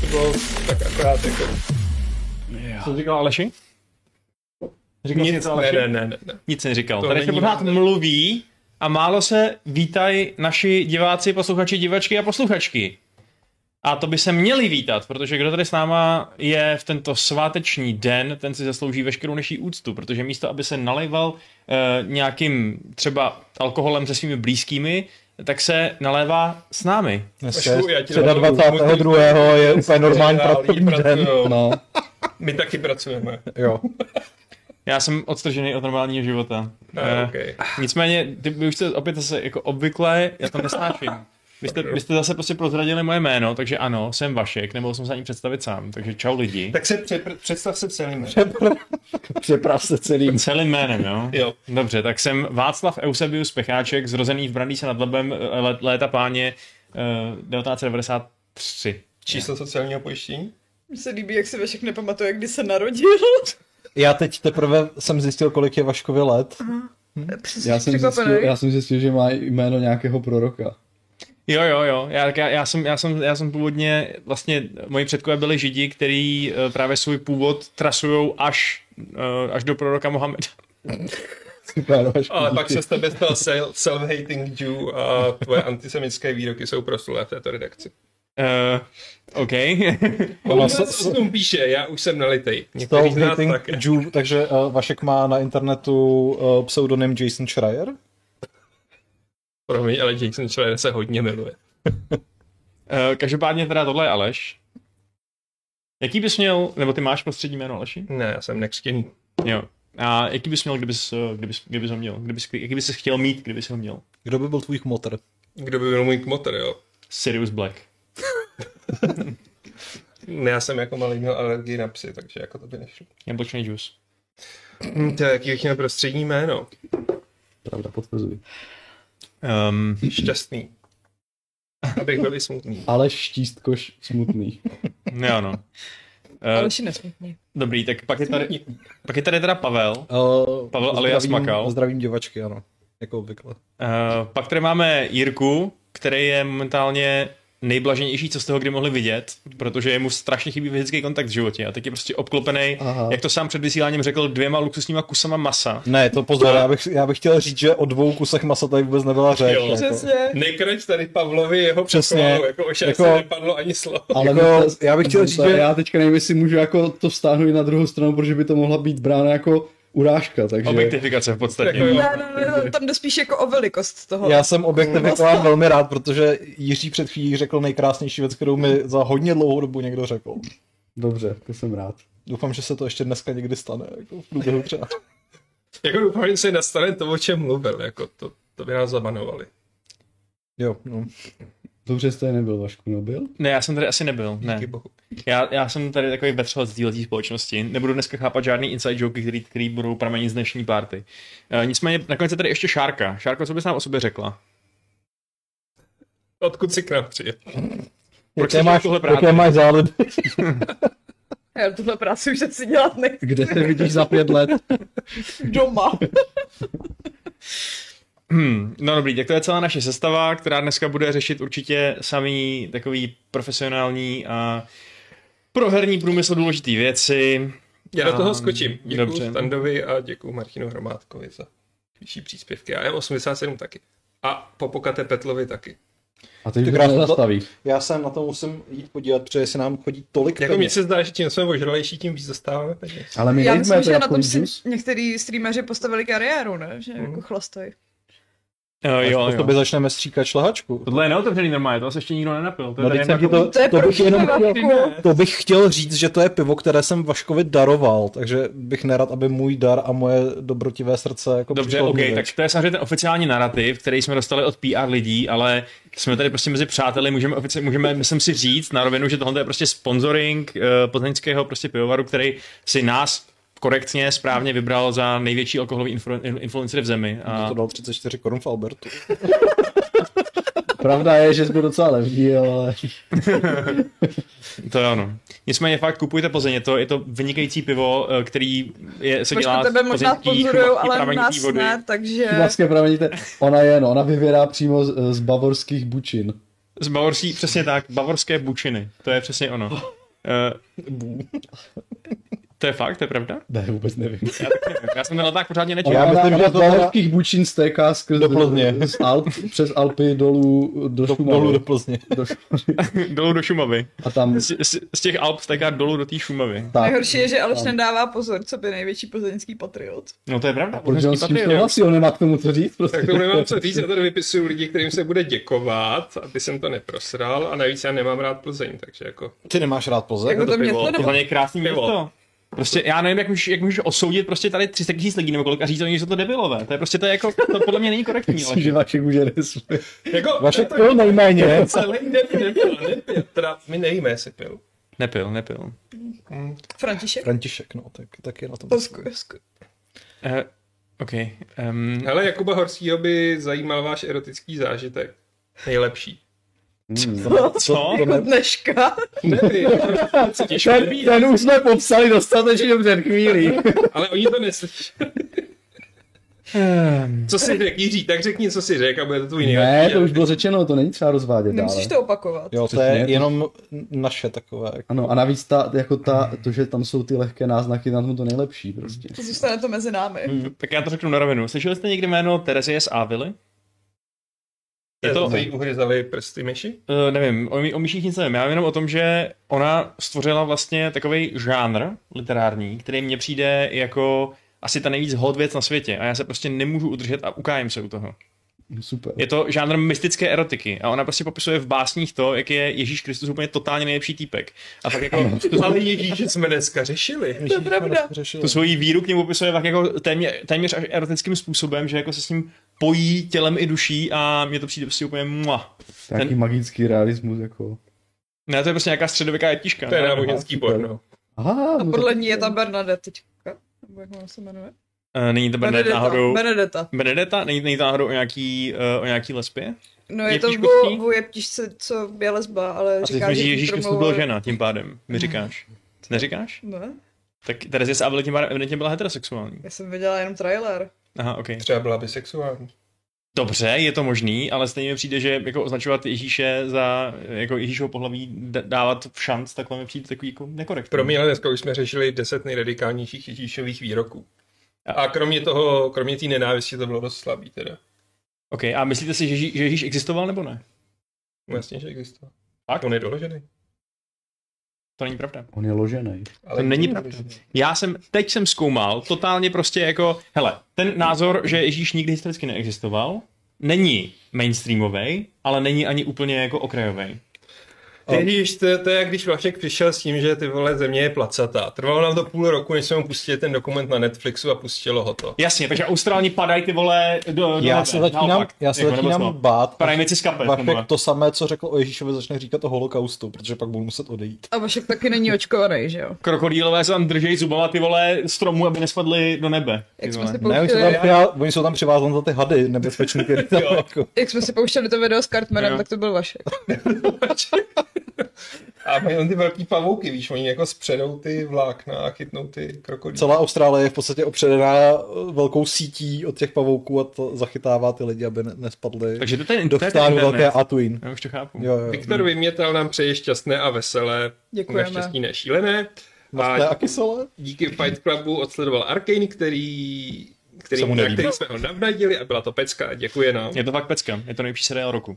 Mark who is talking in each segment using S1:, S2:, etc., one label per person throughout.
S1: to bylo tak akorát jako...
S2: Co jsi říkal Aleši? Říkal jsi něco
S1: ne,
S2: Aleši?
S1: ne, ne, ne, ne.
S3: Nic jsem říkal.
S1: To
S3: To tady
S1: není
S3: není...
S2: Ještě pořád mluví a málo se vítají naši diváci, posluchači, divačky a posluchačky. A to by se měli vítat, protože kdo tady s náma je v tento sváteční den, ten si zaslouží veškerou naší úctu, protože místo, aby se naléval eh, nějakým třeba alkoholem se svými blízkými, tak se nalévá s námi.
S4: Dneska
S1: Počkej, já
S4: je
S1: ti dám
S4: 22. je úplně normální
S1: Reálný
S4: pracovní den.
S1: pracujou.
S4: No,
S1: My taky pracujeme.
S4: jo.
S2: Já jsem odstržený od normálního života.
S1: Ne,
S2: Eh,
S1: okay.
S2: Nicméně, ty, vy už jste opět zase jako obvykle, já to nesnáším. Vy jste, vy jste zase prostě prozradili moje jméno, takže ano, jsem Vašek, nemohl jsem se ani představit sám, takže čau lidi.
S1: Tak se přepr- představ se celým.
S4: Přeprav se celým.
S2: Celým jménem, jo?
S1: Jo.
S2: Dobře, tak jsem Václav Eusebius Pecháček, zrozený v Brandýse nad Labem eh, let, léta páně eh, 1993.
S1: Číslo sociálního pojištění?
S5: Mně se líbí, jak si Vašek nepamatuje, kdy se narodil.
S4: Já teď teprve jsem zjistil, kolik je Vaškovi let.
S5: Přesně
S6: Já jsem, zjistil,
S5: překvapený.
S6: já jsem zjistil, že má jméno nějakého proroka.
S2: Jo, jo, jo. Já, tak já, já, jsem, já, jsem, já jsem původně, vlastně moji předkové byli židi, který eh, právě svůj původ trasují až, eh, až do proroka Mohameda.
S6: Super, Vašku,
S1: Ale
S6: díky.
S1: pak se z tebe stal sel- self-hating Jew a tvoje antisemické výroky jsou proslulé v této redakci.
S2: Uh, OK.
S1: Ono
S4: se-
S1: se s tom píše, já už jsem nalitej. Některý z nás
S4: Stalking
S1: také.
S4: Jew, takže uh, Vašek má na internetu uh, pseudonym Jason Schreier.
S1: Promiň, ale Jason Schreier se hodně miluje.
S2: Eh, Každopádně teda tohle je Aleš. Jaký bys měl, nebo ty máš prostřední jméno Aleši?
S1: Ne, já jsem nekřtěný.
S2: Jo. A jaký bys měl, kdybys, eh, kdybys, kdybys ho měl? Kdybys, jaký bys chtěl mít, kdybys ho měl?
S4: Kdo by byl tvůj Eh, motor?
S1: Kdo by byl můj kmotr, jo?
S2: Sirius Black.
S1: Ne, já jsem jako malý měl alergii na psy, takže jako to by nešlo.
S2: Jablčný juice.
S1: Hm, To je jaký bych měl prostřední jméno.
S6: Pravda, potvrzuji.
S2: Um,
S1: Šťastný. Abych byl i smutný.
S6: Ale štístkoš smutný.
S2: ne, ano. Uh,
S5: Ale si nesmutný.
S2: dobrý, tak pak je, tady, pak je tady teda Pavel.
S4: Uh,
S2: Pavel alias Makau.
S4: Zdravím divačky, ano. Jako obvykle.
S2: Uh, pak tady máme Jirku, který je momentálně nejblaženější, co jste ho kdy mohli vidět, protože jemu strašně chybí fyzický kontakt v životě a tak je prostě obklopený,
S4: Aha.
S2: jak to sám před vysíláním řekl, dvěma luxusníma kusama masa.
S4: Ne, to pozor, já bych, já bych chtěl říct, že o dvou kusech masa tady vůbec nebyla řeč.
S1: Jo.
S4: Jako.
S5: Přesně.
S1: Nekrač tady Pavlovi jeho
S4: Přesně.
S1: pochvalu, jako o šéf
S4: Jako-
S1: se nepadlo ani slovo.
S4: Ale
S6: my
S4: jako, já bych chtěl říct,
S6: to,
S4: že...
S6: Já teďka nevím, jestli můžu jako to vstáhnout i na druhou stranu, protože by to mohla být brána jako urážka, takže...
S2: Objektifikace v podstatě.
S1: Jako jo.
S5: Ne, ne, ne, tam jde spíš jako o velikost toho.
S4: Já jsem objektifikován velmi rád, protože Jiří před chvílí řekl nejkrásnější věc, kterou mi za hodně dlouhou dobu někdo řekl.
S6: Dobře, to jsem rád.
S4: Doufám, že se to ještě dneska někdy stane, jako v průběhu třeba.
S1: Jako doufám, že se nastane to, o čem mluvil, jako to, to by nás zabanovali.
S4: Jo, no.
S6: Dobře jste nebyl, Vašku, no, nebyl?
S2: Ne, já jsem tady asi nebyl, ne.
S1: Díky bohu.
S2: Já, já jsem tady takový vetřelec téhletý společnosti. Nebudu dneska chápat žádný inside joke, který, který budou pramenit z dnešní party. Uh, nicméně nakonec je tady ještě Šárka. Šárko, co bys nám o sobě řekla?
S1: Odkud si k nám přijel?
S2: Proč
S4: Jaké
S2: jsi
S4: máš,
S2: tuhle práci?
S4: jaké máš záliby?
S5: Já tuhle práci už asi dělat nechci
S6: Kde se vidíš za pět let?
S5: doma.
S2: Hmm, no dobrý, tak to je celá naše sestava, která dneska bude řešit určitě samý takový profesionální a pro herní průmysl důležité věci.
S1: Já do toho
S2: Um,
S1: skočím. Děkuji
S2: dobře.
S1: Dobře. Standovi a děkuji Martinu Hromádkovi za vyšší příspěvky. A M87 taky. A popokate Petlovi taky.
S6: A teď
S4: Ty
S6: už
S4: krásno-
S6: to zastaví.
S4: Já se na to musím jít podívat, protože se nám chodí tolik
S1: Jako mně
S4: peněz.
S1: se zdá, že tím jsme ožralejší, tím víc dostáváme peněz.
S6: Ale my
S5: Já
S6: nejsme
S5: myslím, že na
S6: teda
S5: tom si
S6: Pojďus.
S5: některý streameři postavili kariéru, ne? Že
S2: Hmm.
S5: jako chlastoj.
S2: Uh, jo,
S4: To prostě by
S2: jo.
S4: začneme stříkat šlehačku.
S2: Tohle je neotevřený normálně, to se ještě nikdo nenapil. To je
S4: No,
S2: tady
S4: teď
S2: jen
S4: jsem ti
S2: jako-
S4: to,
S5: To je
S4: to, bych
S5: prošlo,
S4: jenom chtěl,
S5: Vašku.
S4: to bych chtěl říct, že to je pivo, které jsem Vaškovi daroval, takže bych nerad, aby můj dar a moje dobrotivé srdce jako
S2: Dobře,
S4: přišlo
S2: OK,
S4: dříve.
S2: tak to je samozřejmě ten oficiální narrativ, který jsme dostali od PR lidí, ale jsme tady prostě mezi přáteli, můžeme, ofici- můžeme myslím si říct na rovinu, že tohle je prostě sponsoring uh, plzeňského prostě pivovaru, který si nás korektně, správně vybral za největší alkoholový influ- in- influencer v zemi. A
S4: To dal 34 korun v Albertu.
S6: Pravda je, že jsme docela levní, ale...
S2: to je ono. Nicméně fakt kupujte Plzeň, je to, je to vynikající pivo, eh, který je, se
S5: Počkej,
S2: dělá
S5: tebe možná
S2: plzeňský
S5: pozorujou,
S2: chmapky,
S5: ale
S2: pravenitý
S5: nás
S2: vody.
S5: ne, takže...
S6: Vlastně promiňte, ona je, no, ona vyvěrá přímo z, z bavorských bučin.
S2: Z bavorský, přesně tak, bavorské bučiny. To je přesně ono. Uh, to je fakt, to je pravda?
S6: Ne, vůbec nevím.
S2: Já, taky nevím. Já jsem ten leták pořádně nečekal.
S4: Já
S6: Já
S4: myslím,
S6: myslím,
S4: že to
S6: že to
S4: teda-
S6: Bavorských bučin stéká skrz
S4: Do Plzně.
S6: Z Alp, přes Alpy dolů do,
S4: Do,
S6: Šumavy.
S4: dolů do Plzně.
S6: do Šumavy.
S2: Dolů do Šumavy.
S6: A tam
S2: Z, z, z těch Alp stéká dolů do té Šumavy.
S6: tak.
S5: Nejhorší je, že Aleš nedává pozor, co by největší plzeňský patriot.
S2: No to je pravda.
S6: Protože on s
S2: plzeňský
S6: tím
S2: patriot.
S6: souhlasí, on nemá k tomu co říct. Prostě.
S1: Tak tomu nemám co říct, já tady vypisuju lidi, kterým se bude děkovat, aby jsem to neprosral a navíc já nemám rád Plzeň, takže jako...
S4: Ty nemáš rád Plzeň?
S5: Jako to mě
S1: pivo,
S5: to
S2: Tohle je krásný
S1: Pivo.
S2: město. Prostě já nevím, jak můžeš, jak můžeš osoudit prostě tady 300 tisíc lidí nebo kolik a říct o nich, že jsou to debilové. To je prostě to je jako, to podle mě není korektní, ale
S6: Myslím, že Vašek už jede svůj.
S1: Jako,
S4: Vašek pil nejméně.
S1: celý den nepil, nepil. Teda my nevíme, jestli pil.
S2: nepil, nepil.
S5: František?
S4: František, no, tak, tak je na tom.
S5: To zku- zku-
S2: Uh, OK. Um,
S1: Hele, Jakuba Horskýho by zajímal váš erotický zážitek. Nejlepší.
S2: co?
S5: Jako dneška.
S1: Nevím,
S6: Ten, ten už jsme popsali dostatečně dobře chvíli.
S1: ale oni to neslyší.
S6: Eh.
S2: Ehm,
S1: Co si řekl, Jiří, tak řekni, co si řekl a bude to tvůj
S6: Ne,
S1: nejlepší.
S6: to už bylo řečeno, to není třeba rozvádět dále.
S5: Nemusíš to opakovat.
S4: Jo, to
S6: Přesně,
S4: je
S6: to-
S4: jenom naše takové. jako-
S6: Ano, a navíc ta, jako ta, to, že tam jsou ty lehké náznaky, na tom to nejlepší prostě.
S5: To zůstane to mezi námi.
S2: Mm-hmm. tak já to řeknu na rovinu. Slyšeli jste někdy jméno Terezie z Avily? Je to,
S1: Co jí uhryzali prsty myši?
S2: Uh, nevím, o, mí- o myších nic nevím. Já vím jenom o tom, že ona stvořila vlastně takový žánr literární, který mně přijde jako asi ta nejvíc hot věc na světě a já se prostě nemůžu udržet a ukájím se u toho.
S6: No Super.
S2: Je to žánr mystické erotiky a ona prostě popisuje v básních to, jak je Ježíš Kristus úplně totálně nejlepší týpek. A tak jako tu,
S1: Ale Ježíše jsme dneska řešili.
S4: Ježíš, jsme
S5: pravda.
S4: rozřešili.
S2: tu svoji víru k němu popisuje tak jako téměř, téměř až erotickým způsobem, že jako se s ním pojí tělem i duší a mně to přijde prostě úplně mua.
S6: Taký
S2: ten-
S6: magický realismus jako.
S2: Ne, to je prostě nějaká středověká jetiška.
S1: To je
S2: ne?
S1: náboženský
S6: super.
S1: porno.
S6: Aha,
S5: A
S6: no
S5: podle
S6: tak-
S5: ní je ta Bernadette teďka. Nebo jak ona se jmenuje?
S2: Eh, Není to Bernadette náhodou.
S5: Benedetta.
S2: Benedetta? Není, není to náhodou o nějaký, uh, o nějaký lesbě?
S5: No je to
S2: Jeptiškovský?
S5: o, o jeptišce, co je lesba, ale
S2: A ty
S5: říká,
S2: mi
S5: že
S2: říkáš,
S5: jí
S2: Ježíš Kristus byl
S5: promluvil-
S2: žena tím pádem, mi říkáš. Neříkáš?
S5: Ne,
S2: Tak Terezie z Avila tím pádem evidentně byla heterosexuální.
S5: já jsem viděla jenom trailer.
S2: Aha, ok.
S1: Třeba byla bisexuální.
S2: Dobře, je to možný, ale stejně mi přijde, že jako označovat Ježíše za jako Ježíšovo pohlaví d- dávat v šanc, takhle mi přijde takový jako nekorektní.
S1: Pro mě ale dneska už jsme řešili 10 nejradikálnějších Ježíšových výroků. A kromě toho, kromě té nenávisti to bylo dost slabý teda.
S2: Ok, a myslíte si, že, Ježí- že Ježíš existoval nebo ne?
S1: No jasně, že existoval.
S2: Fakt?
S1: On je doložený.
S2: To není pravda.
S6: On je ložený.
S1: Ale
S2: To není pravda. Já jsem, teď jsem zkoumal, totálně prostě jako, hele, ten názor, že Ježíš nikdy historicky neexistoval, není mainstreamový, ale není ani úplně jako okrajový.
S1: Ty víš, to, to je jak když Vašek přišel s tím, že ty vole země je placatá. Trvalo nám to půl roku, než jsme mu pustili ten dokument na Netflixu a pustilo ho to.
S2: Jasně, takže Austrálni padají ty vole do, do
S4: Já
S2: nebe,
S4: se začínám,
S2: naopak,
S4: já se
S2: jako, nebo
S4: začínám
S2: znovu.
S4: bát,
S2: Padají mi si z kapes, nebo-
S4: Vašek to samé, co řekl o Ježíšovi, začne říkat o holokaustu, protože pak budu muset odejít.
S5: A Vašek taky není očkovaný, že jo?
S2: Krokodýlové se tam držejí zubama ty vole stromu, aby nespadly do nebe. Ty
S5: Jak jsme,
S2: vole.
S5: si
S4: Ne, oni jsou
S5: pouštěli,
S4: tam, přivá, oni jsou tam přivázané za ty hady nebezpečný, který tam jako...
S5: jak jsme si pouštěli to video s Cartmanem,
S2: Jo.
S5: tak to byl Vašek.
S1: A mají on ty velký pavouky, víš, oni jako spředou ty vlákna a chytnou ty krokodýly.
S4: Celá Austrálie je v podstatě opředená eh, velkou sítí od těch pavouků a to zachytává ty lidi, aby ne- nespadli
S2: Takže to je ten, to
S4: do
S2: je ten
S4: vtánu velké
S2: internet.
S4: Atuin.
S2: Já už to chápu.
S4: Jo, jo.
S1: Viktor Vymětal nám přeje šťastné a veselé,
S5: Děkujeme.
S1: neštěstí nešílené.
S4: To je
S1: A
S4: Akisole?
S1: díky Fight Clubu odsledoval Arkane, který, který,
S4: Se mu
S1: na
S4: nelíbí.
S1: který jsme ho navnadili a byla to pecka. Děkuje nám.
S2: Je to fakt pecka, je to nejlepší seriál roku.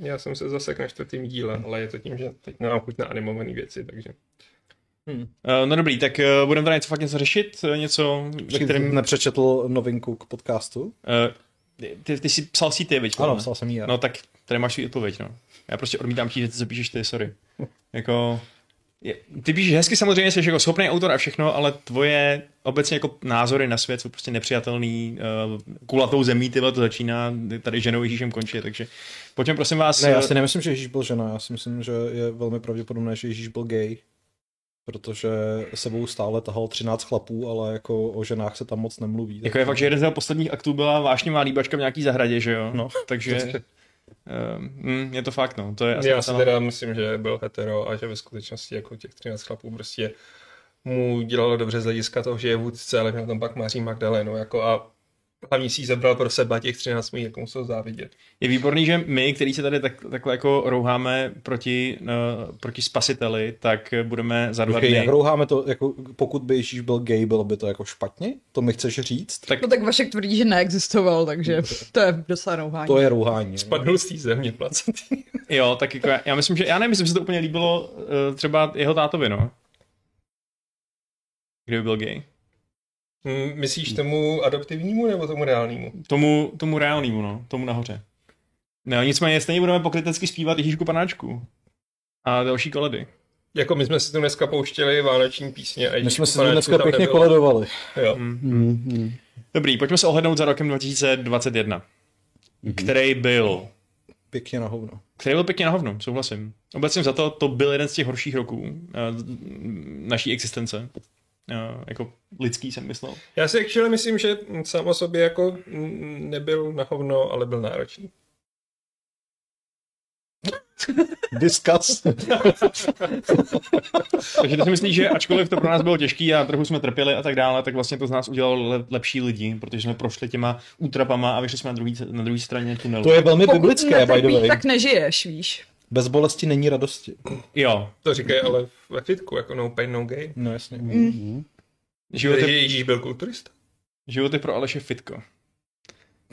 S1: Já jsem se zasek na čtvrtém díle, ale je to tím, že teď nemám chuť na animované věci, takže...
S2: Eh, No dobrý, tak eh, budeme tady něco fakt něco řešit, eh, něco, ve kterém
S4: nepřečetl novinku k podcastu?
S2: Eh, ty, ty jsi psal si ty, viď?
S4: Ano,
S2: ne?
S4: psal jsem ji já.
S2: No tak tady máš svůj odpověď, no. Já prostě odmítám ti, že ty, co píšeš ty, sorry. Jako... Je, ty píšeš hezky samozřejmě, jsi jako schopný autor a všechno, ale tvoje obecně jako názory na svět jsou prostě nepřijatelný. eh, Kulatou zemí tyhle to začíná, tady ženou Ježíšem končí, takže pojďme prosím vás...
S4: Ne, já
S2: eh,
S4: si nemyslím, že Ježíš byl žena, já si myslím, že je velmi pravděpodobné, že Ježíš byl gay, protože sebou stále tahal 13 chlapů, ale jako o ženách se tam moc nemluví.
S2: Jako je fakt, že jeden z jeho posledních aktů byla vášnivá líbačka v nějaký zahradě, že jo?
S4: No.
S2: Takže... Uh, mm, je to fakt, no. To je asi
S1: Já si
S2: docela-
S1: teda myslím, že byl hetero a že ve skutečnosti jako těch 13 chlapů prostě mu dělalo dobře z hlediska toho, že je vůdce, ale měl tam pak Maří Magdalénu jako a hlavně si ji zabral pro sebe a těch 13 mi jako musel závidět.
S2: Je výborný, že my, který se tady tak, takhle jako rouháme proti, uh, proti spasiteli, tak budeme za dva
S4: Počkej,
S2: dny...
S4: jak rouháme to, jako pokud by Ježíš byl gay, bylo by to jako špatně? To mi chceš říct?
S2: Tak
S5: No tak Vašek tvrdí, že neexistoval, takže to je dosáhnou hání.
S4: To je rouhání. no.
S1: Spadnul z té země placatý.
S2: jo, tak jako já, já myslím, že... Já nevím, jestli by se to úplně líbilo uh, třeba jeho tátovi, no. Kdyby byl gay.
S1: Mm, Myslíš tomu adoptivnímu nebo tomu reálnému?
S2: Tomu, tomu reálnému, no. Tomu nahoře. No, nicméně stejně budeme pokrytecky zpívat Ježíšku panáčku. A další koledy.
S1: Jako my jsme si tu dneska pouštěli vánoční písně. A
S4: My jsme si
S1: Ježíšku, panečku,
S4: dneska
S1: tam
S4: pěkně
S1: nebylo.
S4: koledovali.
S1: Jo.
S6: Mm-hmm.
S2: Dobrý, pojďme se ohlednout za rokem 2021, který byl
S4: Pěkně na hovno.
S2: který byl pěkně na hovno, souhlasím. Obecně za to, to byl jeden z těch horších roků uh, naší existence. Uh, jako lidský jsem myslel.
S1: Já si actually myslím, že sám o sobě jako mm, nebyl na hovno, ale byl náročný.
S4: Discuss.
S2: Takže to si myslím, že ačkoliv to pro nás bylo těžký a trochu jsme trpěli a tak dále, tak vlastně to z nás udělalo le- lepší lidi, protože jsme prošli těma útrapama a vyšli jsme na druhé na druhý straně tunelu.
S4: to je velmi biblické, by the
S5: netrpíš,
S4: way.
S5: tak nežiješ, víš.
S4: Bez bolesti není radosti.
S2: Jo,
S1: To říkají ale ve fitku, jako no pain, no gain.
S4: No jasně.
S5: Mm-hmm.
S2: život
S1: Že
S2: je,
S1: Ježíš byl kulturista.
S2: život je pro Aleše fitko.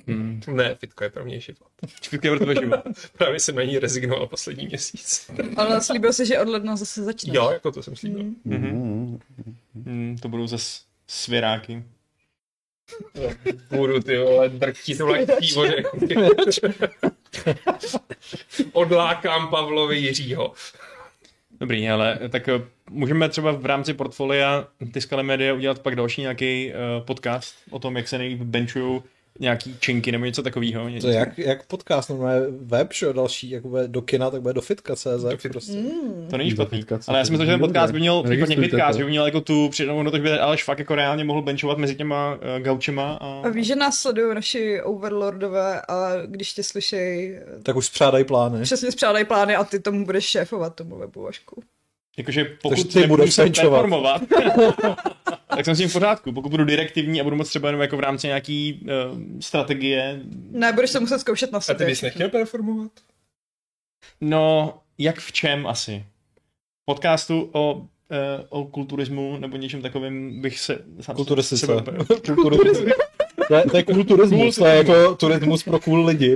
S2: Hmm.
S1: Ne, fitko je pro mě život.
S2: Fitko je pro tebe život.
S1: Právě jsem na ní rezignoval poslední měsíc.
S5: Ale slíbil si, že od ledna zase začne.
S1: Jo, jako to jsem slíbil.
S6: Mm-hmm.
S2: Hmm, to budou zase sviráky.
S1: Budu ty jako vole, drtí to vlaktí voře. Odlákám Pavlovi Jiřího.
S2: Dobrý, ale tak eh, můžeme třeba v rámci portfolia Tiskale Media udělat pak další nějaký uh, podcast o tom, jak se nejlíp benchují nějaký činky nebo něco takového.
S4: To je jak, jak podcast, normálně web, že jo, další, jak bude do kina, tak bude do fitka.cz.
S1: Do fitka.
S5: Mm.
S4: Prostě.
S2: to není špatný.
S6: Fitka, co
S2: ale já
S6: to
S2: si myslím, že
S6: je?
S2: ten podcast
S6: Dobré.
S2: by měl, případně
S6: Registrujte
S2: Fitcast,
S6: to.
S2: že by měl jako tu přidanou to by Aleš fakt jako reálně mohl benchovat mezi těma uh, gaučema a...
S5: A víš, že nás sledují naši overlordové a když tě slyšejí,
S4: Tak už spřádají plány.
S5: přesně spřádají plány a ty tomu budeš šéfovat, tomu webu Vašku.
S2: Jakože pokud
S4: ty
S2: nebudu
S4: budeš
S2: se
S4: benchovat.
S2: performovat, tak jsem s tím v pořádku. Pokud budu direktivní a budu moc třeba jenom jako v rámci nějaký uh, strategie,
S5: Ne, budeš to muset zkoušet na
S1: A
S5: sobě.
S1: ty bys nechtěl performovat?
S2: No, jak v čem asi? V podcastu o, eh, o kulturismu nebo něčem takovým bych se... Sám
S4: Kulturistice.
S2: sebe úplně-
S4: Kulturismus. To je, to je kulturismus, to je jako turismus pro cool lidi.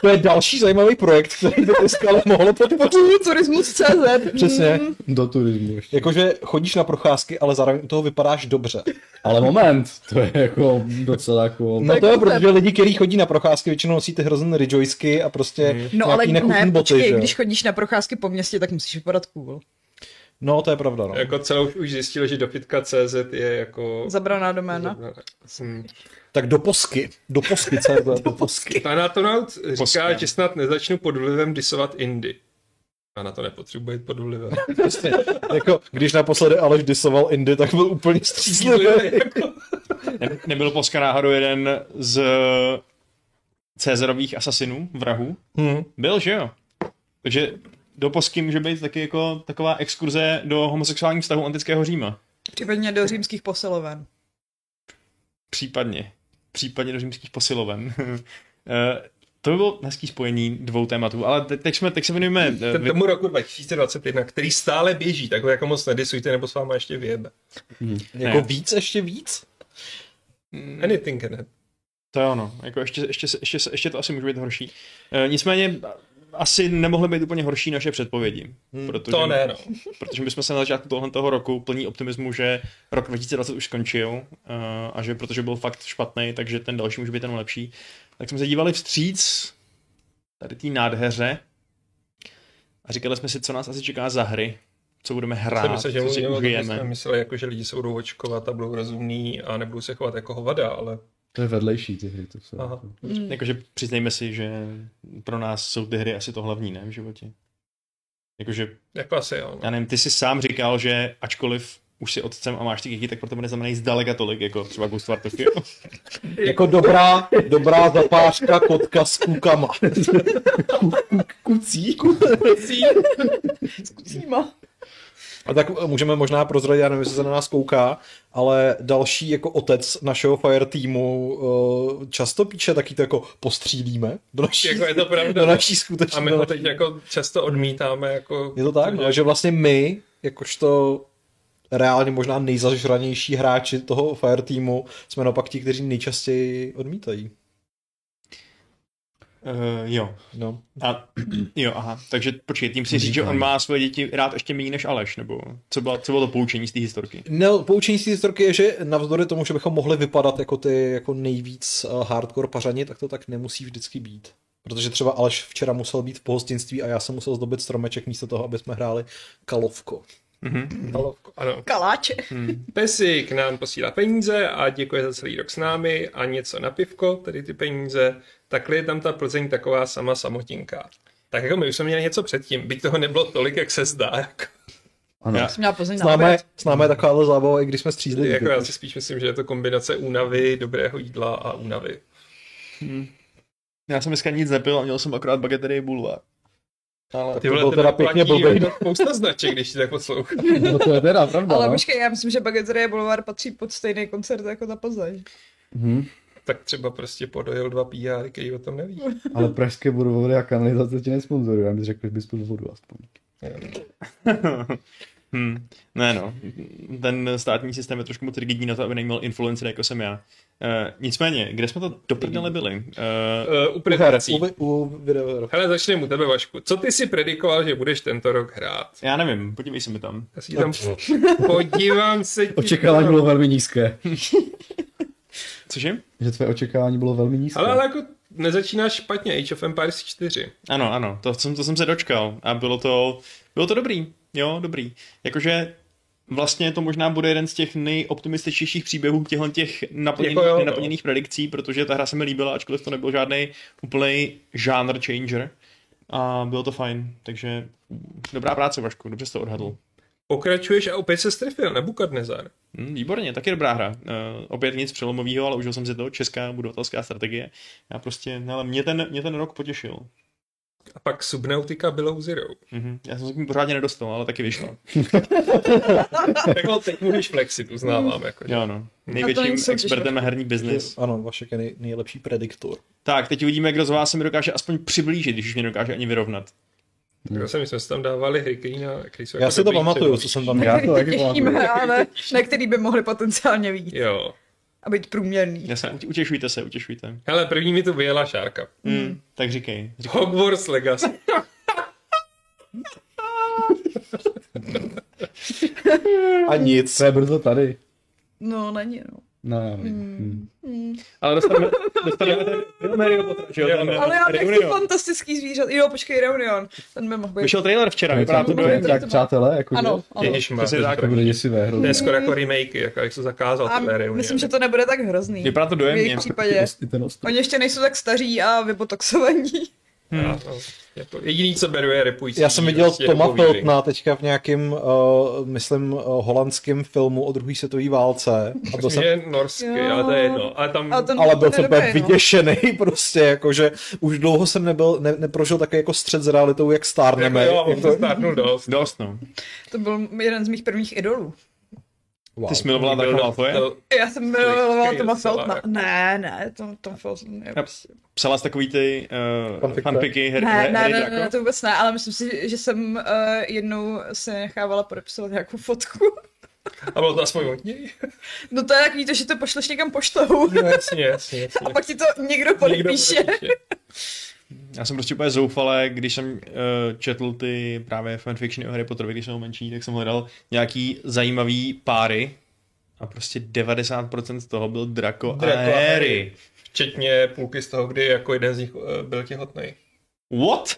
S4: To je další zajímavý projekt, který by dneska ale mohlo podpořit.
S5: Turismus CZ.
S4: Přesně.
S5: Mm.
S6: Do turismu ještě.
S4: Jakože chodíš na procházky, ale zároveň u toho vypadáš dobře.
S6: Ale moment, to je jako docela jako...
S4: No
S5: je
S4: to je,
S5: koncept.
S4: protože lidi, kteří chodí na procházky, většinou nosí ty hrozný rejoysky a prostě
S5: No ale
S4: nějaký nechutný
S5: ne,
S4: boty,
S5: počkej,
S4: že? jo.
S5: když chodíš na procházky po městě, tak musíš vypadat cool.
S4: No to je pravda, no.
S1: Jako celou už zjistil, že dofitka.cz je jako...
S5: Zabraná doména.
S1: Hmm.
S4: Tak do posky. Do posky, co je to? Do posky.
S1: Anatonaut říká,
S2: Poskem.
S1: že snad nezačnu pod vlivem disovat Indy. A na to nepotřebuje jít pod vlivem.
S4: Prostě, jako, když naposledy Aleš disoval Indy, tak byl úplně střízlivý.
S1: jako,
S2: Ne, nebyl Polska náhodou jeden z Cezarových asasinů, vrahů?
S4: Hmm.
S2: Byl, že jo? Takže do posky může být taky jako taková exkurze do homosexuálních vztahů antického Říma.
S5: Případně do římských posiloven.
S2: Případně. Případně do římských posiloven. Eh, to by bylo hezký spojení dvou tématů, ale te- teď, jsme, teď se věnujeme... eh,
S1: ten
S2: vy-
S1: tomu roku 2021, který stále běží, tak ho jako moc nedisujte, nebo s váma ještě vyjebe.
S2: Ne.
S4: Jako víc, ještě víc?
S1: Hmm. Anything can happen.
S2: To je ono, jako ještě, ještě, ještě, ještě to asi může být horší. E, nicméně asi nemohly být úplně horší naše předpovědi. Protože,
S1: To ne, no.
S2: Protože my jsme se na začátku tohle toho roku plní optimismu, že rok 2020 už skončil e, a že protože byl fakt špatný, takže ten další může být ten lepší. Tak jsme se dívali vstříc tady té nádheře a říkali jsme si, co nás asi čeká za hry, co budeme hrát,
S1: Jsem myslel, že
S2: co si
S1: mluvíme o tom, že jsme
S2: užijeme.
S1: mysleli, jako, že lidi se budou očkovat a budou rozumní a nebudou se chovat jako hovada, ale
S6: To je vedlejší ty hry, to jsou. jako-
S1: aha.
S5: Hmm,
S2: Jakože přiznejme si, že pro nás jsou ty hry asi to hlavní, ne, v životě. Jakože
S1: Jako asi jo. No.
S2: já nevím, ty jsi sám říkal, že ačkoliv už si otcem a máš ty děti, tak pro tebe neznamenají zdaleka tolik, jako třeba Ghost War Tokyo.
S4: Jako dobrá, dobrá zapářka kotka s kukama.
S6: Kucí?
S5: S kucíma.
S4: A tak můžeme možná prozradit, já nevím, jestli se na nás kouká, ale další jako otec našeho fire týmu eh, často píše taky to jako postřílíme do naší,
S1: Jako je to pravda.
S4: do
S2: No,
S4: naší skutečnosti.
S1: A my ho teď jako často odmítáme. Jako,
S4: Je to tak, no, že vlastně my, jakožto reálně možná nejzažranější hráči toho fire týmu, jsme naopak ti, kteří nejčastěji odmítají.
S2: Uh, jo.
S4: No.
S2: A, jo, aha. Takže počkej, tím si říct, že on
S6: Říkají.
S2: má svoje děti rád ještě méně než Aleš, nebo co bylo, co bylo to poučení z té historky?
S4: No, poučení z té historky je, že navzdory tomu, že bychom mohli vypadat jako ty jako nejvíc eh, hardcore pařani, tak to tak nemusí vždycky být. Protože třeba Aleš včera musel být v pohostinství a já jsem musel zdobit stromeček místo toho, aby jsme hráli kalovko.
S1: Ano.
S5: Kaláče.
S1: Pesik nám posílá peníze a děkuje za celý rok s námi a něco na pivko, tedy ty peníze. Takhle je tam ta Plzeň taková sama samotinka. Tak jako my už jsme měli něco předtím, byť toho nebylo tolik, jak se zdá. Jako,
S6: Ano.
S2: Já-
S5: Jsem měla Plzeň
S4: S
S5: na
S4: námi,
S5: oběd.
S4: je- s námi je takováhle zábava, i když jsme střízli.
S1: jako já si spíš myslím, že je to kombinace únavy, dobrého jídla a únavy.
S2: Já jsem dneska nic nepil a měl jsem akorát bageterii bulvár.
S4: Ale
S1: Ty
S4: to
S1: vole,
S4: bylo
S1: tebe
S4: teda pěkně
S1: platí
S4: blbý.
S1: jenom spousta značek, když ti tak poslouchám.
S6: No to je teda pravda,
S5: Ale
S6: no.
S5: počkej, já myslím, že Bagetzerie Boulevard patří pod stejný koncert jako ta Plzeň.
S6: Mhm.
S1: Tak třeba prostě podojil dva PR, který o tom neví.
S6: Ale pražské budovody a kanalizace tě nesponzorují, já bych řekl, že bys pil vodu aspoň.
S2: Hmm. Ne no, ten státní systém je trošku moc rigidní na to, aby neměl influencer jako jsem já. Uh, nicméně, kde jsme to do prdele byli? Uh,
S1: Uh, u
S4: U her,
S1: predikcí.
S4: u, vi- u videoher.
S1: Hele, začneme u tebe, Vašku. Co ty si predikoval, že budeš tento rok hrát?
S2: já nevím, podívej se mi tam.
S1: Já si ti tam... Podívám se ti
S6: Očekávání bylo velmi nízké.
S2: Cože?
S6: Že tvé očekávání bylo velmi nízké.
S1: Ale, ale jako nezačínáš špatně, Age of Empires 4.
S2: Ano, ano, to jsem, to jsem se dočkal a bylo to, bylo to dobrý, jo, dobrý. Jakože vlastně to možná bude jeden z těch nejoptimističtějších příběhů těchto těch naplněných,
S1: Jako jo,
S2: jako
S1: no.
S2: nenaplněných predikcí, protože ta hra se mi líbila, ačkoliv to nebyl žádný úplný žánr changer. A bylo to fajn, takže dobrá práce, Vašku, dobře jsi to odhadl.
S1: Pokračuješ a opět se strefil na Bukadnezar.
S2: Hm, výborně, taky dobrá hra. Uh, opět nic přelomového, ale užil jsem si to, česká budovatelská strategie. Já prostě, hele, mě ten, mě ten rok potěšil.
S1: A pak Subnautica Below Zero.
S2: Mhm. Já jsem se k ní pořádně nedostal, ale taky vyšla.
S1: Takhle Jako teď můžeš flexit, uznávám. Jako, že.
S2: Jo, no.
S5: není
S2: Největším
S5: soutěž,
S2: expertem na herní biznis.
S4: Ano, Vašek je nej, nejlepší prediktor.
S2: Tak, teď uvidíme, kdo z vás se mi dokáže aspoň přiblížit, když už mě dokáže ani vyrovnat.
S1: Já jako jsem, my jsme si tam dávali hry, který, na, který jsou
S4: Já
S1: jako
S4: si to
S1: dobrý
S4: pamatuju,
S1: třeba.
S4: co jsem tam
S6: Já to taky pamatuju.
S5: Těšíme, ale na který by mohli potenciálně vidět
S1: Jo.
S5: a být průměrný.
S2: Jasně, utě- utěšujte se, utěšujte.
S1: Hele, první mi tu vyjela šárka.
S2: Mm. Tak říkej. říkej.
S1: Hogwarts Legacy.
S4: A nic.
S6: To je brzo tady.
S5: No, není, no.
S6: No, já vím. Hmm.
S2: Ale dostaneme, dostaneme ten film Harryho Pottera, že jo?
S1: Jo,
S2: Ten,
S1: no.
S5: Ale já tak
S2: Reunion.
S5: ty fantastický zvířat. Jo, počkej, Reunion. Ten by mohl být.
S2: Vyšel trailer včera,
S6: Tak,
S2: vypadá to
S5: bude-
S2: dobře.
S6: tak,
S5: dobré.
S6: tak přátelé, jako
S5: Ano, ano.
S1: Ježišmar,
S2: Přesně tak.
S6: To bude děsivé
S1: To
S6: hrozně.
S1: je skoro jako remake, jako jak se zakázal
S5: A
S1: tyhle reuniony.
S5: myslím, že to nebude tak hrozný.
S2: Vypadá to dojemně.
S5: V jejich případě.
S6: I Prostě ten ostrov.
S5: Oni ještě nejsou tak staří a vybotoxovaní.
S1: Já, no, jako, jediný, co beru, je repující.
S4: Já jsem viděl
S1: prostě
S4: Toma
S1: rybový drink.
S4: Peltna teďka v nějakém, uh, myslím, uh, holandském filmu o druhé světové válce. A byl jsem,
S1: Prostě Je norský,
S5: Jo.
S1: ale to je jedno. Ale tam...
S5: A ten no.
S4: ale byl
S5: ten
S4: jsem
S5: je dobrý,
S4: úplně vyděšený, prostě, jakože už dlouho jsem nebyl, ne, neprožil takový jako střed s realitou, jak
S1: Jako
S4: stárneme.
S1: jo, on
S4: Jako-
S1: se stárnul dost.
S2: Dost, no.
S5: No. To byl jeden z mých prvních idolů.
S4: wow.
S2: Ty jsi milovala Darka Malfoje?
S5: Já jsem milovala
S1: Skvělý
S5: Toma
S1: docela,
S5: Feltna.
S1: jako.
S5: Ne, ne, Tom, Tom Felton je prostě...
S2: Psala jsi takový ty uh,
S4: Fanfiky.
S2: fanfiky her,
S5: Ne,
S2: her,
S5: ne,
S2: Harry
S5: ne, ne,
S2: Draco?
S5: to vůbec ne, ale myslím si, že jsem uh, jednou se nechávala podepisovat nějakou fotku.
S1: A bylo to aspoň od něj?
S5: No to je takový to, že to pošleš někam poštou
S1: No jasně, jasně, jasně. prostě
S5: a pak ti to někdo podepíše.
S2: Já jsem prostě úplně zoufalé, když jsem uh, četl ty právě fanfictiony o Harry Potterovi, když jsem byl menší, tak jsem hledal nějaký zajímavý páry a prostě 90% z toho byl Draco,
S1: Draco a
S2: a Harry.
S1: Včetně půlky z toho, kdy jako jeden z nich eh, byl těhotný.
S2: What?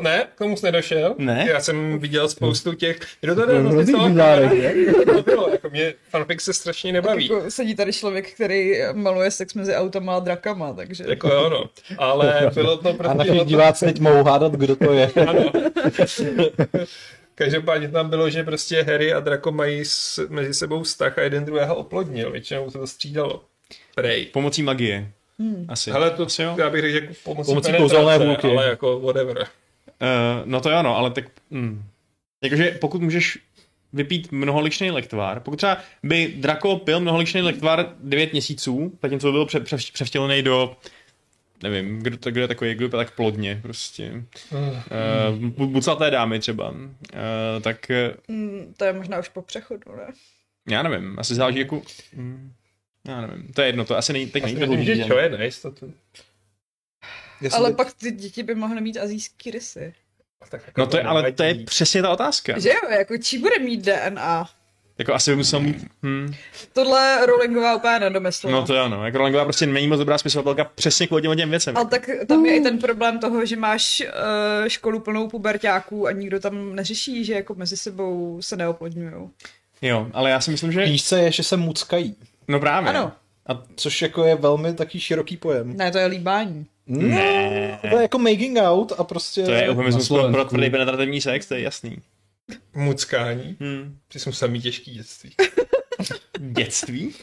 S1: Ne, k tomu jsi nedošel.
S2: Ne?
S1: Já jsem viděl spoustu těch... Kdo tady
S6: To
S1: no,
S6: je
S1: no,
S6: hrozný
S1: no,
S6: bizárek,
S1: no,
S6: ne?
S1: to bylo, jako mě fanfic se strašně nebaví.
S5: Jako sedí tady člověk, který maluje sex mezi autama a drakama, takže...
S1: Jako jo, no. Ale bylo to prostě...
S4: A
S1: bylo
S4: naši
S1: to-
S4: diváci teď mohou hádat, kdo to je.
S1: Ano. Každopádně tam bylo, že prostě Harry a Draco mají s, mezi sebou vztah a jeden druhého oplodnil. Většinou se to střídalo. Prej.
S2: Pomocí magie. Hmm. Asi.
S1: Ale to,
S2: Asi jo.
S1: já bych řekl, že pomocí,
S4: Pomocí
S1: penetrace,
S4: kouzelné vůlky.
S2: Eh,
S1: Ale jako whatever.
S2: Uh, no to jo, no, ale tak... Mm. Jakože pokud můžeš vypít mnoholičný lektvar, pokud třeba by Draco pil mnoholičný lektvar 9 měsíců, zatímco by byl pře- pře- převtělený do nevím, kdo, to, kdo je takový, kdo je tak plodně prostě. Uh, bucaté dámy třeba. Uh, tak eh,
S5: Mm, to je možná už po přechodu, ne?
S2: já nevím, asi záleží jako... Mm, já nevím, to je jedno, to asi není, teď není to
S1: Myslím, Jako, že
S2: důležitý.
S1: čo je na jistotu.
S4: Jestli
S5: Ale pak ty děti by mohly mít azijský rysy.
S1: Tak jako
S2: No to je, ale to je
S1: nevadí.
S2: přesně ta otázka.
S5: Že jo, jako čí bude mít DNA?
S2: Jako asi by musel mít... Hm.
S5: Tohle Rowlingová úplně nedomyslela.
S2: No to je ano, jako Rolingová prostě není moc dobrá spisovatelka přesně kvůli těm, těm věcem.
S5: Ale tak tam
S6: Mm.
S5: je i ten problém toho, že máš eh, školu plnou pubertáků a nikdo tam neřeší, že jako mezi sebou se neoplodňují.
S2: Jo, ale já si myslím, že...
S4: knížce je, že se muckají,
S2: No právě.
S5: Ano.
S2: A
S4: což jako je velmi taký široký pojem.
S5: Ne, to je líbání.
S2: ne,
S4: To je jako making out a prostě...
S2: to je eufemismus pro, pro
S6: Slovensku.
S2: tvrdý penetrativní sex, to je jasný.
S1: Muckání.
S2: Hm.
S1: Ty jsou samý těžký dětství.
S2: Dětství?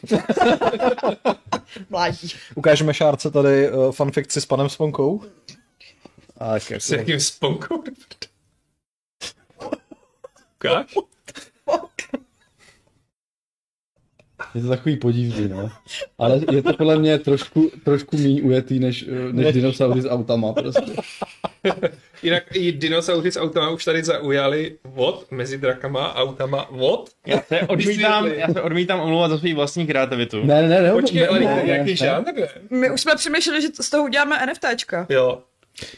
S5: Mládí.
S4: Ukážeme šárce tady uh, fanfikci s panem Sponkou.
S6: A tak jako,
S1: S jakým sponkou. Ukáž?
S6: je to takový podivný, no. Ale je to podle mě trošku, trošku méně ujetý než, eh, než dinosaury s autama prostě.
S1: Jinak i dinosauři s autama už tady zaujali vod mezi drakama a autama vod.
S2: Já se odmítám, já se odmítám omlouvat za svou vlastní kreativitu.
S6: Ne, ne, ne.
S1: Počkej,
S6: ne,
S1: ale
S6: ne, ne,
S1: nějaký
S6: ne.
S1: žánr ne?
S5: My už jsme přemýšleli, že z toho uděláme NFTčka.
S1: Jo.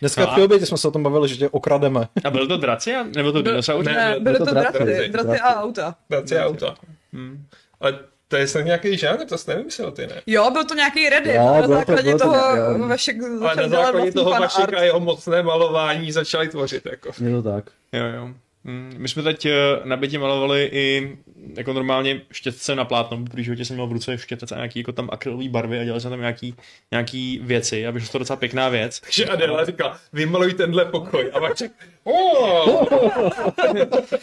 S4: Dneska
S2: No
S4: no
S2: a-
S4: v té obědě jsme se o tom bavili, že tě okrademe.
S2: A byl to draci, a- nebo to dinosaur?
S1: ne.
S5: Ne, byly
S6: to
S5: to
S6: draty,
S5: draty,
S1: draty,
S5: draty a auta.
S1: Práci auta. Ale Hmm. to je snad nějaký žánr, to jsi nevymyslel ty, ne?
S5: Jo, byl to nějaký Reddit,
S6: Jo,
S5: na
S6: bylo to-
S5: základě
S6: bylo to
S5: toho
S6: nějak- jo.
S5: Vašek
S1: Ale na
S5: začal dělat
S1: základě
S5: vlastní
S1: toho
S5: fanart.
S1: Vašika a jeho mocné malování začali tvořit, jako.
S6: Je to tak.
S2: Jo, jo. Hm, My jsme teď eh, na bytě malovali i jako normálně štětce na plátno, protože životě jsem měl v ruce štětec a nějaký jako tam akrylový barvy a dělali jsme tam nějaký, nějaký věci a vyšlo to docela pěkná věc.
S1: Takže Adela říká, vymaluj tenhle pokoj. A Vašek, "O,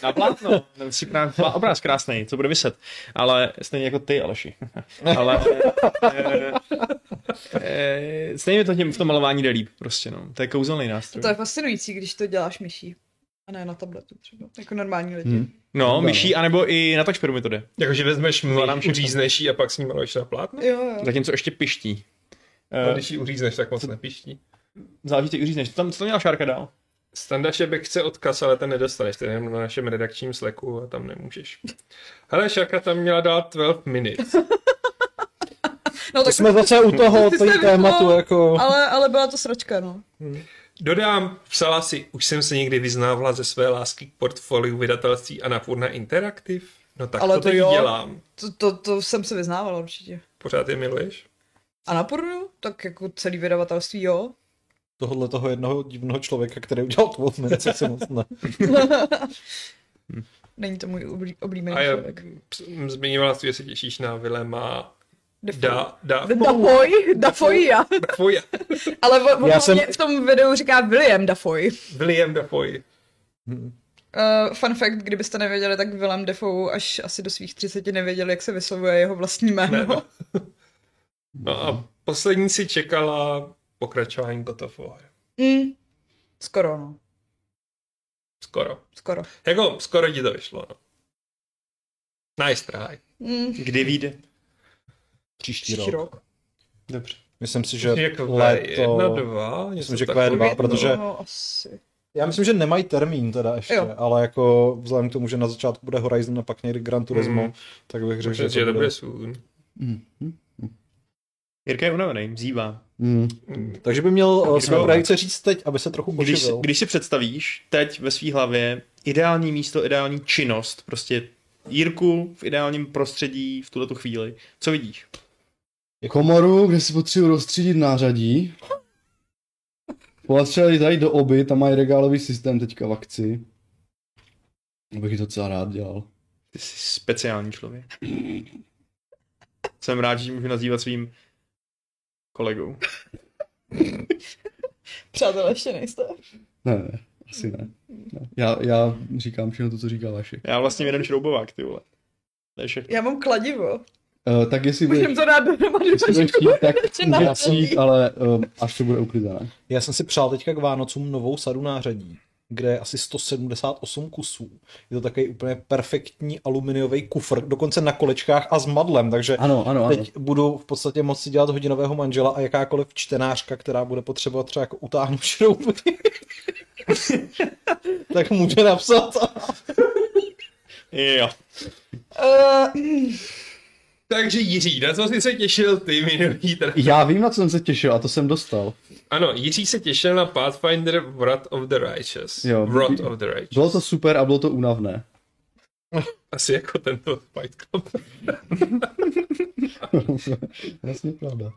S2: Na plátno. Ten si krá... má obraz krásný, co bude vyset. Ale stejně jako ty, Aleši. Ale eh, eh, stejně mi to těm v tom malování jde líp, prostě no. To je kouzelný nástroj.
S5: To je fascinující, když to děláš myší. A ne na tabletu třeba, jako normální lidi.
S4: Hmm.
S2: No, myší, anebo i na tašperu mi to jde.
S1: Jakože vezmeš
S2: Zvládám
S1: myš,
S2: všechno.
S1: uřízneš ji a pak s ní maluješ na plátno?
S5: Jo, jo.
S2: Zatímco ještě piští.
S1: A
S2: Eh,
S1: když ji uřízneš, tak moc nepiští.
S2: záleží ty uřízneš. Co tam, co tam měla Šárka dál?
S1: Standa Šebek chce odkaz, ale ten nedostaneš, ten je jenom na našem redakčním sleku a tam nemůžeš. Hele, Šarka tam měla dát 12 minut.
S5: No tak
S4: Jsme zase u toho,
S5: Ty
S4: toho
S5: jsi
S4: tématu,
S5: to-
S4: jako...
S5: ale, ale byla to sračka, no.
S1: Dodám, psala si, už jsem se někdy vyznávala ze své lásky k portfoliu vydatelství a Anapurna Interaktiv. No tak
S5: Ale
S1: to,
S5: to
S1: teď
S5: jo.
S1: dělám.
S5: To, to, to jsem se vyznávala určitě.
S1: Pořád je miluješ?
S5: A na pornu? Tak jako celý vydavatelství, jo.
S4: Tohle toho jednoho divného člověka, který udělal tu odměnce, se moc ne.
S5: Není to můj oblí, oblíbený
S1: A je,
S5: člověk.
S1: ps- zmiňovala jsi, že se těšíš na Vilema Da, da,
S5: Dafoy, Dafoy, já.
S1: Dafoy.
S5: Ale on, on
S4: Já
S5: já
S4: jsem-
S5: v tom videu říká William Dafoy.
S1: William Dafoy.
S5: Uh, fun fact, kdybyste nevěděli, tak Willem Dafoe až asi do svých 30 nevěděl, jak se vyslovuje jeho vlastní jméno.
S1: No a poslední si čekala pokračování God of War.
S5: Mm. Skoro, no.
S1: Skoro.
S5: Skoro.
S1: Jako skoro ti to vyšlo, no. Nice try.
S5: Mm.
S2: Kdy vyjde?
S4: Příští
S5: Příští
S4: rok.
S5: rok.
S2: Dobře.
S4: Myslím si, že
S1: Že jako jedna,
S4: léto...
S1: dva, něco
S4: že
S1: takového.
S4: Q2, protože-
S5: No, asi.
S4: Já myslím, že nemají termín teda ještě,
S5: Jo.
S4: ale jako vzhledem k tomu, že na začátku bude Horizon a pak někdy Gran Turismo,
S1: Mm.
S4: tak bych řekl,
S1: Myslím, že
S4: že to
S1: to
S4: bude.
S1: bude soon.
S2: Jirka je unavený, vzývá.
S6: Mm.
S4: Takže by měl uh, své
S2: Jirko-
S4: projekce říct teď, aby se trochu
S2: Když,
S4: oživil.
S2: když si představíš teď ve své hlavě ideální místo, ideální činnost, prostě Jirku v ideálním prostředí v tuto chvíli, co vidíš?
S6: Komoru, kde si potřebuji rozstřídit nářadí. Potřebovali tady do oby, tam mají regálový systém teďka v akci. To Bych docela rád dělal.
S2: Ty jsi speciální člověk. Jsem rád, že tě můžu nazývat svým kolegou.
S5: Přátelé, ještě nejste.
S6: Ne, ne, asi ne. ne. Já, já říkám všechno to, co říká Vašek.
S2: Já vlastně jeden šroubovák, ty vole. To je všechno.
S5: Já mám kladivo.
S6: Uh, tak jestli budeš,
S5: Můžeme to dát dohromady
S6: jestli budeš
S5: trošku.
S6: chtít, tak
S5: Začíná
S6: můžeš
S5: to
S6: jít,
S5: být.
S6: ale um, až to bude uklizené.
S4: Já jsem si přál teďka k Vánocům novou sadu nářadí. kde je asi 178 kusů. Je to takový úplně perfektní aluminiový kufr, dokonce na kolečkách a s madlem, takže
S6: Ano, ano, ano.
S4: teď budu v podstatě moci dělat hodinového manžela a jakákoliv čtenářka, která bude potřebovat třeba jako utáhnout šrouby, tak může napsat.
S2: Jo.
S5: Eh,
S1: Takže Jiří, na co jsi se těšil ty minulý trh?
S6: Já vím, na co jsem se těšil a to jsem dostal.
S1: Ano, Jiří se těšil na Pathfinder Wrath of the Righteous.
S6: Jo.
S1: Wrath of the Righteous.
S6: Bylo to super a bylo to únavné.
S1: Asi jako tento Fight Club.
S6: Vlastně pravda.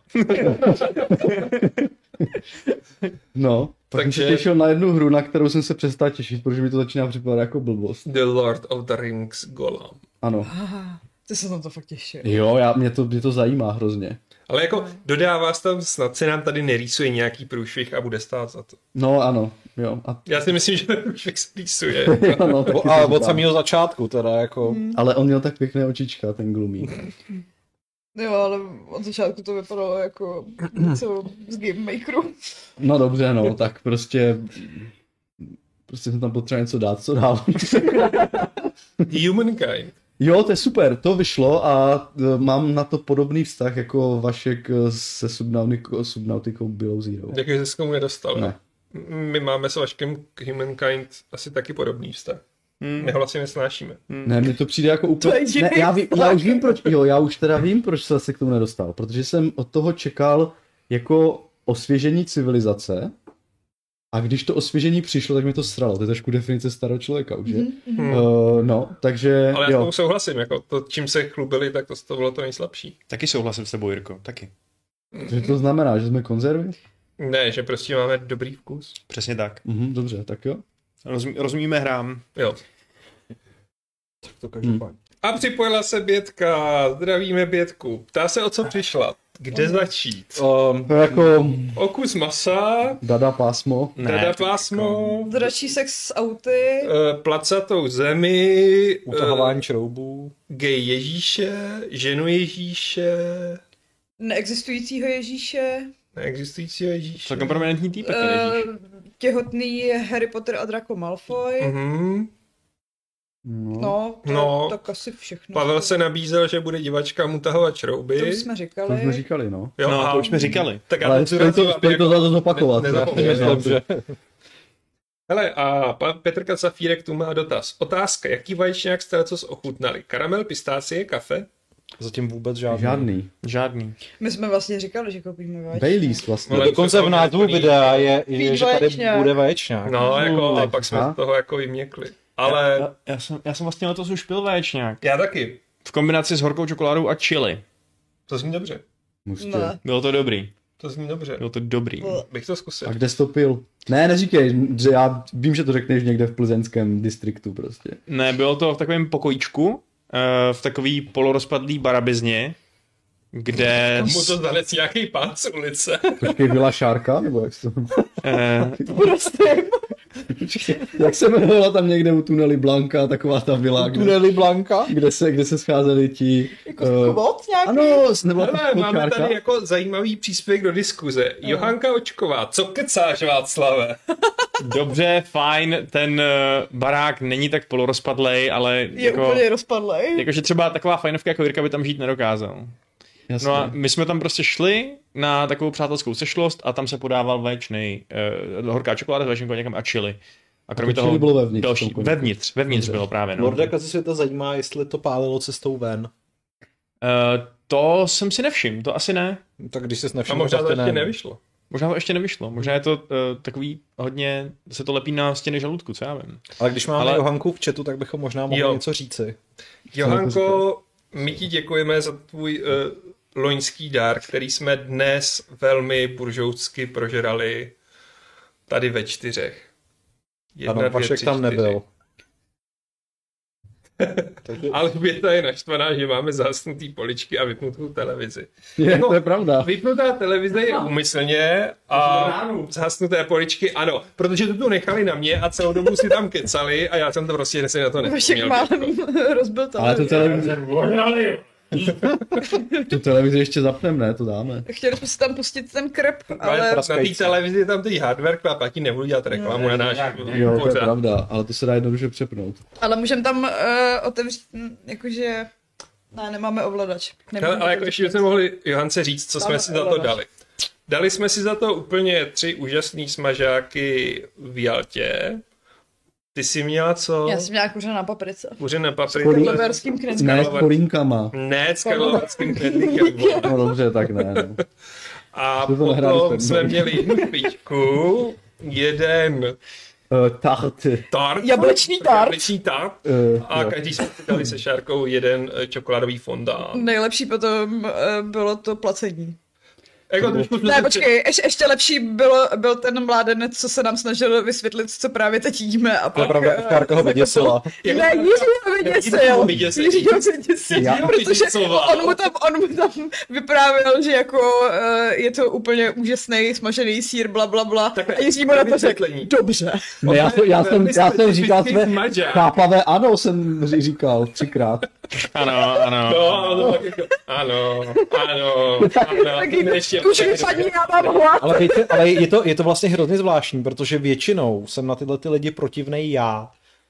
S6: no, tak jsem se
S1: Takže-
S6: těšil na jednu hru, na kterou jsem se přestal těšit, protože mi to začíná připadat jako blbost.
S1: The Lord of the Rings Golem.
S6: Ano.
S5: Aha, ty se na to fakt těšil.
S6: Jo, já, mě, to, mě to zajímá hrozně.
S1: Ale jako dodává se tam, snad se nám tady nerýsuje nějaký průšvih a bude stát za to.
S6: No, ano, jo. A
S1: Já si myslím, že ten průšvih se rýsuje.
S6: ano, taky
S4: A
S6: to
S4: od
S6: říkám.
S4: samého začátku teda jako...
S6: Ale on měl tak pěkné očička, ten glumí.
S5: Jo, ale od začátku to vypadalo jako něco z Game Makeru.
S6: No dobře, no, tak prostě... Prostě jsem tam potřeboval něco dát, co dál.
S1: Humankind.
S6: Jo, to je super, to vyšlo a e, mám na to podobný vztah jako Vašek e, se Subnautikou, Subnautikou Below Zero.
S1: Děkuji, že se k tomu nedostal.
S6: Ne.
S1: My máme s Vaškem k Humankind asi taky podobný vztah.
S2: Hmm.
S1: My ho vlastně nesnášíme.
S6: Ne, mně to přijde jako úplně...
S5: To je divný
S6: ne, já, vím, já už vím, proč, jo, já už teda vím, proč jsem se k tomu nedostal, protože jsem od toho čekal jako osvěžení civilizace a když to osvěžení přišlo, tak mi to sralo, to je trošku definice starého člověka už,
S5: Mhm.
S6: je?
S1: Hmm.
S6: Uh, no, takže
S1: Ale já s
S6: jo.
S1: tomu souhlasím, jako to, čím se chlubili, tak to, to bylo to nejslabší.
S2: Taky souhlasím s tebou, Jirko, taky.
S6: Že to znamená, že jsme konzervy?
S1: Ne, že prostě máme dobrý vkus.
S2: Přesně tak.
S6: Mhm, dobře, tak jo.
S2: Rozum, rozumíme hrám.
S1: Jo.
S4: To každopádně.
S1: A připojila se Bětka. Zdravíme Bětku. Ptá se, o co přišla. Kde
S2: Mm.
S1: začít?
S4: Um,
S6: To je jako
S1: O kus masa,
S6: dada pásmo.
S2: Ne,
S1: teda
S2: tak-
S1: pásmo,
S5: Dračí sex s auty.
S1: eh, placatou zemi, eh,
S4: Utahování šroubů.
S1: gej Ježíše, ženu Ježíše,
S5: neexistujícího Ježíše,
S1: neexistujícího Ježíše.
S2: Celkem prominentní týpek, ten
S1: Eh,
S2: Ježíš.
S5: uh, těhotný Harry Potter a Draco Malfoy.
S1: Mhm.
S5: No,
S1: No.
S5: to, no, tak asi všechno.
S1: Pavel se nabízel, že bude divačkám utahovat
S5: To
S1: šrouby.
S5: už jsme
S6: To
S5: říkali.
S6: jsme říkali, no.
S1: Jo,
S2: No,
S1: a-
S2: to už jsme říkali.
S1: Tak já
S6: Ale
S1: to
S6: stojí to,
S1: zdůrazňuji,
S6: stojí to
S1: jako-
S6: za to zopakovat.
S1: Ne- nezapomeň,
S6: Já-
S1: dobře. Hele, a pan Petr Kacafírek tu má dotaz. Otázka, jaký vaječňák jste co ochutnali? Karamel, pistácie, kafe?
S4: Zatím vůbec žádný.
S6: Žádný.
S2: Žádný.
S5: My jsme vlastně říkali, že koupíme váčky.
S6: Baileys vlastně.
S1: Ale-
S4: No, Dokonce v názvu videa je, je
S5: Pít
S4: že tady
S5: vaječňák.
S4: bude vaječňák.
S1: No, jako, a
S6: tak,
S1: pak jsme
S6: a?
S1: z toho jako vymněkli. Ale
S2: Já, já, jsem, já jsem vlastně letos už pil véčňák.
S1: já taky.
S2: V kombinaci s horkou čokoládou a chili.
S1: To zní dobře.
S6: Musíte.
S5: Ne.
S2: Bylo to dobrý.
S1: To zní dobře.
S2: Bylo to dobrý.
S1: Bych to zkusil.
S6: A kde jsi to pil? Ne, neříkej, že já vím, že to řekneš někde v plzeňském distriktu prostě.
S2: Ne, bylo to v takovém pokojíčku, eh, v takový polorozpadlý barabizně, kde...
S1: Mu to zanec nějaký pán z ulice.
S6: Počkej, byla šárka? Nebo jak, to,
S2: eh,
S6: jak se jmenovala tam někde u tunely Blanka, taková ta vila, kde,
S4: Tunely Blanka.
S6: kde, se, kde se scházeli ti...
S5: Jako
S6: eh,
S5: kvot nějaký?
S6: ano, s- nebyla
S1: Hele,
S6: to
S1: máme
S6: šárka?
S1: tady jako zajímavý příspěvek do diskuze. Johanka Očková, co kecáš Václave?
S2: dobře, fajn, ten eh, barák není tak polorozpadlej, ale
S5: Je
S2: jako...
S5: úplně rozpadlej.
S2: Jakože třeba taková fajnovka jako Jirka by tam žít nedokázal.
S6: Jasně.
S2: No a my jsme tam prostě šli na takovou přátelskou sešlost a tam se podával vaječnej, uh, horká čokoláda s vaječným koněkem a chili. A kromě
S6: to
S2: toho
S6: chili bylo vevnitř, v
S2: další,
S6: tom koněku.
S2: vevnitř, vevnitř bylo právě. No.
S4: Lorda Kazi světa zajímá, jestli to pálilo cestou ven.
S2: Eh, to jsem si nevšiml, to asi ne.
S4: Tak když se
S1: A
S4: nevšiml,
S1: možná
S4: tak
S1: to ještě
S4: ne.
S1: nevyšlo.
S2: Možná to ještě nevyšlo, možná je to uh, takový hodně, se to lepí na stěny žaludku, co já vím.
S4: Ale když máme
S2: Ale-
S4: Ale... Johanku v chatu, tak bychom možná mohli
S1: Jo.
S4: něco říci.
S1: Johanko, my ti děkujeme za tvůj uh, loňský dár, který jsme dnes velmi buržoucky prožrali tady ve čtyřech. Jedna,
S4: Ano, Vašek tam nebyl. Takže
S1: Ale Běta je naštvaná, že máme zásnutý poličky a vypnutou televizi.
S6: Je, to
S1: Jako-
S6: je pravda.
S1: Vypnutá televize je úmyslně a zhasnuté poličky ano, protože to tu nechali na mě a celou dobu si tam kecali a já jsem to prostě si na to
S5: Vašek
S1: nevzpomněl.
S5: málem rozbil to.
S6: Ale to televize... Tu televizi ještě zapneme, ne? To dáme.
S5: Chtěli jsme si tam pustit ten krb,
S1: Ale
S5: ale
S1: na té televizi je tam teď hardware, která platí, nebudu dělat
S6: No,
S1: reklamu na náš
S6: Jo, to je
S1: pořád.
S6: pravda, ale to se dá jednoduše přepnout.
S5: Ale můžeme tam uh, otevřít, hm, jakože... Ne, nemáme ovladač.
S1: Hele,
S5: Nemůžeme
S1: ale jako
S5: otevřít.
S1: ještě bychom mohli Johance říct, co jsme
S5: Dáme
S1: si za to
S5: ovladač.
S1: dali. Dali jsme si za to úplně tři úžasný smažáky v Jaltě. Ty jsi měla co?
S5: Já jsem měla kuře na paprice.
S1: Kuřené
S6: Skolí-
S1: papriky.
S5: Loverským krenzem.
S6: Ne, s kolínkama.
S1: Ne, s karlovarským knedlíkem. vole.
S6: No dobře, tak ne. No.
S1: A
S6: To to nehráli se
S1: potom
S6: mnou.
S1: jsme měli jednu pičku, jeden
S6: Uh, tarty.
S1: tart,
S5: Jablečný tart.
S1: jablečný tart
S6: Uh,
S1: a každý jsme si dali se Šárkou jeden eh, čokoládový fondant.
S5: Nejlepší potom eh, bylo to placení.
S1: Jako trošku jsme
S5: Ne,
S1: se při-
S5: počkej, ještě, ještě lepší byl, byl ten mládenec, co se nám snažil vysvětlit, co právě teď jíme. A
S4: To je
S5: pak,
S4: pravda,
S5: eh,
S4: Šárka ho vyděsila.
S5: Ne, Jiří ho
S1: Jiří ho
S5: vyděsil.
S1: vyděsil.
S5: Jiří ho vyděsil,
S1: Já ho
S5: protože
S1: vyděsoval.
S5: on mu, tam, on mu tam vyprávěl, že jako eh, je to úplně úžasný smažený sír, bla, bla, bla.
S1: Takhle,
S5: A Jiří mu na to řekl,
S1: vysvětlení.
S5: dobře.
S6: ne, já, jsem- já, jsem, já jsem říkal své
S1: Maďar.
S6: chápavé ano, jsem ři- říkal třikrát.
S2: Ano, ano.
S1: No, ale to pak jako, ano, ano, ano,
S5: Tak jako,
S1: ještě
S5: už vypadni, já mám hlad.
S4: Ale, víte, ale je, to, je to vlastně hrozně zvláštní, protože většinou jsem na tyhle ty lidi protivnej já.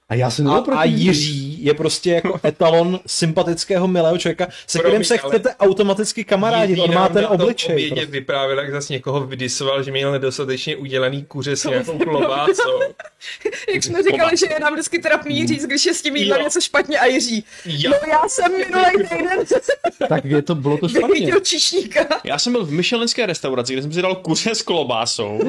S6: A já jsem
S4: A,
S6: nebyl
S4: a
S6: proti ní.
S4: Jiří je prostě jako etalon sympatického milého člověka, se
S1: Promiň,
S4: kterým se
S1: ale-
S4: chcete automaticky kamarádit. On má
S1: nám
S4: ten
S1: na tom
S4: obličej.
S1: obědě
S4: prostě.
S1: vyprávěl, jak zase někoho vydisoval, že měl nedostatečně udělaný kuře s nějakou klobásou.
S5: Jak jsme říkali, že je nám vždycky
S2: Hmm.
S5: trapný říct, když je s tím jídlem
S1: Jo.
S5: něco špatně a Jiří.
S1: Jo.
S5: No já jsem minulý týden
S6: Tak je to, bylo to špatně.
S5: vychytil číšníka.
S2: Já jsem byl v myšelinské restauraci, kde jsem si dal kuře s klobásou.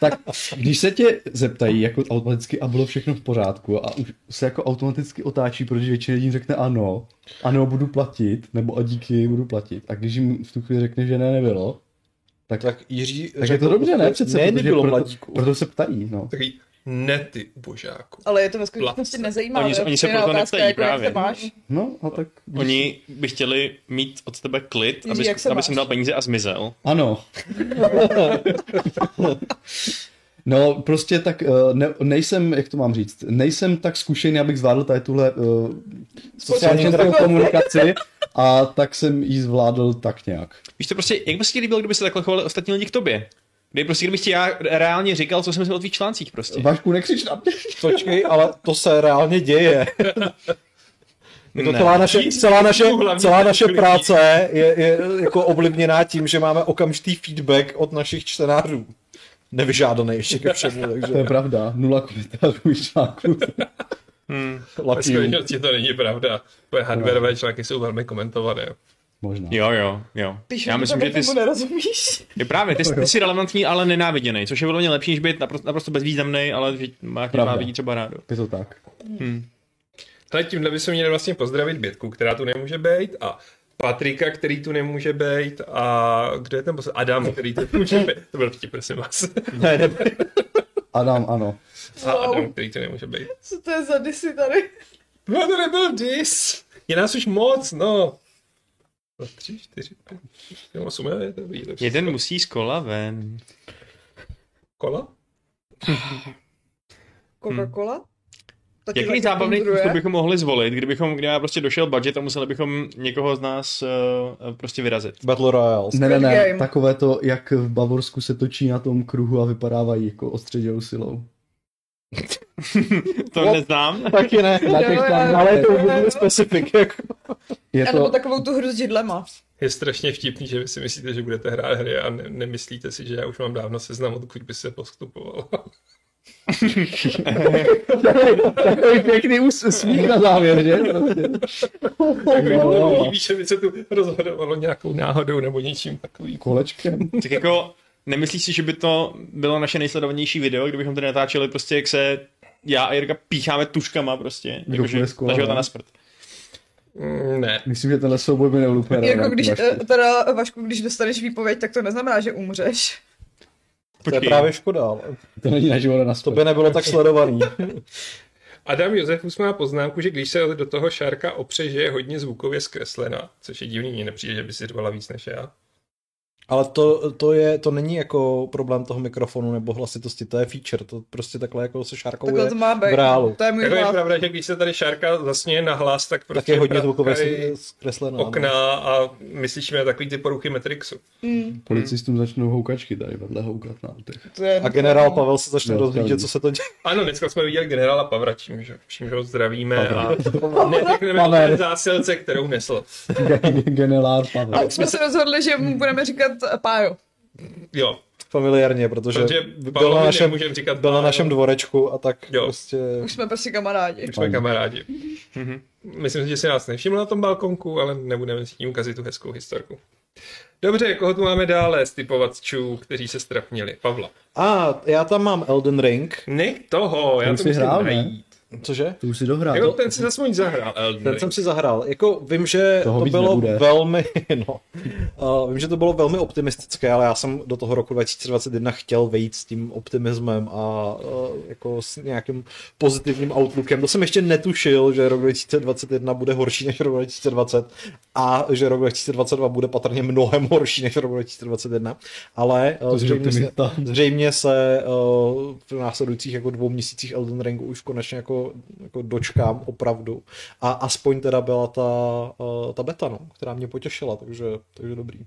S6: Tak když se tě zeptají jako automaticky a bylo všechno v pořádku a už se jako automaticky otáčí, protože většina lidí řekne ano, ano, budu platit, nebo a díky, budu platit. A když jim v tu chvíli řekne, že ne, nebylo, tak, tak,
S4: Tak Jiří
S6: tak je to dobře, ne? Přece,
S4: ne,
S6: protože
S4: nebylo
S6: proto,
S4: mladíku.
S6: proto, se ptají, no.
S1: Takový, ne ty, božáku.
S5: Ale je to ve skutečnosti nezajímavé.
S2: Oni se- oni se
S5: protože je
S2: proto
S5: otázka,
S2: neptají
S5: jako, jak
S2: právě.
S5: se máš.
S6: No a tak... když-
S2: Oni by chtěli mít od tebe klid,
S5: Jiří,
S2: aby,
S5: jak se
S2: aby
S5: máš?
S2: jsem dal peníze a zmizel.
S6: Ano. No, prostě tak eh, ne, nejsem, jak to mám říct, nejsem tak zkušený, abych zvládl tady tuhle uh,
S4: Sociální
S6: sociální komunikaci a tak jsem ji zvládl tak nějak.
S2: Víš to prostě, jak by se ti líbilo, kdyby se takhle chovali ostatní lidi k tobě? Kdy prostě, kdybych ti já reálně říkal, co jsem si o tvých článcích prostě.
S6: Vašku, nekřič na mě.
S4: Počkej, ale to se reálně děje. Je to
S2: Ne.
S4: celá naše, celá naše,
S1: hlavně
S4: celá
S1: ten
S4: naše
S1: klid.
S4: práce je, je jako ovlivněná tím, že máme okamžitý feedback od našich čtenářů. Nevyžádaný ještě ke všemu,
S6: To je
S4: takže
S6: pravda, nula komentářů článku.
S1: Ve
S4: lapí.
S1: skutečnosti to není pravda. Tvoje hardwareové články jsou velmi komentované.
S6: Možná.
S2: Jo, jo, jo.
S5: Píšu,
S2: Já myslím, že ty,
S5: tomu nerozumíš.
S2: je právě, ty, ty jsi relevantní, ale nenáviděný, což je velmi lepší, než být naprosto, naprosto bezvýznamný, ale že má tě
S6: Pravda.
S2: nenávidí třeba rádo.
S6: Je to tak.
S1: Ale tímhle bychom měli vlastně pozdravit Bětku, která tu nemůže být a Patrika, který tu nemůže být a kdo je ten poslední? Adam, který tu nemůže být. To byl vtip, prosím vás.
S4: ne, ne,
S6: Adam, ano.
S1: A Adam,
S5: Wow.
S1: který tu nemůže být.
S5: Co to je za disy tady?
S1: No to nebyl dis. Je nás už moc, no. Dva, tři, čtyři, pět, šest, sedm, osm, jo, je to dobrý, dobře.
S2: Jeden musí z kola ven.
S1: Kola?
S5: Coca-Cola? To tě
S2: Jaký
S5: taky
S2: zábavný
S5: funguje?
S2: způsob bychom mohli zvolit, kdybychom, kdyby já prostě došel budget a museli bychom někoho z nás uh, prostě vyrazit.
S4: Battle Royale.
S6: Ne, ne,
S5: Squid
S6: ne,
S5: Game.
S6: takové to, jak v Bavorsku se točí na tom kruhu a vypadávají jako ostředělou silou.
S2: To neznám.
S4: Taky ne.
S6: Na těch
S5: Jo, jo,
S6: tam,
S5: jo.
S4: Ale je to
S5: Ne, ne.
S4: vůbec specifik. Jako.
S6: je
S5: A nebo
S6: to,
S5: takovou tu hru s židlema.
S1: Je strašně vtipný, že vy si myslíte, že budete hrát hry a ne- nemyslíte si, že já už mám dávno seznam, odkud by se postupovalo.
S6: takový pěkný úsmích na závěr, že?
S1: Nebo no. líbí, že by se tu rozhodovalo nějakou náhodou nebo něčím takovým.
S6: Kolečkem.
S2: Tak jako, nemyslíš si, že by to bylo naše nejsledovanější video, kdybychom tady natáčeli prostě, jak se já a Jirka pícháme tuškama prostě.
S6: Kdo
S2: Jakože,
S6: bude z kola,
S2: takže ho
S6: ne?
S2: na smrt.
S1: Mm, Ne.
S6: Myslím, že tenhle souboj by nebyl úplně
S5: Jako
S6: relevantní,
S5: když,
S6: Vašku.
S5: eh, teda Vašku, když dostaneš výpověď, tak to neznamená, že umřeš.
S4: To je právě škoda. ale
S6: To není na život na
S4: To by nebylo tak sledovaný.
S1: Adam Josefus má poznámku, že když se do toho šárka opře, že je hodně zvukově zkreslená, což je divný, mně nepřijde, že by si řvala víc než já.
S4: Ale to, to, je, to není jako problém toho mikrofonu nebo hlasitosti, to je feature, to prostě takhle jako se
S5: Takhle
S4: šárkuje
S5: to má být. no.
S4: v reálu.
S5: To je můj
S1: Jako je
S5: plán.
S1: pravda, že když se tady šárka zasněje na hlas, tak prostě
S4: Tak je hodně zvukové
S1: prapkají
S4: zkreslené. no.
S1: okna a my slyšíme takový ty poruchy Matrixu.
S6: Policistům začnou houkačky tady vedle houkat na autech.
S5: To je
S4: A generál Pavel se začne
S6: No,
S4: rozhlížet,
S6: skvělý.
S4: co se to děje.
S1: Ano, dneska jsme viděli generála Pavra, čím, že, čím, že ho zdravíme a
S6: Pavel.
S1: neřekneme zásilce, kterou nesl.
S6: Generál Pavel.
S5: Tak jsme se rozhodli, že mu budeme říkat eh, pájo.
S1: Jo,
S4: Familiárně, protože,
S1: Protože
S4: byl,
S1: Pavlovi
S4: na našem,
S1: nemůžeme říkat
S4: byl na
S1: Pavel.
S4: našem dvorečku a tak
S1: Jo.
S4: prostě...
S5: Už jsme prostě kamarádi.
S1: už jsme kamarádi. Mhm. Myslím si, že si nás nevšiml na tom balkonku, ale nebudeme s tím kazit tu hezkou historku. Dobře, koho tu máme dále z typovatčů, kteří se strapnili? Pavla.
S4: A já tam mám Elden Ring,
S1: Nech toho, já
S6: Ten
S1: to
S6: si
S1: musím
S6: hrál, ne?
S1: najít.
S4: cože?
S6: To už si dohrál.
S1: Jo, ten si zase můj zahrál, Elden
S4: Ten
S1: Ring.
S4: jsem si zahrál. Jako vím, že
S6: Toho
S4: to
S6: víc
S4: bylo
S6: nebude.
S4: velmi, no, uh, vím, že to bylo velmi optimistické, ale já jsem do toho roku 2021 chtěl vejít s tím optimismem a uh, jako s nějakým pozitivním outlookem. To jsem ještě netušil, že rok 2021 bude horší než rok 2020 a že rok 2022 bude patrně mnohem horší než rok 2021, ale uh,
S6: To jsi
S4: zřejmě, se,
S6: optimista.
S4: zřejmě se uh, v následujících jako dvou měsících Elden Ringu už konečně jako, jako dočkám opravdu. A aspoň teda byla ta, uh, ta beta, no, která mě potěšila, takže, takže dobrý.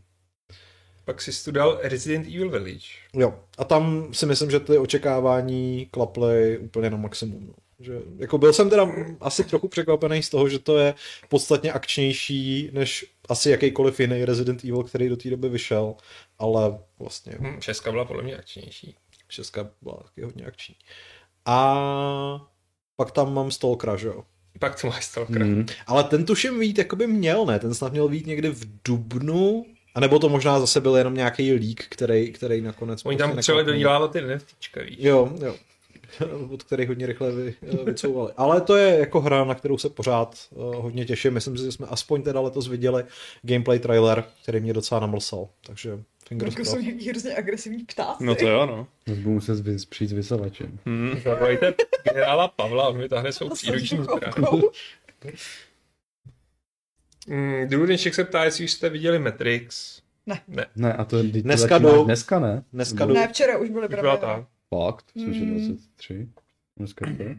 S1: Pak si studal Resident Evil Village.
S4: Jo, a tam si myslím, že ty očekávání klaply úplně na maximum. No. Že, jako byl jsem teda asi trochu překvapený z toho, že to je podstatně akčnější než asi jakýkoliv jiný Resident Evil, který do té doby vyšel, ale vlastně
S1: Hm, šestka byla podle mě akčnější.
S4: šestka byla taky hodně akční. A pak tam mám Stalkera, že jo.
S1: Pak to máš Stalkera.
S6: Mm.
S4: Ale ten tuším vít jakoby měl, ne? Ten snad měl vít někdy v Dubnu, a nebo to možná zase byl jenom nějaký leak, který, který nakonec...
S1: Oni tam
S4: prostě
S1: třeba
S4: nakonec-
S1: dodělávat ty NFTčka, víš.
S4: Jo, jo. Od kterých hodně rychle vy, eh, vycouvali. Ale to je jako hra, na kterou se pořád uh, hodně těším. Myslím si, že jsme aspoň teda letos viděli gameplay trailer, který mě docela namlsal. Takže fingers
S1: prostě
S5: Jako jsou
S4: crossed.
S5: nějaký hrozně agresivní ptáci.
S2: No to jo, no.
S6: Zase budu muset zvys- přijít s vysavačem.
S1: Zavolejte generála Pavla, on vytáhne svou
S5: To jako se
S1: příruční
S5: říkou.
S1: zbraň. Mm, Drudenšek se ptá, jestli už jste viděli Matrix.
S6: Ne, a to je vždyť to
S4: Dneska
S6: začíná-
S4: jdou.
S6: Dneska ne?
S4: Dneska
S6: Nebo-
S4: jdou.
S5: Ne, včera už byly
S1: Už byla
S5: právě
S1: ta.
S6: Fakt? Což je
S5: Mm.
S6: 23? Dneska to je?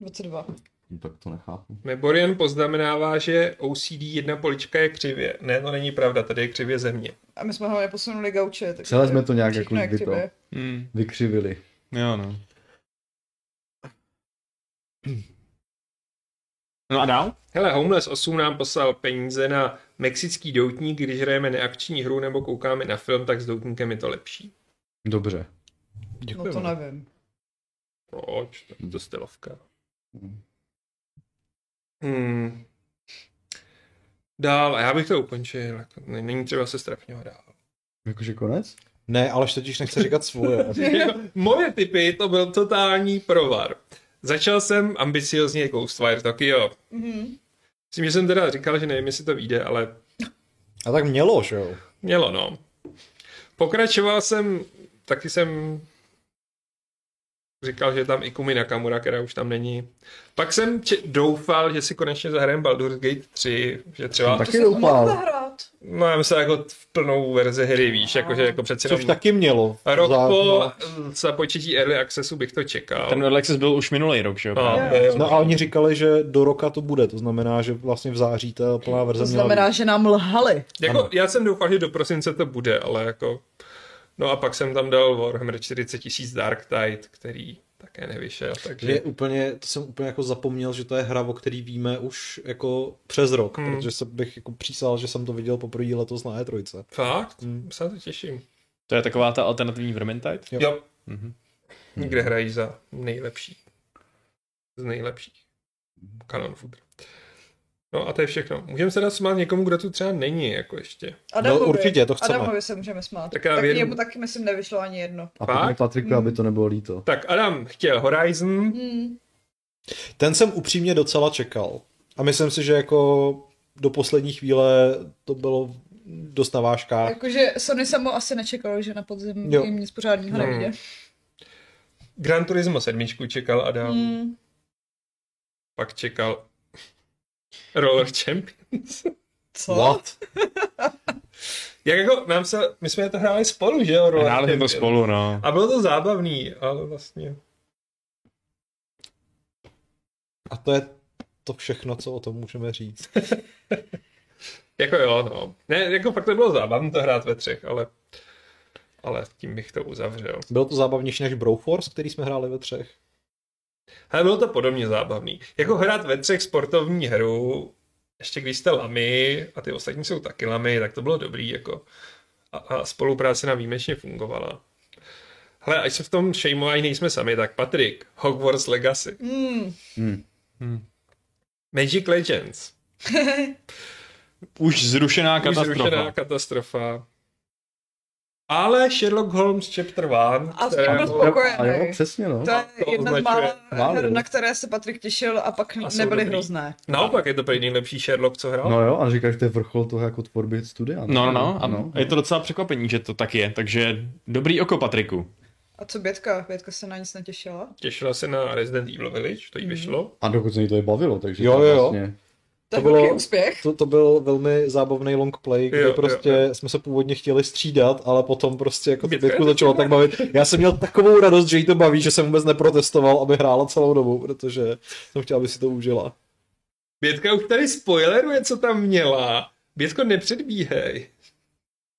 S5: 22.
S6: No, tak to nechápu.
S1: Meborian poznamenává, že OCD jedna polička je křivě. Ne, to není pravda, tady je křivě země.
S5: A my jsme hlavně posunuli gauče. takže
S6: Celé jsme to nějak
S5: všechno
S6: jako vždy to
S5: tebe.
S2: Mm.
S6: vykřivili.
S2: Jo, no. No a dál?
S1: Hele, Homeless 8 nám poslal peníze na mexický doutník, když hrajeme neakční hru nebo koukáme na film, tak s doutníkem je to lepší.
S6: Dobře.
S5: No to nevím.
S1: Proč? To je to stylovka. Hmm. Dál, a já bych to ukončil, jako ne- není třeba se strapňovat dál.
S6: Jakože konec?
S4: Ne, ale totiž nechce říkat svoje.
S1: Moje typy, to byl totální provar. Začal jsem ambiciozně Ghostwire Tokyo.
S5: Mhm.
S1: Myslím, že jsem teda říkal, že nevím, jestli to vyjde, ale
S4: A tak mělo, že jo.
S1: mělo, no. Pokračoval jsem, taky jsem říkal, že je tam Ikumi Nakamura, která už tam není. Pak jsem če- doufal, že si konečně zahrajem Baldur's Gate 3, že třeba,
S5: To
S6: Taky
S5: jsem mohla
S6: doufal.
S5: zahrát.
S1: no já myslím, jako v plnou verzi hry, víš, jakože jako přeci
S4: Což
S1: jenom
S4: taky mělo.
S1: rok
S4: Za-
S1: po
S4: no.
S1: započetí Early Accessu bych to čekal.
S2: Ten Alexis byl už minulý rok, že jo?
S1: no,
S5: Jo,
S1: jo.
S4: No a oni říkali, že do roka to bude, to znamená, že vlastně v září ta plná verze
S5: To
S4: měla
S5: znamená,
S4: být.
S5: že nám lhali.
S1: Jako, já jsem doufal, že do prosince to bude, ale jako... No a pak jsem tam dal Warhammer 40 000 Dark Tide, který také nevyšel,
S4: Že
S1: takže...
S4: je úplně, to jsem úplně jako zapomněl, že to je hra, o který víme už jako přes rok,
S1: Hmm.
S4: hmm. protože se bych jako přísal, že jsem to viděl poprvé letos na E E3.
S1: Fakt?
S4: Hmm.
S1: Se na to těším.
S2: To je taková ta alternativní Vermintide?
S4: Jo.
S1: Jo.
S2: Mhm.
S1: Někde hrají za nejlepší. Z nejlepších. Kanon Food. No a to je všechno. Můžeme se dát smát někomu, kdo tu třeba není, jako ještě.
S5: Adamovi.
S4: No, určitě, to chceme.
S5: Adamovi se můžeme smát.
S1: Tak
S5: Tak,
S1: já
S5: tak
S1: vědu-
S5: jemu taky, myslím, nevyšlo ani jedno.
S6: A
S1: Fakt?
S6: potom Patriku, aby to nebylo líto.
S1: Tak Adam chtěl Horizon,
S5: Hmm.
S4: Ten jsem upřímně docela čekal. A myslím si, že jako do poslední chvíle to bylo dost na vážkách.
S5: Jakože Sony samo asi nečekalo, že na podzim
S4: Jo.
S5: jim nic pořádného
S1: Hmm.
S5: nevíde.
S1: Gran Turismo 7 čekal Adam,
S5: Hmm.
S1: pak čekal
S4: No.
S1: Roller Champions.
S5: Co?
S4: What?
S1: jak jako, nám se, my jsme to hráli spolu, že jo?
S2: Hráli jsme to
S1: Roland Champion.
S2: spolu, no.
S1: A bylo to zábavný, ale vlastně...
S4: A to je to všechno, co o tom můžeme říct.
S1: Jako jo, no. Ne, jako fakt to bylo zábavné to hrát ve třech, ale... Ale tím bych to uzavřel.
S4: Bylo to zábavnější než Broforce, který jsme hráli ve třech.
S1: Ale bylo to podobně zábavný. Jako hrát ve třech sportovní hru, ještě když jste lamy a ty ostatní jsou taky lamy, tak to bylo dobrý. Jako. A, a spolupráce nám výjimečně fungovala. Hele, až se v tom šejmování nejsme sami, tak Patrik, Hogwarts Legacy,
S5: Hmm,
S1: Magic Legends,
S2: Už zrušená
S1: katastrofa.
S2: katastrofa.
S1: zrušená katastrofa. Ale Sherlock Holmes Chapter 1,
S5: A
S1: kterého-
S5: byl spokojený.
S6: A jo, přesně no.
S5: to je
S1: to
S5: jedna z
S1: označuje
S5: mála
S6: válu.
S5: her, na které se Patrik těšil a pak
S1: A jsou
S5: nebyly
S1: dobrý.
S5: hrozné.
S1: naopak je to prý nejlepší Sherlock, co hrál.
S6: No jo, a říkáš, to je vrchol toho jako tvorby studia. ne?
S2: No, no, no, a no. Je to docela překvapení, že to tak je, takže dobrý oko, Patriku.
S5: A co Bětka? Bětka se na nic netěšila?
S1: Těšila se na Resident Evil Village, to jí
S5: Mhm.
S1: vyšlo.
S6: A dokud se jí to je bavilo, takže
S4: Jo,
S6: to
S4: jo, jo.
S6: vlastně...
S5: To,
S4: To
S5: je
S4: bylo-
S5: velký úspěch.
S4: To, to byl velmi zábavný long play, kde
S1: Jo,
S4: jo,
S1: jo,
S4: prostě jo, jo. jsme se původně chtěli střídat, ale potom prostě jako to
S1: Dětka
S4: dětku
S1: je
S4: začalo tak bavit. Já jsem měl takovou radost, že jí to baví, že jsem vůbec neprotestoval, aby hrála celou dobu, protože jsem chtěl, aby si to užila.
S1: Bětka už tady spoileruje, co tam měla. Bětko, nepředbíhej.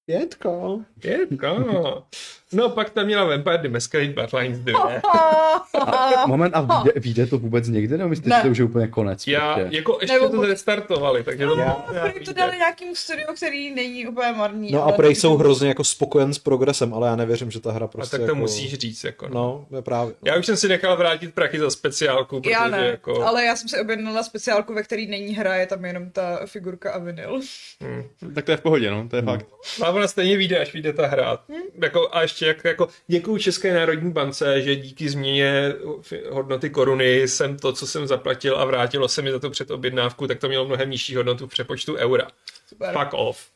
S4: Dětko.
S1: Pětko. No, pak tam měla Vampire the Masquerade Bloodlines
S5: Oh.
S1: 2.
S6: A, moment, a vyjde, vyjde to vůbec někde? No, myslíte,
S5: Ne.
S6: že to už je úplně konec?
S1: Já,
S6: prostě?
S1: jako ještě
S5: Nebo No,
S1: to
S5: buď-
S1: restartovali, takže to
S4: Já-
S1: možná
S5: Proč to
S1: vyjde.
S5: dali nějakým studiu, který není úplně marný.
S4: No a
S5: ale-
S4: prej jsou hrozně jako spokojen s progresem, ale já nevěřím, že ta hra
S1: A
S4: prostě
S1: tak to
S4: jako...
S1: musíš říct, jako. No.
S4: No, je právě.
S1: Já už jsem si nechal vrátit prachy za speciálku, protože
S5: Já ne,
S1: jako...
S5: ale já jsem si objednala speciálku, ve který není hra, je tam jenom ta figurka a vinyl.
S2: Tak to je v pohodě, no, to je fakt.
S1: A ona stejně vyjde, až vyjde ta hra. Jako, a ještě jak, jako děkuju České národní bance, že díky změně fi- hodnoty koruny jsem to, co jsem zaplatil a vrátilo se mi za tu předobjednávku, tak to mělo mnohem nižší hodnotu v přepočtu eura.
S5: Super.
S1: Fuck off.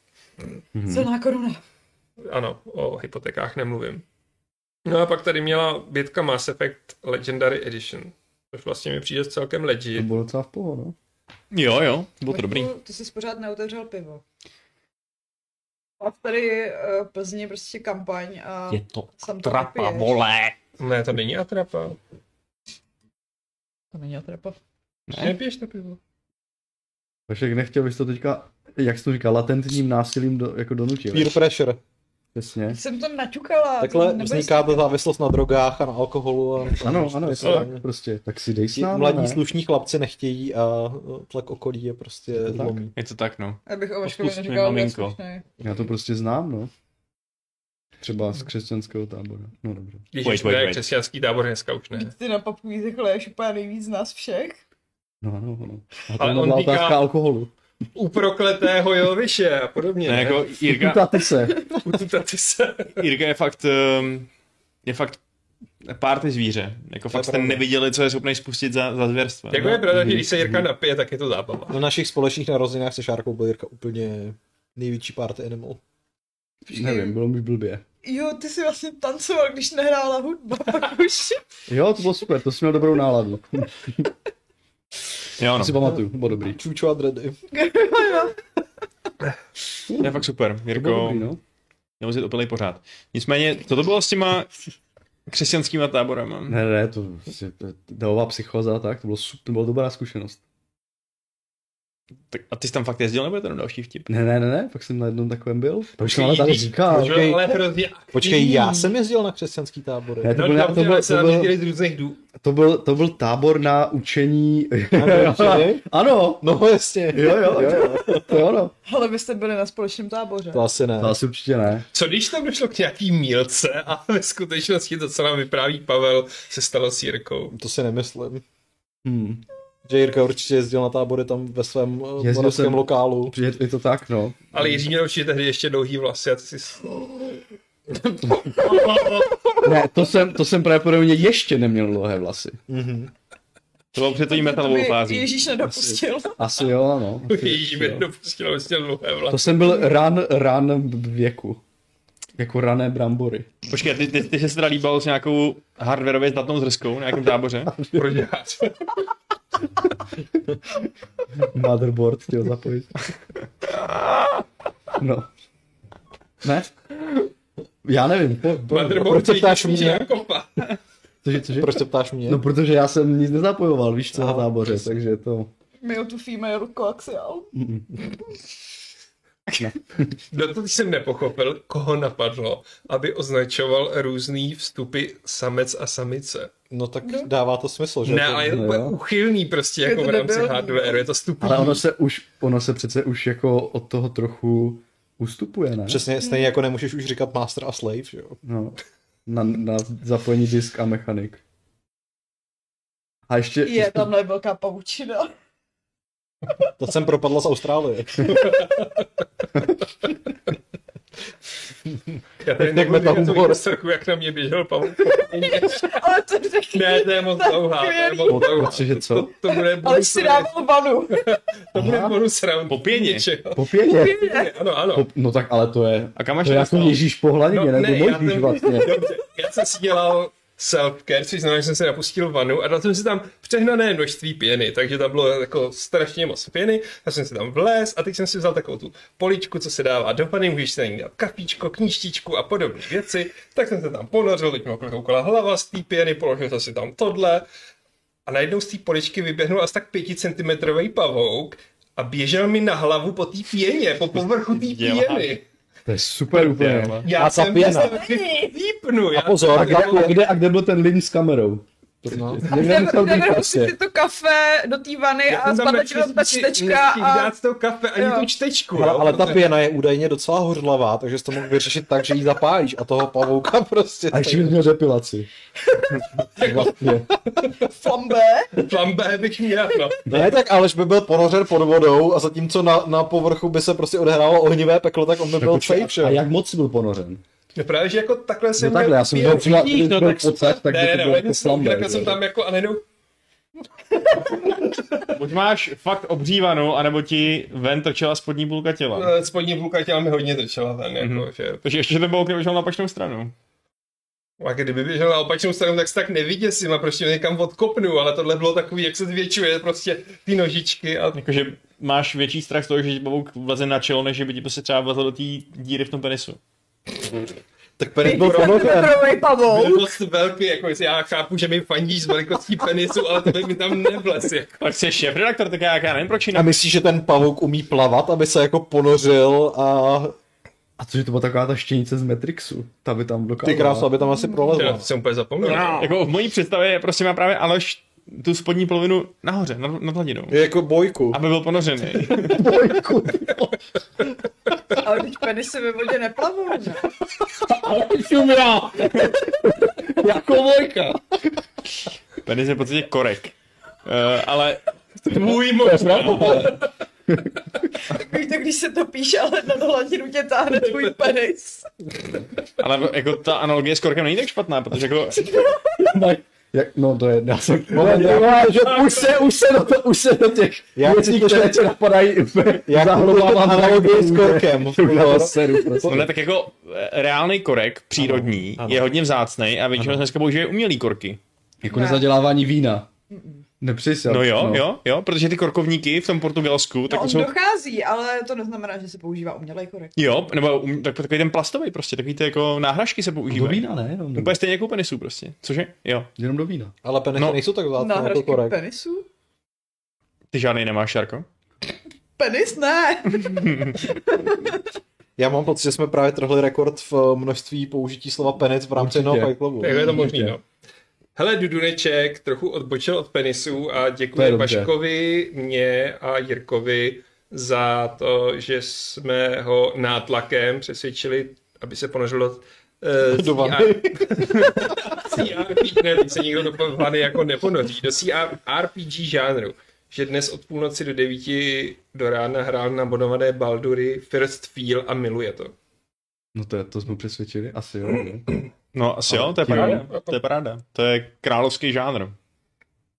S2: Mhm.
S5: Silná koruna.
S1: ano, o hypotekách nemluvím. No a pak tady měla bětka Mass Effect Legendary Edition, což vlastně mi přijde celkem
S6: To
S1: legit.
S6: bylo docela v pohodě. No.
S2: Jo, jo, bylo to dobrý.
S5: Ty jsi pořád neotevřel pivo. A tady uh, Plzně prostě kampaň a
S2: Je to
S5: tam to
S2: trapa,
S5: nepiješ.
S2: vole.
S1: Ne, to není atrapa.
S5: To není atrapa.
S2: Ne?
S1: Nepiješ to pivo.
S6: Vašek nechtěl bys to teďka, jak jsi to říkal, latentním násilím do, jako donutil.
S4: Peer pressure.
S6: Přesně.
S5: Jsem to naťukala.
S4: Takhle
S5: to nebyl-
S4: vzniká ta závislost na drogách a na alkoholu. A
S6: Ano, ano, je to
S1: tak.
S6: tak prostě. Tak si dej s
S4: Ti
S6: námi,
S4: Mladí
S6: ne?
S4: slušní chlapci nechtějí a tlak okolí je prostě
S6: to tak?
S4: zlomí.
S2: Je to tak, no.
S5: Já bych o Vaškovi
S2: Poslušný
S5: neříkala
S2: maminko.
S5: neslušný.
S6: Já to prostě znám, no. Třeba z křesťanského tábora. No dobře.
S1: Ježiš,
S2: Wait,
S1: wait,
S2: wait,
S1: wait,
S2: wait.
S1: křesťanský tábor dneska už ne.
S5: Ty na papku takhle ješ úplně nejvíc z nás všech.
S6: No, ano, ano. A
S1: Ale
S6: to
S1: on
S6: byla
S1: říká-
S6: otázka alkoholu.
S1: U prokletého Joviše a podobně.
S2: ne
S1: Ne,
S2: jako Jirka,
S6: Utáte se.
S1: Ututaty se.
S2: Jirka je fakt, ehm, je fakt párty zvíře. Jako fakt jste
S4: pravda.
S2: neviděli, co je schopný spustit za, za zvěrstva.
S1: Jako je pravda, že když se Jirka napije, tak je to zábava.
S4: Na našich společných narozeninách se Šárkou byl Jirka úplně největší party animal.
S6: Nevím, bylo mi blbě.
S5: Jo, ty jsi vlastně tancoval, když nehrála hudba, pak už.
S6: Jo, to bylo super, to jsi měl dobrou náladu.
S2: Jo,
S6: To
S2: no.
S6: si pamatuju, to bylo dobrý.
S4: Čůčo a dready.
S2: To je fakt super.
S6: To bylo
S2: Jirko,
S6: dobrý, no.
S2: nemusí to opilej pořád. Nicméně, co to bylo s těma křesťanskýma táborama?
S6: Ne, ne, to prostě to je davová psychoza, tak, to bylo super, to byla dobrá zkušenost.
S2: Tak, a ty jsi tam fakt jezdil, nebo je to jenom další vtip?
S6: Ne, ne, ne, ne, pak jsem na jednom takovém byl. To už
S1: Počkej,
S6: jsem ale tady
S1: když-
S6: říkal.
S1: Počkej, No, ale hrozně aktivní.
S4: Počkej, já jsem jezdil na křesťanský tábory.
S6: Ne, to,
S1: No,
S6: byl,
S1: dobře,
S6: to, byl,
S1: ale se
S6: to,
S1: nám
S6: byl,
S1: říkali z různých dů.
S6: to, byl, to byl tábor na učení.
S4: dobře.
S6: ano,
S4: No jasně.
S6: jo, jo, jo, jo, to je ono.
S5: Ale vy jste byli na společném táboře.
S4: To asi ne.
S6: To asi určitě ne.
S1: Co když tam došlo k nějaký mílce a ve skutečnosti to, co nám vypráví Pavel, se stalo s Jirkou?
S4: To si nemyslím.
S6: Hmm.
S4: Že Jirka určitě jezdil na tábory tam ve svém eh,
S6: Jezdil
S4: moravském
S6: jsem.
S4: lokálu.
S6: Je, je to tak, no.
S1: Ale Jiří měl určitě tehdy ještě dlouhý vlasy a ty si...
S6: Ne, to jsem, to jsem pravděpodobně ještě neměl dlouhé vlasy.
S2: To bylo před tím metalovou
S5: To by
S2: fází.
S5: Ježíš nedopustil.
S6: Asi jo, ano. Asi,
S1: Ježíš mi jedno pustil vlastně dlouhé
S6: To
S1: vlasy.
S6: jsem byl ran, ran věku. Jako rané brambory.
S2: Počkej, a ty, ty, ty jsi se teda líbal s nějakou hardwareově zdatnou zrskou na nějakém táboře?
S1: Proč já?
S6: Motherboard chtěl zapojit. No. Ne? Já nevím. Po, po,
S1: Motherboard
S4: proč se ptáš
S1: vidíš
S4: mě?
S1: na kopa.
S6: cože, cože?
S4: Proč se ptáš mě?
S6: No protože já jsem nic nezapojoval, víš co, na
S4: Aha,
S6: táboře,
S4: přesně.
S6: takže to...
S5: Male to female coaxial.
S1: Doteď jsem nepochopil, koho napadlo, aby označoval různý vstupy samec a samice.
S4: No tak dává to smysl, že? jako
S1: Ne,
S4: To-
S1: ale je to
S6: no
S1: úplně
S6: jo.
S1: uchylný prostě jako
S5: to
S1: v rámci
S5: debilní.
S1: hardwareu, je to stupný.
S6: Ale ono se už, ono se přece už jako od toho trochu ustupuje, ne?
S4: Přesně, stejně jako nemůžeš už říkat master a slave, že jo?
S6: No, na, na zapojení disk a mechanik. A ještě...
S5: Je, tamhle je velká pavučina.
S4: To jsem propadla z Austrálie.
S1: Já tady
S4: Tak
S1: nebudu
S4: meta
S1: dělat
S4: humor.
S1: tolik srku, jak na mě běžel Pavel.
S5: Ale to řekni.
S1: Ne, to je moc dlouhá, to je moc dlouhá.
S6: Protože
S1: To,
S6: co?
S1: to bude
S5: Ale
S1: bonus,
S5: si dával vanu.
S1: to bude
S6: Aha.
S1: bonus round.
S2: Po pěně.
S1: Něčeho.
S6: Po pěně.
S1: Ano, ano.
S6: Po, no tak ale to je...
S2: A kam až
S6: To je jako
S2: dostal?
S6: Ježíš pohladně,
S1: No,
S6: no, nebo
S1: ne, já
S6: Mojžíš
S1: jsem-
S6: vlastně.
S1: Dobře, já jsem si dělal self-care, což znamená, že jsem se napustil vanu a dal jsem si tam přehnané množství pěny, takže tam bylo jako strašně moc pěny, já jsem si tam vlez a teď jsem si vzal takovou tu poličku, co se dává do vany, můžeš si na ní dát kapičko, knížtičku a podobné věci, tak jsem se tam ponořil, teď mi koukala hlava z té pěny, položil jsem si tam tohle a najednou z té poličky vyběhnul asi tak 5 cm pavouk a běžel mi na hlavu po té pěně, po povrchu té
S2: Děláš.
S1: pěny.
S6: To je super úplně.
S2: Dělá.
S1: Já
S4: A ta
S1: jsem
S4: pěna.
S1: myslel, že lípnu. já-
S4: A pozor,
S6: jako, A kde, a kde, a kde byl ten link s kamerou?
S4: No.
S6: Někde musel být
S5: Nevrhl si
S6: prostě.
S5: si to kafe do té vany a
S1: jsem tam
S5: spadla ti
S1: nechtěl
S5: tam ta
S1: si-
S5: čtečka
S1: nechtěl
S5: a...
S1: dát to kafe ani
S5: Jo.
S1: tu čtečku,
S4: Ale,
S1: jo,
S4: ale ta
S1: protože-
S4: pěna je údajně docela hořlavá, takže jsi to mohl vyřešit tak, že ji zapálíš a toho pavouka prostě.
S6: A ještě bys měl depilaci. Vlastně.
S5: flambé.
S1: Flambé bych měl, no.
S4: Ne, tak Aleš by byl ponořen pod vodou a zatímco na, na povrchu by se prostě odehrálo ohnivé peklo, tak on by byl safe, že
S6: A
S4: jo?
S6: jak moc jsi byl ponořen?
S1: No právě, že jako takhle jsem
S6: No takhle,
S1: měl
S6: já jsem
S1: pět
S6: měl třeba,
S1: lidí,
S6: když
S2: no
S6: byl
S2: tak
S6: pocať, tak
S1: Ne,
S6: by
S1: ne,
S6: to
S1: ne,
S6: bylo
S1: ale
S6: jako
S1: nic takového,
S6: slambe.
S1: takhle jsem tam jako a najednou
S2: Buď máš fakt obřívanou, anebo ti ven trčela spodní půlka těla.
S1: eh, spodní půlka těla mi hodně trčela ven, jako,
S2: Mhm.
S1: že...
S2: Takže ještě, že ten pavouk neběžel na opačnou stranu.
S1: A kdyby běžel na opačnou stranu, tak se tak nevyděsím a prostě někam odkopnu, ale tohle bylo takový, jak se zvětšuje prostě ty nožičky a
S6: Jako
S2: Jakože máš větší strach z toho, že ti pavouk vleze na čelo, než že by ti prostě třeba vlezl do té díry v tom penisu.
S4: Tak penis byl ponořen.
S5: Metrovej pavou.
S1: byl dost velký, jako jestli já chápu, že mi fandíš z velikostí penisu, ale to by mi tam nevlez, jako.
S2: Tak jsi šéf redaktor, tak já, já nevím, proč
S4: A
S2: jinak.
S4: myslíš, že ten pavouk umí plavat, aby se jako ponořil a
S6: A cože to byla taková ta štěnice z Matrixu? Ta by tam
S4: ty
S6: dokázala.
S4: krásu, aby tam asi
S1: Já
S4: prolezla.
S1: to jsem úplně zapomněl.
S2: Jako v mojí představě je prostě má právě Aleš tu spodní polovinu nahoře, nad, nad hladinou.
S4: Je jako bojku.
S2: Aby byl ponořený.
S6: Bojku, ty vole.
S5: Ale teď penisy ve vodě neplavou. ne?
S6: Šumra! jako vojka.
S2: Penis je v podstatě korek. Uh, ale tvůj
S5: Takový to, když se to píše, ale nad hladinu tě táhne tvůj penis.
S2: Ale jako ta analogie s korkem není tak špatná, protože jako
S6: Maj- Jak, no to je, já jsem...
S4: Moment, já-
S6: že už se, už se do, to, už se do těch
S4: Já
S6: věcí,
S4: chci to-
S6: které tě napadají,
S4: Já
S6: zahlubávám
S4: chci to analogii s korkem.
S6: Já to seru prostě.
S2: No ne, tak jako e, reálný korek, přírodní, ano, ano. je hodně vzácný a většinou dneska používají umělý korky.
S6: Jako nezadělávání vína. Nepřij se.
S2: No jo, no. jo, jo, protože ty korkovníky v tom Portugalsku, tak
S5: No,
S2: to
S5: on
S2: jsou...
S5: dochází, ale to neznamená, že se používá umělej korek.
S2: Jo, nebo um, tak, takový ten plastový prostě, takový ty jako náhražky se
S6: Do
S2: používají.
S6: vína, ne? Jenom do,
S2: Úplně stejně jako u penisů prostě, cože? Jo.
S6: jenom do vína.
S4: Ale penisy
S2: No.
S4: nejsou tak vzácné jako
S5: Náhražky
S4: korek.
S5: penisu?
S2: Ty žádný nemáš, Jarko?
S5: Penis ne.
S4: Já mám pocit, že jsme právě trhli rekord v eh, množství použití slova penis v rámci
S6: Určitě.
S4: jednoho Fight Clubu.
S1: Tak je to možný,
S6: Určitě.
S1: no. Hele, Duduneček trochu odbočil od penisů a
S6: To je
S1: děkuji
S6: dobře.
S1: Vaškovi, mě a Jirkovi za to, že jsme ho nátlakem přesvědčili, aby se ponořilo eh,
S4: Do vany.
S1: CRPG, ne, teď se nikdo do vany jako neponoří, do CRPG žánru. Že dnes od půlnoci do devíti do rána hrál na bonované Baldury First Feel a miluje to.
S6: No to, je- to jsme přesvědčili, asi jo. ne?
S2: No asi jo, to je
S6: tím-
S2: paráda. To je paráda. To je královský žánr.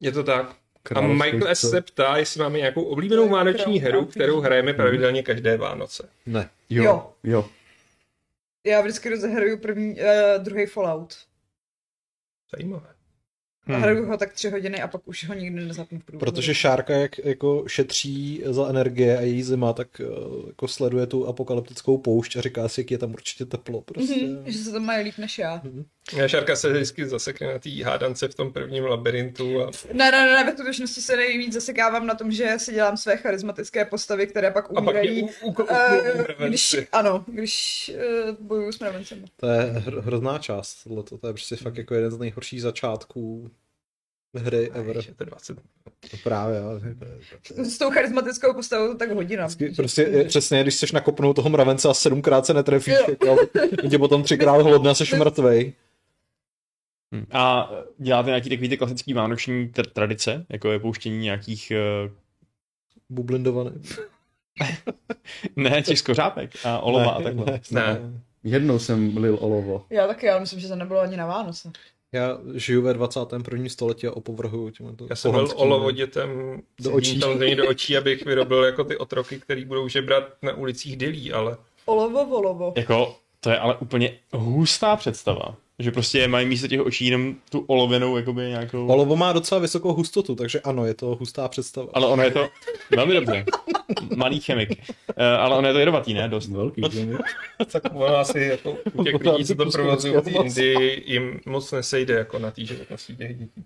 S1: Je to tak. A
S6: Královskou
S1: Michael S.
S6: co-
S1: se ptá, jestli máme nějakou oblíbenou vánoční
S5: Královskou.
S1: hru, kterou hrajeme pravidelně každé Vánoce.
S4: Ne.
S6: Jo, jo.
S5: eh, Já vždycky rozehruju první, uh, druhý Fallout.
S1: Zajímavé.
S5: Hmm. Hraju ho tak tři hodiny a pak už ho nikdy nezapnu v průběhu.
S4: Protože Šárka jak jako šetří za energie a její zima, tak eh, jako sleduje tu apokalyptickou poušť a říká si, jak je tam určitě teplo. Prostě.
S5: Mhm, že se tam mají líp než já.
S1: Šarka se vždycky zasekne na té hádance v tom prvním labirintu a
S5: Ne, ne, ne, ne, ve skutečnosti se nejvíc zasekávám na tom, že si dělám své charismatické postavy, které pak
S1: A pak je
S5: umírají.
S1: u- u- u- u-
S5: eh,
S1: mravenci.
S5: když, ano, když uh, bojuju s mravencem.
S4: To je hr- hrozná část, tohleto. to je prostě
S1: Mhm.
S4: fakt jako jeden z nejhorších začátků hry ever.
S1: je to 20.
S4: To právě, jo.
S5: S tou charismatickou postavou to tak hodina.
S4: Vždycky Prostě je, přesně, když seš nakopnou toho mravence a sedmkrát se netrefíš, jako, tě potom třikrát hlodne a seš mrtvej.
S2: Hmm. A děláte nějaký takový ty klasický vánoční tr- tradice, jako je pouštění nějakých, eh,
S4: Bublindovaný.
S2: ne, těch skořápek a olova a takhle.
S1: Ne.
S6: Jednou jsem lil olovo.
S5: Já taky, já myslím, že to nebylo ani na Vánoce.
S4: Já žiju ve 21. století a opovrhuju těmhle
S1: Já jsem byl olovo dětem
S4: Do
S1: do
S4: očí.
S1: očí. samozřejmě do očí, abych vyrobil jako ty otroky, který budou žebrat na ulicích Dilí, ale
S5: Olovo, volovo.
S2: Jako, to je ale úplně hustá představa, že prostě mají místo těch očí jenom tu olovenou, jakoby
S6: Hmm.
S2: nějakou...
S4: Olovo má docela vysokou hustotu, takže ano, je to hustá představa.
S2: Ale ono je to velmi dobře. Malý chemik. Eh, ale ono je to jedovatý, ne? Dost.
S6: Velký.
S1: tak ono asi jako u těch lidí, co to provozují v Indii, jim moc nesejde jako na té životnosti těch dětí.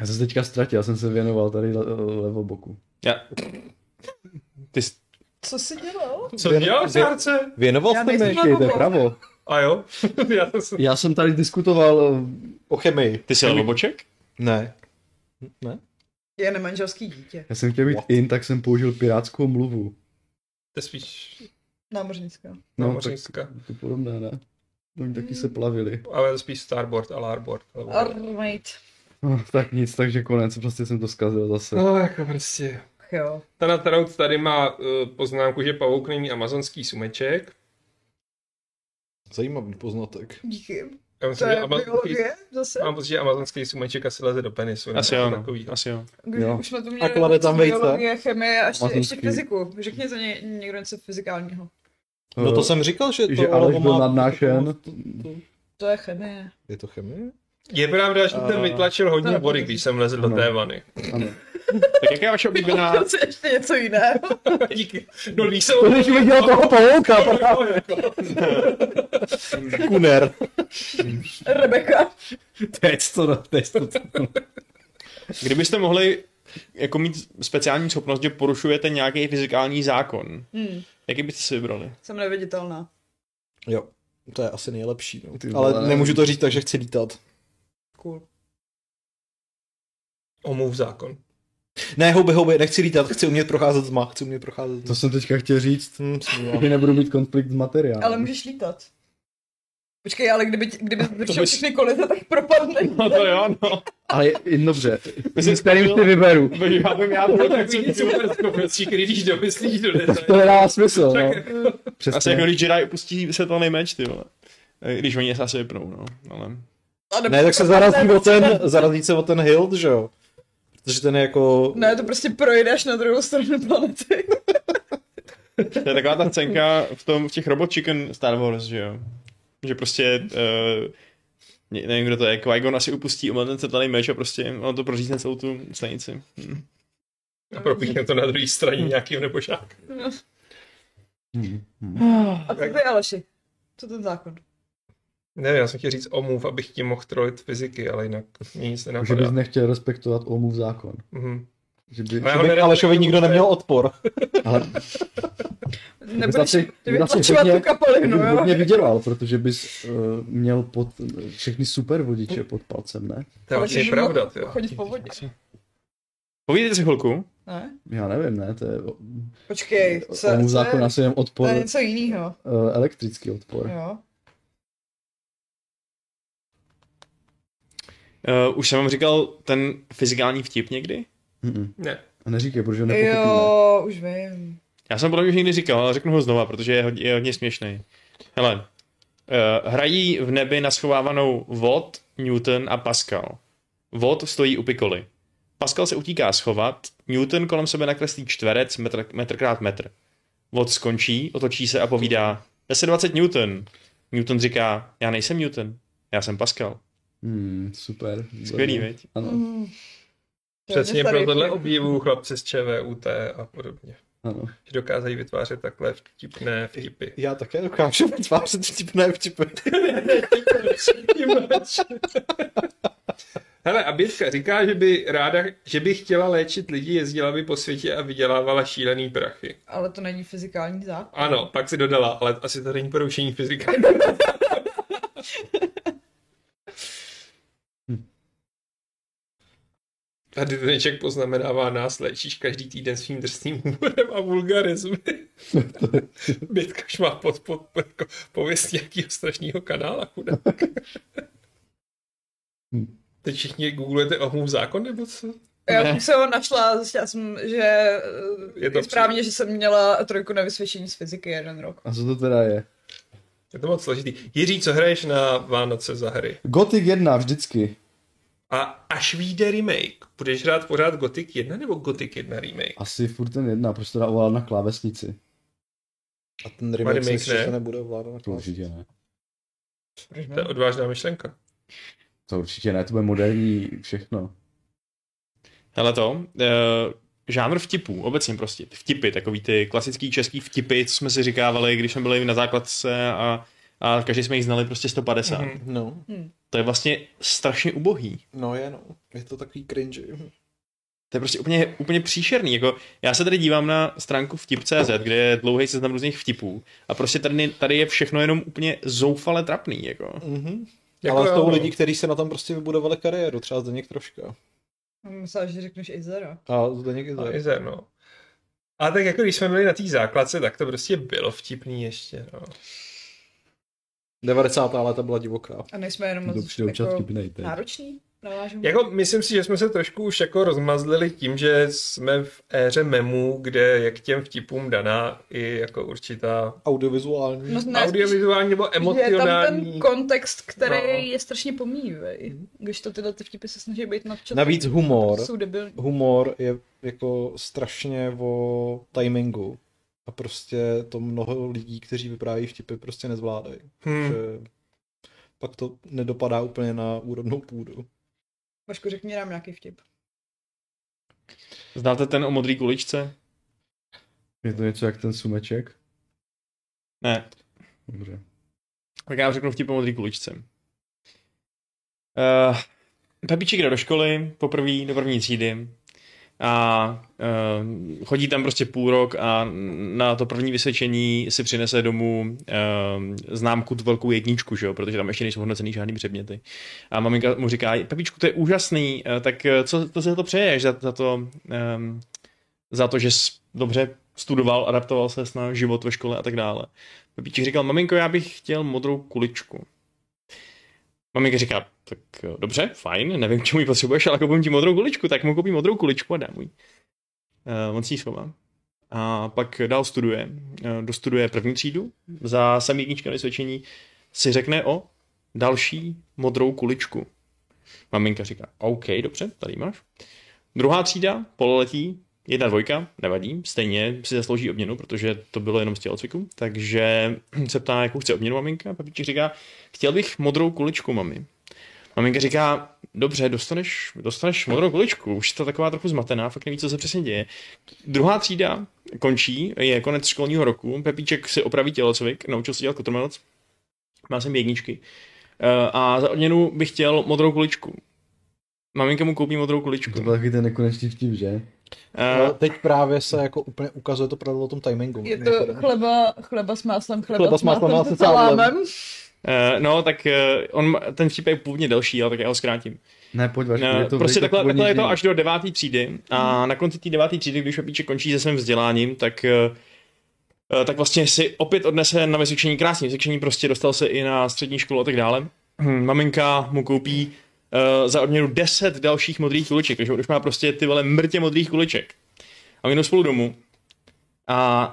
S6: Já jsem se teďka ztratil, já jsem se věnoval tady le- levoboku.
S2: Já... Ty jsi...
S5: Co jsi dělal?
S1: Co dělal Šárce?
S4: Věnoval
S5: Já
S4: jste mi
S5: nejsem-
S6: Počkej, to je pravo.
S1: A jo, já jsem se...
S6: Já jsem tady diskutoval eh,
S4: o chemii.
S2: Ty jsi levoboček?
S4: Ne. Ne?
S5: Je nemanželský dítě.
S6: Já jsem chtěl být
S4: What?
S6: in, tak jsem použil pirátskou mluvu.
S1: To je spíš
S5: Námořnická.
S6: No, tak
S1: námořnická,
S6: to podobné, ne? Oni taky se plavili.
S1: ale spíš starboard a larboard. Alebo...
S5: Armate.
S6: No, tak nic, takže konec, prostě jsem to zkazil zase.
S1: No, jako prostě.
S5: Ach Jo.
S1: Tana Traut tady má eh, poznámku, že pavouk není amazonský sumeček.
S4: Zajímavý poznatek.
S5: Díky.
S1: Já
S5: To
S1: myslím, že
S5: je
S1: amazonský,
S5: biologie zase.
S1: mám pocit, že amazonský sumeček asi leze do penisu. nebo
S2: Asi
S1: něco
S2: jo, no.
S1: takovýho.
S2: Asi jo.
S5: Když
S6: Jo.
S5: už jsme tu
S4: A
S5: měli
S4: klade tam vejce.
S5: biologie, chemie a ještě, ještě
S6: Mazlínský.
S5: fyziku. Řekni to ně, někdo něco fyzikálního.
S6: Eh,
S4: No to jsem říkal, že to
S6: Že
S4: olovo
S6: Aleš byl
S4: má-
S6: nadnášen.
S5: To je chemie.
S4: Je to chemie?
S1: Je pravda, že ten
S2: A-
S1: vytlačil hodně
S5: Ano.
S1: vody, když jsem lezl do
S6: Ano.
S1: té vany.
S6: Ano.
S2: Tak jaká je vaše oblíbená...
S5: To je ještě něco jiného.
S1: Díky. No, když jsem...
S6: To když viděl toho pavouka,
S4: Kuner.
S5: Rebeka.
S6: teď to, teď to.
S2: Kdybyste mohli jako mít speciální schopnost, že porušujete nějaký fyzikální zákon,
S5: Hmm.
S2: jaký byste si vybrali?
S5: Jsem neviditelná.
S4: Jo, to je asi nejlepší. No.
S6: Ty vole.
S4: Ale nemůžu to říct tak, že chci lítat.
S5: Cool.
S1: Omův zákon.
S4: Ne, houby, houby, nechci lítat, chci umět procházet zma, chci umět procházet
S6: To
S4: zma.
S6: jsem teďka chtěl říct,
S4: Hm,
S6: že nebudu mít konflikt s materiálem.
S5: Ale můžeš lítat. Počkej, ale kdyby, ti- kdyby zrušil
S2: bys-
S5: všechny kolize, tak propadne.
S2: No to jo, no.
S6: Ale je- dobře,
S2: jsi
S6: kterým si
S2: zkoušel-
S6: vyberu.
S2: Já bych já byl tak
S1: Takový super schopnosti, který když domyslíš do
S6: To
S1: detailu.
S6: nedává smysl, no.
S2: Asi jako
S6: Přesně.
S2: když Jedi pustí se to nejmeč, ty vole. E, Když oni se asi vypnou, no. Ale...
S5: A nebo-
S4: Ne, tak se zarazí o ten, zarazí se o ten hilt, že jo? Protože ten je jako...
S5: Ne, to prostě projde až na druhou stranu planety.
S2: To je taková ta scénka v, tom, v těch Robot Chicken Star Wars, že jo. Že prostě, uh, nevím, kdo to je, Qui-Gon asi upustí omlet ten setlaný meč a prostě ono to prořízne celou tu stanici. Hm.
S1: A propíchne to na druhé straně nějakým nebožák.
S6: Hm, hm.
S5: No. A co to je Aleši? Co ten zákon?
S1: Ne, já jsem chtěl říct omův, abych ti mohl trolit fyziky, ale jinak mě nic
S2: jako-
S6: Že
S1: nenapadá.
S6: bys nechtěl respektovat Olmův zákon.
S1: Mhm.
S6: Že by...
S1: Ale-
S4: Že by k Alešovi nikdo neměl odpor.
S6: Ale
S5: Nebudeš
S6: Vytlači- vytlači
S5: vytlačovat
S6: hodně-
S5: tu
S2: No,
S5: kapalinu,
S6: bys hodně
S5: jo?
S6: vydělal, protože bys uh, měl pod, všechny super vodiče pod palcem, ne?
S1: To je
S5: Ale
S1: vlastně
S5: že
S1: pravda,
S5: mo-
S1: jo.
S5: Chodit po vodě.
S2: Povídejte si chvilku.
S5: Ne?
S6: Já nevím, ne? To je
S5: Počkej, co,
S6: Olmův
S5: co
S6: zákon
S5: je,
S6: asi jen
S5: to
S6: odpor,
S5: je něco jiného.
S6: eh, elektrický odpor.
S5: Jo.
S2: Uh, už jsem vám říkal ten fyzikální vtip někdy?
S6: Mm-mm.
S1: Ne.
S6: A neříkej, protože ho nepochopíme.
S5: Jo, už vím.
S2: Já jsem podle mě už někdy říkal, ale řeknu ho znova, protože je hodně, je hodně směšný. Hele, uh, hrají v nebi na schovávanou Vod, Newton a Pascal. Vod stojí u pikoly. Pascal se utíká schovat, Newton kolem sebe nakreslí čtverec metr, metr krát metr. Vod skončí, otočí se a povídá 1020 Newton. Newton říká, já nejsem Newton. Já jsem Pascal.
S6: Hmm, super.
S2: Skvělý, viď?
S6: Ano,
S5: Mm.
S1: Přesně pro tohle obdivu chlapci z ČVUT a podobně.
S6: ano.
S1: Že dokázají vytvářet takhle vtipné vtipy.
S4: Já také dokážu vytvářet vtipné vtipy.
S1: Hele, a Bětka říká, že by ráda, že by chtěla léčit lidi, jezdila by po světě a vydělávala šílený prachy.
S5: Ale to není fyzikální zákon.
S1: Ano, pak si dodala, ale asi to není porušení fyzikální. Tady Deneček poznamenává nás, léčíš každý týden svým drsným humorem a vulgarismy. Bětka už má pod, pod, pod jako pověst nějakého strašného kanála, chudák. Teď všichni googlujete ohmův zákon, nebo co?
S5: Já
S2: Ne.
S5: jsem se ho našla, zjistila jsem, že
S1: Je
S5: je,
S1: to
S5: to správně, že jsem měla trojku na vysvědčení z fyziky jeden rok.
S6: A co to teda je?
S1: Je to moc složitý. Jiří, co hraješ na Vánoce za hry?
S6: Gothic 1 vždycky.
S1: A až vyjde remake, budeš hrát pořád Gothic 1 nebo Gothic 1 remake?
S6: Asi furt ten jedna, proč to dá ovládat na klávesnici?
S4: A ten remake si
S1: remake
S4: myslím,
S1: ne.
S4: že to nebude ovládat na
S6: To
S4: klávesnici.
S6: určitě ne.
S5: Proč
S1: To je odvážná myšlenka.
S6: To určitě ne, to bude moderní všechno.
S2: Hele to, uh, žánr vtipů, obecně prostě, ty vtipy, takový ty klasický český vtipy, co jsme si říkávali, když jsme byli na základce a, a každý jsme jich znali prostě 150. Mm-hmm.
S1: Mhm.
S4: No,
S2: To je vlastně strašně ubohý.
S4: no je no. Je to takový cringe.
S2: To je prostě úplně, úplně příšerný. Jako, já se tady dívám na stránku vtip.cz, kde je dlouhý seznam různých vtipů a prostě tady, tady je všechno jenom úplně zoufale trapný. Jako.
S4: Mhm.
S1: Jako
S4: Ale
S1: jo,
S4: jsou
S1: no.
S4: lidi, kteří se na tom prostě vybudovali kariéru, třeba Zdeněk troška.
S5: Myslela, že řekneš Izera.
S4: A Zdeněk i Zdeněk.
S1: Laser, no. A tak jako když jsme byli na té základce, tak to prostě bylo vtipný ještě, no.
S4: 90. léta byla divoká.
S5: A nejsme jenom
S6: To
S5: moc
S6: přijde občas
S5: jako
S6: vtipnejte.
S5: nároční? Navážu.
S1: Jako myslím si, že jsme se trošku už jako rozmazlili tím, že jsme v éře memů, kde je k těm vtipům daná i jako určitá
S4: Audiovizuální.
S5: No, ne, spíš-
S1: audiovizuální nebo
S5: Je tam ten
S1: emocionální.
S5: kontext, který
S1: No. Mhm.
S5: no. je strašně pomíjivý. Když to tyhle ty vtipy se snaží být nadčetný.
S4: Navíc humor.
S5: Jsou debilní.
S4: Humor je jako strašně o timingu. A prostě to mnoho lidí, kteří vypráví vtipy, prostě nezvládají.
S1: Hmm.
S4: Že pak to nedopadá úplně na úrodnou půdu.
S5: Vašku, řekni nám nějaký vtip.
S2: Znáte ten o modrý kuličce?
S6: Je to něco jak ten sumeček?
S2: Ne.
S6: Dobře.
S2: Tak já vám řeknu vtip o modrý kuličce. Uh, Pepíček jde do školy, poprvé do první třídy a uh, chodí tam prostě půl rok a na to první vysvědčení si přinese domů uh, známku tu velkou jedničku, že jo? protože tam ještě nejsou hodnocený žádný předměty. A maminka mu říká, Pepičku, to je úžasný, eh, tak eh, co to si za to přeješ, za, za to, um, za to, že jsi dobře studoval, adaptoval se na život ve škole a tak dále. Pepíček říkal, maminko, já bych chtěl modrou kuličku. Maminka říká, tak eh, dobře, fajn, nevím, čemu ji potřebuješ, ale koupím ti modrou kuličku, tak mu koupím modrou kuličku a dám mu ji. Uh, on si ji schová. A pak dál studuje, eh, dostuduje první třídu, za samý jednička na vysvědčení si řekne o další modrou kuličku. Maminka říká, OK, dobře, tady ji máš. Druhá třída, pololetí, jedna dvojka, nevadí, stejně si zaslouží obměnu, protože to bylo jenom z tělocviku, takže se ptá, jakou chce obměnu maminka, papíček říká, chtěl bych modrou kuličku, mami. Maminka říká, dobře, dostaneš, dostaneš modrou kuličku, už je to taková trochu zmatená, fakt neví, co se přesně děje. Druhá třída končí, je konec školního roku, Pepíček si opraví tělocvik, naučil se dělat kotrmelec, má jsem jedničky. Eh, A za odměnu bych chtěl modrou kuličku. Maminka mu koupí modrou kuličku.
S6: To byl taky ten nekonečný vtip, že?
S4: No,
S2: Eh,
S4: teď právě se jako úplně ukazuje to pravidlo o tom timingu. Jako,
S5: Je to chleba, chleba s máslem, chleba,
S4: Chleba s
S5: s
S4: máslem,
S5: máslem,
S4: máslem
S5: se salámem.
S2: eh, No, tak eh, on, ma- ten vtip je původně delší, ale tak já ho zkrátím.
S6: Ne, pojď, Vašku,
S2: Ne,
S6: je to
S2: prostě
S6: je to
S2: takhle,
S6: původní
S2: takhle je to
S6: znění.
S2: až do deváté třídy a na konci té deváté třídy, když Pepíček končí se svým vzděláním, tak eh, tak vlastně si opět odnese na vysvědčení krásně. Vysvědčení prostě dostal se i na střední školu a tak dále. Hm, Maminka mu koupí eh, za odměnu 10 dalších modrých kuliček, takže on už má prostě ty vole mrtě modrých kuliček. A my jdou spolu domů a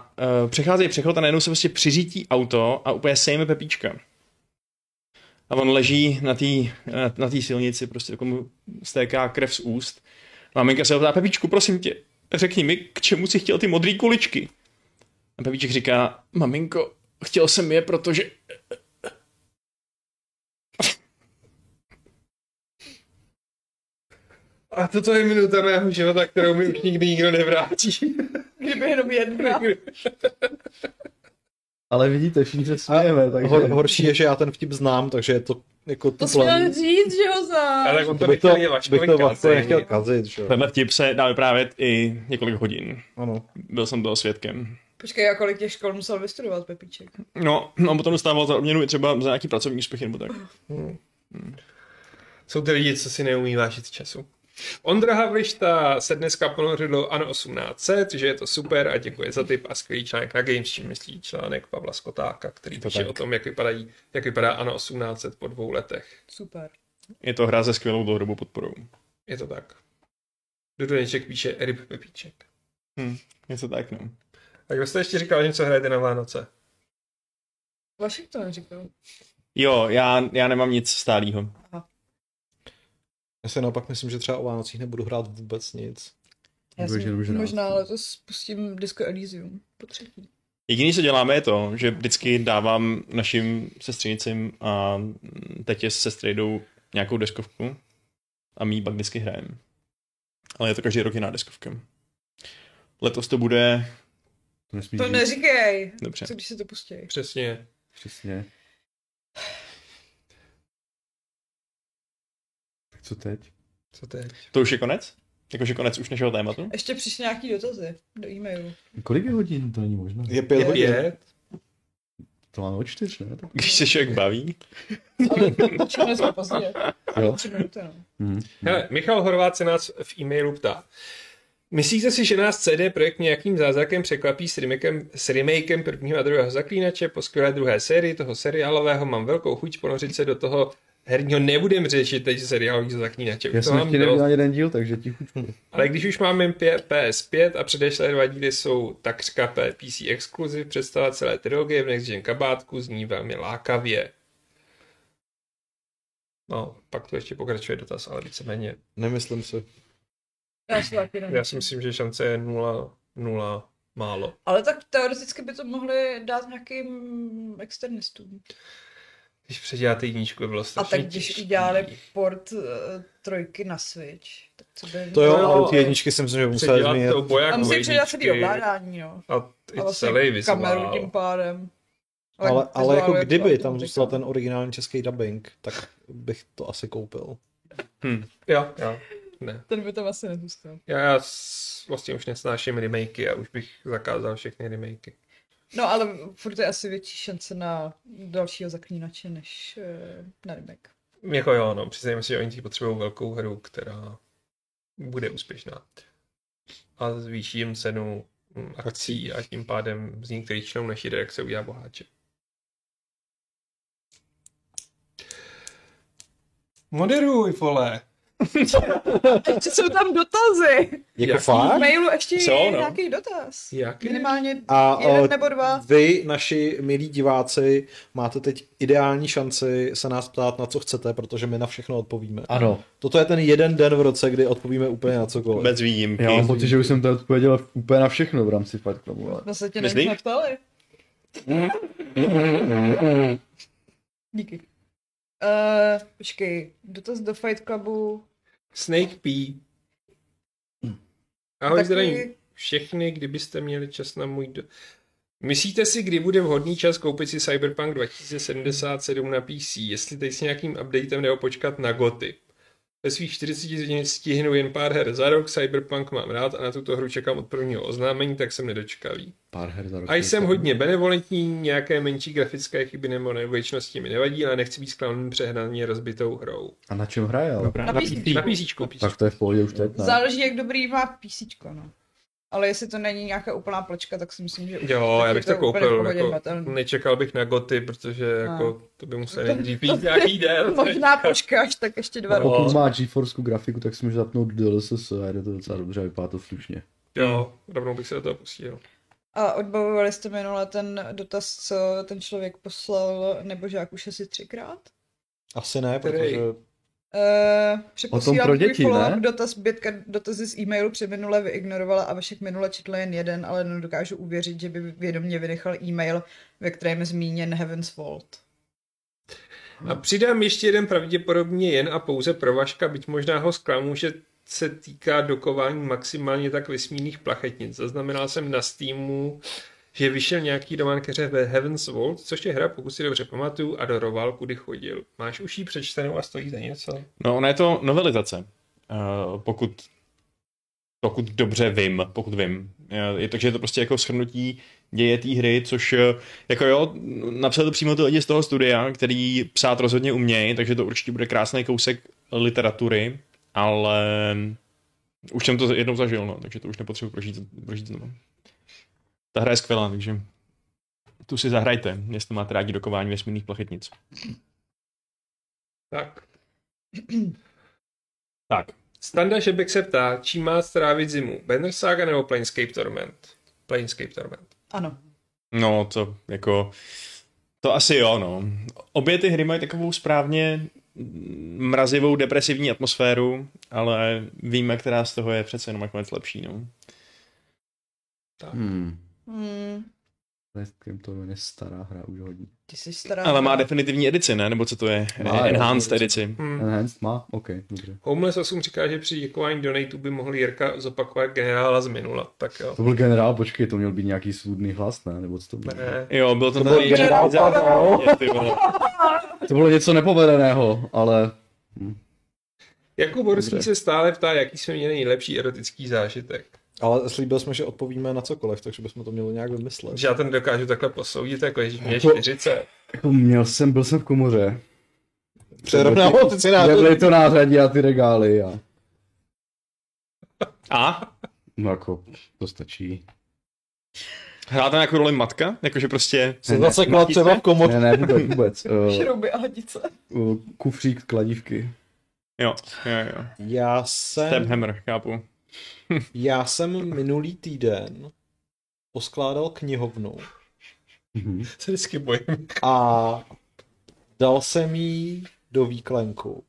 S2: uh, přecházejí přechod a najednou se prostě přiřítí auto a úplně sejme Pepíčka. A on leží na té na, na té silnici, prostě jako mu stéká krev z úst. Maminka se ho ptá, Pepičku, prosím tě, řekni mi, k čemu si chtěl ty modré kuličky? A Pepíček říká, maminko, chtěl jsem je, protože...
S1: A toto je minuta mého života, kterou mi už nikdy nikdo nevrátí.
S5: Kdyby jenom jedna.
S6: Ale vidíte, všichni se smějeme, takže...
S4: Hor, horší je, že já ten vtip znám, takže je to jako
S5: To
S4: tuplem.
S5: jsme říct, že ho
S1: Ale
S5: znáš.
S1: tak on to
S4: To bych to,
S1: nechtěl je
S4: bych
S1: Vaškovi
S4: to vlastně
S1: kázení.
S4: nechtěl kazit, že jo.
S2: Tenhle vtip se dá vyprávět i několik hodin.
S4: Ano.
S2: Byl jsem toho svědkem.
S5: Počkej, a kolik těch škol musel vystudovat Pepíček?
S2: No, no, potom dostával za odměnu i třeba za nějaký pracovní úspěch nebo tak.
S1: Jsou ty lidi, co si neumí vážit času. Ondra Havlišta se dneska ponořilo ano 1800, že je to super a děkuje za tip a skvělý článek na Games, čím myslí článek Pavla Skotáka, který
S2: to
S1: píše
S2: tak.
S1: o tom, jak, vypadají, jak vypadá ano 1800 po dvou letech.
S5: Super.
S2: Je to hra se skvělou dlouhodobou podporou.
S1: Je to tak. Dudoneček píše Ryb Pepíček.
S2: Něco tak, no.
S1: A kdo jste ještě říkal, že něco hrajete na Vánoce?
S5: Vašek to neříkal.
S2: Jo, já, já nemám nic stálého.
S4: Já si naopak myslím, že třeba o Vánocích nebudu hrát vůbec nic.
S5: Já
S6: Budeš jenom
S5: si
S6: žrát.
S5: možná letos spustím Disco Elysium. Po třetí.
S2: Jediný, co děláme, je to, že vždycky dávám našim sestřenicím a teď je se strejdou nějakou deskovku a my ji pak vždycky hrajeme. Ale je to každý rok jiná deskovka. Letos to bude...
S6: To nesmíš
S5: To
S6: říct.
S5: neříkej.
S2: Dobře.
S5: Co když se to pustí?
S1: Přesně.
S6: Přesně. Tak co teď?
S1: Co teď?
S2: To už je konec? Jakože konec už našeho tématu?
S5: Ještě přišly nějaký dotazy do e-mailu.
S6: Kolik je hodin? To není možné.
S4: Je pět
S1: Je
S4: hodin.
S1: pět.
S6: To máme o čtyř, ne? Tak...
S2: Když se člověk baví?
S5: Ale čekali jsme pozdě.
S6: Jo.
S5: Tři minuty, no.
S6: Mhm.
S1: Hele, Michal Horvát se nás v e-mailu ptá. Myslíte si, že nás CD projekt nějakým zázrakem překvapí s remakem, s remakem prvního a druhého zaklínače po skvělé druhé sérii toho seriálového? Mám velkou chuť ponořit se do toho herního nebudem řešit teď seriálový zaklínače. Už
S6: Já
S1: to
S6: jsem
S1: mám
S6: ještě
S1: dost.
S6: neviděl ani jeden díl, takže tichučku.
S1: Ale když už máme pě- PS5 a předešlé dva díly jsou takřka P- PC exkluziv, představa celé trilogie v Next Gen kabátku zní velmi lákavě. No, pak to ještě pokračuje dotaz, ale víceméně.
S4: Nemyslím si.
S5: Já si taky nevím.
S1: Já si myslím, že šance je 0, 0, málo.
S5: Ale tak teoreticky by to mohli dát nějakým externistům.
S1: Když předěláte jedničku, by bylo
S5: A
S1: strašně
S5: tak když
S1: těžký.
S5: udělali port eh, trojky na Switch, tak co by...
S4: To jo,
S1: jo,
S4: No, ale ty
S1: ale-
S4: jedničky jsem si že museli
S1: Předělat
S4: změnit.
S1: to boják
S5: A musím
S1: jedničky
S5: předat celý ovládání, jo.
S1: A i
S5: A vlastně
S1: celý
S5: kameru tím
S1: vyzval.
S5: pádem.
S4: Ale, ale jako
S5: vizuálu je to
S4: kdyby
S5: to
S4: tam
S5: říkám.
S4: zůstal ten originální český dubbing, tak bych to asi koupil.
S1: Jo, jo. Ne.
S5: Ten by tam asi nezůstal.
S1: Já, já s- vlastně už nesnáším remakey a už bych zakázal všechny remakey.
S5: No ale furt je asi větší šance na dalšího zaklínače než eh, na remake.
S1: Jako jo, no, přiznejme si, že oni si potřebují velkou hru, která bude úspěšná. A zvýší jim cenu mm, akcí a tím pádem z některých členů naší redakce udělá boháče. Moderuj, vole!
S5: Ještě jsou tam dotazy.
S4: Jako
S1: Jaký?
S5: V
S4: fakt?
S5: mailu ještě je
S2: Co, no?
S5: nějaký dotaz.
S1: Jaký?
S5: Minimálně
S4: A o,
S5: jeden nebo dva.
S4: vy, naši milí diváci, máte teď ideální šanci se nás ptát, na co chcete, protože my na všechno odpovíme.
S6: Ano.
S4: Toto je ten jeden den v roce, kdy odpovíme úplně na cokoliv.
S2: Bez výjimky.
S6: Já mám pocit, že už jsem tady odpověděl úplně na všechno v rámci Fight Clubu, ale...
S5: No se tě
S2: Myslíš?
S5: nejsme ptali. Díky. Uh, počkej, dotaz do Fight Clubu.
S1: Snake P. Ahoj,
S5: Taky-
S1: zdravím všechny, kdybyste měli čas na můj... Do... Myslíte si, kdy bude vhodný čas koupit si Cyberpunk 2077 na PC, jestli teď s nějakým updatem nebo počkat na goty? Ve svých 40 hodin stihnu jen pár her za rok, Cyberpunk mám rád a na tuto hru čekám od prvního oznámení, tak jsem nedočkavý.
S6: Pár her za rok.
S1: A jsem hodně benevolentní, nějaké menší grafické chyby nebo nevěčnosti mi nevadí, ale nechci být sklamen přehnaně rozbitou hrou.
S6: A na čem hraje, ale?
S2: Dobrá.
S5: Na PC.
S1: Na písíčku.
S6: Tak to je v pohodě už teď, ne?
S5: Záleží, jak dobrý má PC, no. Ale jestli to není nějaká úplná plačka, tak si myslím, že... už
S1: Jo,
S5: teď
S1: já
S5: je
S1: bych to
S5: úplně v
S1: koupil,
S5: pohodě
S1: jako,
S5: hmatelný.
S1: nečekal bych na goty, protože jako, to by musel nejdřív být nějaký den.
S5: Možná počkáš, tak ještě dva
S1: No.
S5: roky.
S6: Pokud má GeForce grafiku, tak si může zapnout DLSS a jde to docela dobře a vypadá to slušně.
S1: Jo, rovnou bych se do toho pustil.
S5: A odbavovali jste minule ten dotaz, co ten člověk poslal nebožák už asi třikrát?
S4: Asi ne,
S1: Který?
S4: protože
S5: Uh, přeposílám
S6: pro
S5: tvůj
S6: děti,
S5: follow-up
S6: ne?
S5: Dotaz, Bětka dotazy z e-mailu předminule vyignorovala a Vašek minule četl jen jeden, ale nedokážu uvěřit, že by vědomě vynechal e-mail, ve kterém je zmíněn Heaven's Vault.
S1: A přidám ještě jeden pravděpodobně jen a pouze pro Vaška, byť možná ho zklamu, že se týká dokování maximálně tak vysmíných plachetnic. Zaznamenal jsem na Steamu, že vyšel nějaký román ke hře Heaven's Vault, což je hra, pokud si dobře pamatuju, a doroval, kudy chodil. Máš už ji přečtenou a stojí za něco?
S2: No, ona je to novelizace, eh, pokud, pokud dobře vím, pokud vím. Eh, Je, takže je to prostě jako shrnutí děje té hry, což eh, jako jo, napsal to přímo ty lidi z toho studia, který psát rozhodně umějí, takže to určitě bude krásný kousek literatury, ale už jsem to jednou zažil, no, takže to už nepotřebuji prožít, prožít znovu. Ta hra je skvělá, takže tu si zahrajte, jestli máte rádi dokování vesmírných plachetnic.
S1: Tak.
S2: Tak,
S1: Standa Šebek se ptá, čím má strávit zimu? Banner Saga nebo Planescape Torment? Planescape Torment.
S5: Ano.
S2: No, to jako... To asi jo, no. Obě ty hry mají takovou správně mrazivou, depresivní atmosféru, ale víme, která z toho je přece jenom nakonec lepší, no.
S6: Hmm.
S5: Hmm,
S6: Planescape to je stará hra už hodně.
S5: ty jsi stará.
S2: Ale má definitivní edici, ne? Nebo co to je?
S6: Má, jo,
S2: Enhanced
S6: to je
S2: edici.
S1: Hmm.
S6: Enhanced má? OK, dobře.
S1: Homeless 8 říká, že při děkování donatů by mohl Jirka zopakovat generála z minula. Tak jo.
S6: To byl generál, počkej, to měl být nějaký svůdný hlas, ne? Nebo co to bylo?
S1: Ne.
S2: Jo, byl to,
S6: To byl generál Pavel.
S2: ty vole.
S6: To bylo něco nepovedeného, ale
S1: Jakub Borský se stále ptá, jaký jsme měli nejlepší erotický zážitek.
S4: Ale slíbil jsme, že odpovíme na cokoliv, takže bychom to měli nějak vymyslet.
S1: Že já to nedokážu takhle posoudit, jako ježíš, mě je
S6: To-
S1: 40.
S6: jako měl jsem, byl jsem v komoře.
S4: Přerovnává ty
S6: Nebyly to nářadí a ty regály a...
S2: A?
S6: No jako, to stačí.
S2: Hrála tam nějakou roli matka? Jakože prostě...
S4: Se zasekla třeba v komoře.
S6: Ne, ne, vůbec, vůbec. Uh,
S5: Šrouby a hadice.
S6: uh, kufřík kladívky.
S2: Jo, jo, jo.
S4: Já
S2: Step
S4: jsem,
S2: Hammer, chápu.
S4: já jsem minulý týden poskládal knihovnu
S6: Mhm.
S1: Se vždycky bojím.
S4: a dal jsem jí do výklenku.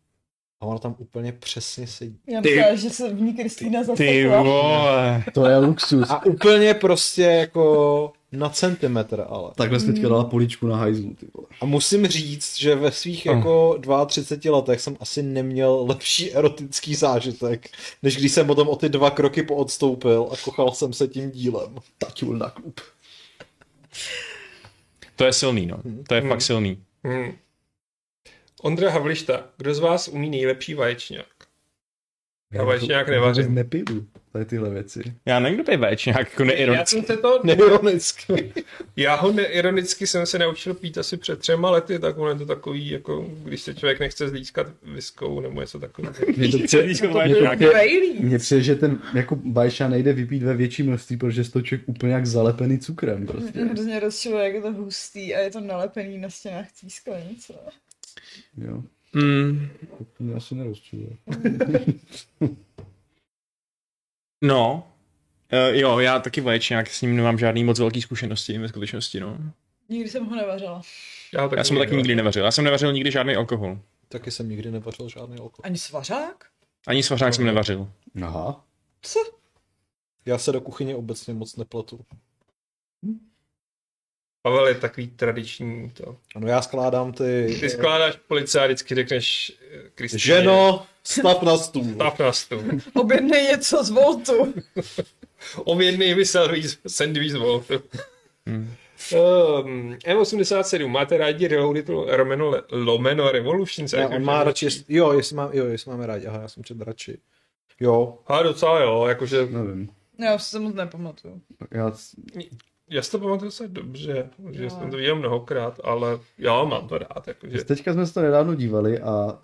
S4: A ona tam úplně přesně sedí.
S5: Já
S2: Ty-
S5: myslela, že se v ní Kristýna
S2: Ty
S5: zasekla.
S2: vole.
S6: To je luxus.
S4: A úplně prostě jako na centimetr ale.
S6: Takhle jsi teďka dala poličku na hajzlu, ty vole.
S4: A musím říct, že ve svých jako 32 letech jsem asi neměl lepší erotický zážitek, než když jsem potom o ty dva kroky poodstoupil a kochal jsem se tím dílem.
S6: Taťul na klub.
S2: To je silný, no. To je fakt silný.
S1: Hmm. Ondra Havlišta, kdo z vás umí nejlepší vaječňák? Já vaječňák
S6: to-
S1: nevařím.
S6: Jako vůbec Nepiju tady tyhle věci.
S2: Já nevím, kdo je več, nějak jako
S1: Já
S2: neironický.
S1: jsem se to
S4: Neironicky.
S1: Já ho neironicky jsem se naučil pít asi před třema lety, tak on je to takový, jako když se člověk nechce zlískat viskou nebo něco takového.
S6: Mě to přijde,
S2: Vaječňák.
S6: mě to přijde,
S5: Bailey.
S6: Mně přijde, že ten jako bajša nejde vypít ve větší množství, protože je to člověk úplně jak zalepený cukrem prostě.
S5: Hrozně rozčiluje, jak je to hustý a je to nalepený na stěnách té sklenice.
S6: Jo,
S2: Mm,
S6: to mě asi nerozčiluje.
S2: no, uh, jo, já taky vaječňák, s ním nemám žádný moc velký zkušenosti ve skutečnosti, no.
S5: Nikdy jsem ho nevařila.
S1: Já, tak
S2: Já jsem taky nikdy nevařil, já jsem nevařil nikdy žádný alkohol.
S4: Taky jsem nikdy nevařil žádný alkohol.
S5: Ani svařák?
S2: Ani svařák jsem nevařil.
S6: Aha.
S5: Co?
S4: Já se do kuchyně obecně moc nepletu.
S1: Pavel je takový tradiční to.
S4: Ano, já skládám ty...
S1: Ty skládáš police a vždycky řekneš eh, Kristýně.
S4: Ženo, stav na stůl.
S1: Stav na stůl.
S5: Objednej něco z Voltu.
S1: Ovědný vysel sandwich z Wolfu.
S2: Hmm.
S1: Um, M87, máte rádi reloaded romeno, lomeno Revolution?
S4: Ne, on má radši... Jo, jestli, má, jo, jestli máme rádi. Aha, já jsem čet radši. Jo,
S1: Ha, docela jo, jakože
S6: Nevím.
S5: No, já se moc nepamatuju.
S6: Já,
S1: já si to pamatuju se dobře, že
S5: Jo.
S1: jsem to viděl mnohokrát, ale jo, mám to rád, jakože.
S6: teďka jsme se to nedávno dívali a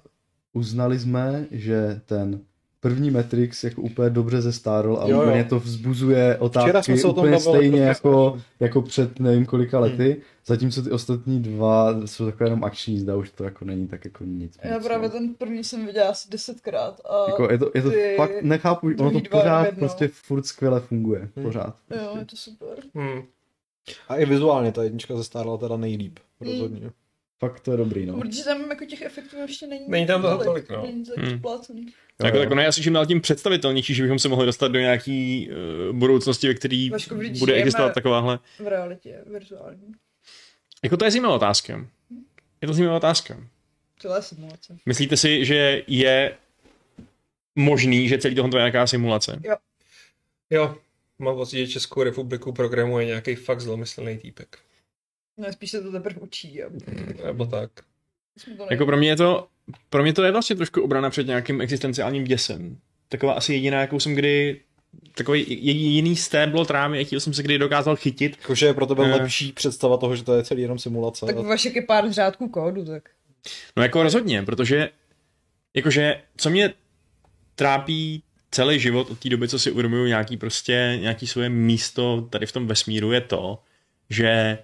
S6: uznali jsme, že ten první Matrix jako úplně dobře zestárl a
S4: Jo,
S6: jo,
S4: jo.
S6: úplně to vzbuzuje otázky
S4: jsme se o tom
S6: úplně
S4: bavili, Hmm.
S6: stejně
S4: prostě
S6: jako, jako před nevím kolika lety, zatímco ty ostatní dva jsou takové jenom akční, zda už to jako není tak jako nic.
S5: Já
S6: moc,
S5: právě
S6: no.
S5: ten první jsem viděla asi desetkrát a
S6: Jako je to, je to
S5: ty
S6: fakt, nechápu, ono to
S5: druhý dva
S6: pořád
S5: jednou.
S6: prostě furt skvěle funguje,
S4: Hmm.
S6: pořád.
S5: jo, je to super.
S1: Hm.
S4: a i vizuálně ta jednička zestárla teda nejlíp. Rozhodně.
S6: Fakt to je dobrý, no.
S5: Protože tam jako těch efektů ještě není.
S1: Není tam toho tolik, no.
S5: Není to
S2: Hmm.
S5: hmm. plácený.
S6: Jo,
S2: Jako,
S6: jo.
S2: tak ono je asi čím dál tím představitelnější, že bychom se mohli dostat do nějaký uh, budoucnosti, ve který
S5: Vašku, vždyť
S2: bude
S5: žijeme-
S2: existovat takováhle.
S5: V realitě, virtuální.
S2: Jako to je zajímavá otázka. Je to zajímavá otázka.
S5: Celá simulace.
S2: Myslíte si, že je možný, že celý tohle je nějaká simulace.
S1: Jo, mám pocit, že Českou republiku programuje nějaký fakt zlomyslný týpek.
S5: No, spíš se to teprve učí. A
S1: Nebo tak.
S5: jsme to
S2: Jako pro mě je to, pro mě to je vlastně trošku obrana před nějakým existenciálním děsem. Taková asi jediná, jakou jsem kdy takový jediný stéblo trámy, jaký jsem se kdy dokázal chytit.
S4: Jakože je pro tebe
S2: Eh.
S4: lepší představa toho, že to je celý jenom simulace.
S5: tak Vašek je pár řádků kódu, tak.
S2: No jako rozhodně, protože jakože co mě trápí celý život od té doby, co si uvědomuju nějaký prostě, nějaký svoje místo tady v tom vesmíru je to, že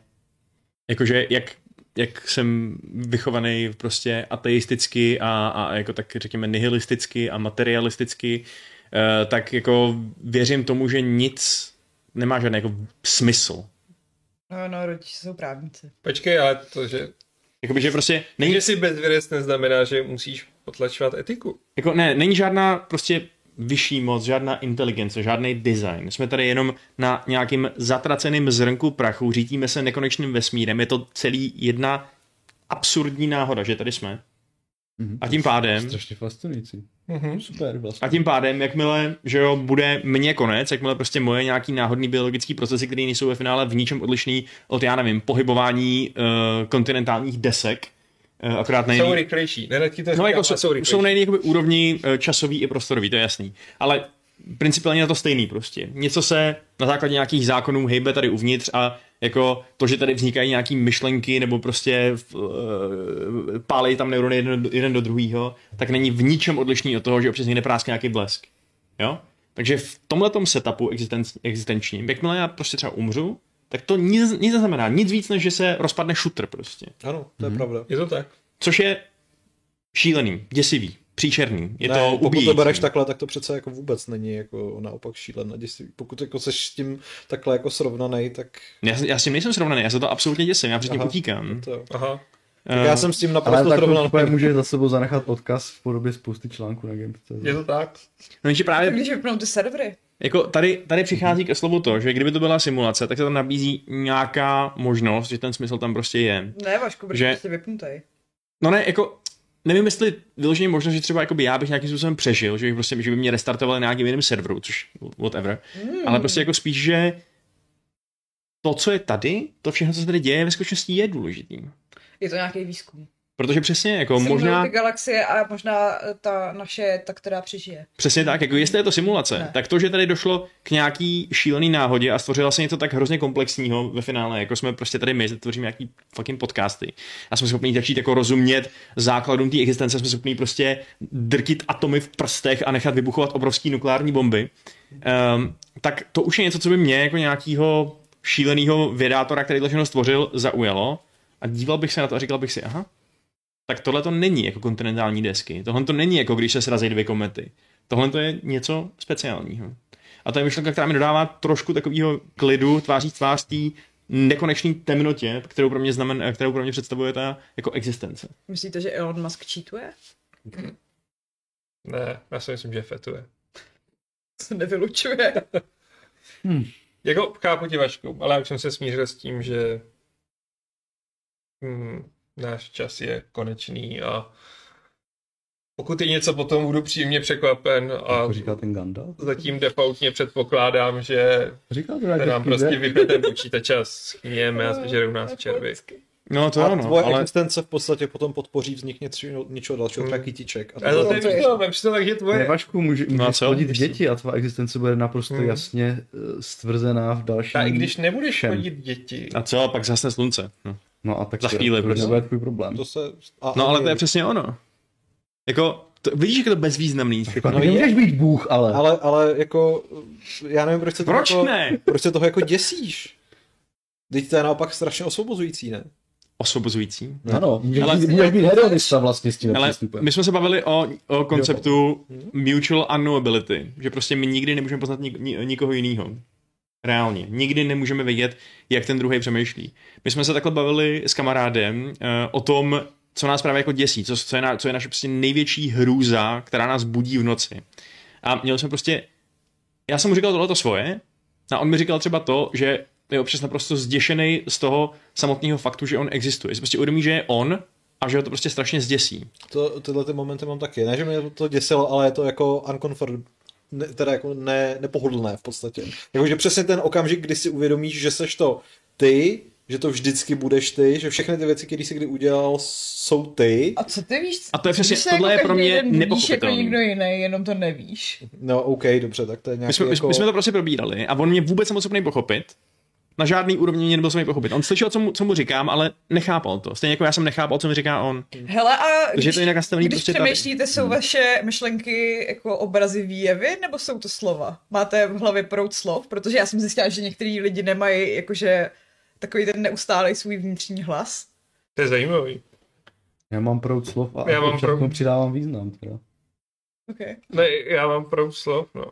S2: jakože jak, jak jsem vychovaný prostě ateisticky a, a jako tak řekněme nihilisticky a materialisticky, eh, tak jako věřím tomu, že nic nemá žádný jako smysl.
S5: No, no, rodiče jsou právníci.
S1: Počkej, ale to, že,
S2: Jakoby, že prostě není...
S1: že jsi bezvěrec, neznamená, že musíš potlačovat etiku.
S2: Jako ne, není žádná prostě vyšší moc, žádná inteligence, žádný design. Jsme tady jenom na nějakým zatraceným zrnku prachu, řítíme se nekonečným vesmírem, je to celý jedna absurdní náhoda, že tady jsme.
S6: Mhm.
S2: A tím pádem,
S6: Strašně fascinující.
S1: Mhm.
S6: Super vlastně.
S2: a tím pádem, jakmile, že jo, bude mně konec, jakmile prostě moje nějaký náhodný biologický procesy, které nejsou ve finále v ničem odlišný od, já nevím, pohybování uh, kontinentálních desek, uh, akorát na
S1: Jsou
S2: jiný,
S1: rychlejší. Nerad ti to
S2: No
S1: říkám,
S2: jako
S1: ale
S2: jsou,
S1: jsou rychlejší.
S2: jsou na jiný jakoby úrovni eh, časový i prostorový, to je jasný. Ale principiálně je to stejný prostě. Něco se na základě nějakých zákonů hejbe tady uvnitř a jako to, že tady vznikají nějaký myšlenky nebo prostě uh, pálí tam neurony jeden, jeden do druhého, tak není v ničem odlišný od toho, že občas někde práskne nějaký blesk. Jo? Takže v tomhle setupu existen, existenčním, jakmile já prostě třeba umřu, tak to nic, nic neznamená. Nic víc, než že se rozpadne šutr prostě.
S4: Ano, to je pravda.
S1: Je to tak.
S2: Což je šílený, děsivý, příšerný. Je
S4: ne,
S2: to
S4: pokud to
S2: ubíjící.
S4: bereš takhle, tak to přece jako vůbec není jako naopak šílen a děsivý. Pokud jako seš s tím takhle jako srovnaný, tak
S2: já, já s tím nejsem srovnaný, já se to absolutně děsím, já před tím
S4: Aha.
S2: utíkám.
S4: to jo.
S1: Aha.
S2: Eh,
S4: Já jsem s tím
S6: Ale
S4: naprosto
S6: tak to
S4: srovnaný.
S6: úplně může za sebou zanechat odkaz v podobě spousty článků na Game.
S1: Je to tak.
S2: No, jenže právě
S5: Tak když vypnou ty servery,
S2: Jako tady, tady přichází ke slovu to, že kdyby to byla simulace, tak se tam nabízí nějaká možnost, že ten smysl tam prostě je.
S5: ne, Vašku, protože
S2: Že-
S5: prostě vypnutej.
S2: No ne, jako nevím, jestli vyloženě možnost, že třeba jakoby já bych nějakým způsobem přežil, že, bych prostě, že by mě restartovali na nějakým jiném serveru, což whatever.
S5: Mm.
S2: Ale prostě jako spíš, že to, co je tady, to všechno, co se tady děje ve skutečnosti je důležitý.
S5: Je to nějaký výzkum.
S2: Protože přesně, jako
S5: Simulují
S2: možná,
S5: ty galaxie a možná eh, ta naše, ta, která přežije.
S2: přesně tak, jako jestli je to simulace,
S5: Ne.
S2: ne. tak to, že tady došlo k nějaký šílený náhodě a stvořilo se něco tak hrozně komplexního ve finále, jako jsme prostě tady my, že tvoříme nějaký fucking podcasty a jsme schopni začít jako rozumět základům té existence, jsme schopni prostě drtit atomy v prstech a nechat vybuchovat obrovský nukleární bomby, um, tak to už je něco, co by mě jako nějakýho šíleného vědátora, který to všechno stvořil, zaujalo a díval bych se na to a říkal bych si, aha, tak tohle to není jako kontinentální desky. Tohle to není jako když se srazí dvě komety. Tohle to je něco speciálního. A to je myšlenka, která mi dodává trošku takového klidu tváří v tvář té nekonečné temnotě, kterou pro mě, znamen, kterou pro mě představuje ta jako existence.
S5: Myslíte, že Elon Musk cheatuje?
S1: Ne, já si myslím, že fetuje.
S5: Se nevylučuje.
S1: Jako chápu tě Vašku, ale já už jsem se smířil s tím, že hmm, náš čas je konečný a pokud je něco potom, budu příjemně překvapen a
S6: Jako říká ten Gandalf.
S1: zatím defaultně předpokládám, že
S6: Říká to
S1: se nám
S6: nějaký
S1: prostě
S6: prostě...
S1: vypne ten počítač a schnějeme a sežerou nás červy.
S2: No to
S4: A
S2: ano,
S4: tvoje
S2: ale
S4: existence v podstatě potom podpoří vznik něčeho, něčeho dalšího, třeba kytiček. A
S1: A to
S4: to
S1: tady přišlo, vem si to tak, že tvoje.
S6: Nevašku, může,
S2: No a
S6: můžeš
S2: co?
S6: plodit děti a tvá existence bude naprosto
S1: Hmm.
S6: jasně eh, stvrzená v dalším...
S1: A i když nebudeš
S6: Všem.
S1: chodit děti,
S2: a co, pak zasne slunce. No,
S6: No a tak
S2: Za
S6: to-
S2: chvíli
S6: to
S2: prostě.
S6: nebude tvůj problém.
S4: to se... A,
S2: no ale to je přesně ono. Jako, to, vidíš, jak je to bezvýznamný. Jako,
S6: No,
S4: je-
S6: Nemůžeš být Bůh, ale...
S4: ale, ale jako, já nevím, proč se to
S2: proč
S4: jako,
S2: ne?
S4: Proč se toho jako děsíš? Teď to je naopak strašně osvobozující, ne?
S2: Osobozující.
S6: Ano, můžeš,
S2: Ale-
S6: ale... můžeš být hedonista vlastně s tím
S2: Ale
S6: přístupem.
S2: my jsme se bavili o, o konceptu mutual unknowability, že prostě my nikdy nemůžeme poznat nik, ni, nikoho jiného. Reálně. Nikdy nemůžeme vědět, jak ten druhý přemýšlí. My jsme se takhle bavili s kamarádem uh, o tom, co nás právě jako děsí, co, co, je, na, co je naše prostě největší hrůza, která nás budí v noci. A měli jsme prostě já jsem mu říkal tohleto svoje a on mi říkal třeba to, že je občas naprosto zděšený z toho samotného faktu, že on existuje. Že Si prostě uvědomí, že je on a že ho to prostě strašně zděsí.
S4: To, tyhle ty momenty mám taky. Ne, že mě to děsilo, ale je to jako uncomfort, ne, teda jako ne, nepohodlné v podstatě. Jakože přesně ten okamžik, kdy si uvědomíš, že seš to ty, že to vždycky budeš ty, že všechny ty věci, které jsi kdy udělal, jsou ty.
S5: A co ty víš?
S2: A to je
S5: co
S2: přesně-
S5: když se
S2: tohle je pro
S5: každý
S2: mě
S5: den víš jako
S2: nepochopitelný.
S5: někdo jiný, jenom to nevíš.
S4: No, OK, dobře, tak to je nějaký
S2: My jsme, my,
S4: jako...
S2: jsme- my jsme to prostě probírali a on mě vůbec nebyl schopný pochopit. Na žádný úrovni mě nebyl schopný pochopit. On slyšel, co mu, co mu říkám, ale nechápal to. Stejně jako já jsem nechápal, co mi říká on.
S5: Hele, a
S2: je
S5: když,
S2: to jinak nastavený
S5: když
S2: prostě tady.
S5: přemýšlíte, jsou vaše myšlenky jako obrazy výjevy, nebo jsou to slova? Máte v hlavě proud slov? Protože já jsem zjistila, že některý lidi nemají jakože takový ten neustálý svůj vnitřní hlas.
S1: To je zajímavý.
S6: Já mám proud slov a
S1: Já mám
S6: občas mu
S1: proud.
S6: přidávám význam. Teda.
S5: Okay.
S1: Ne, já mám proud slov, no.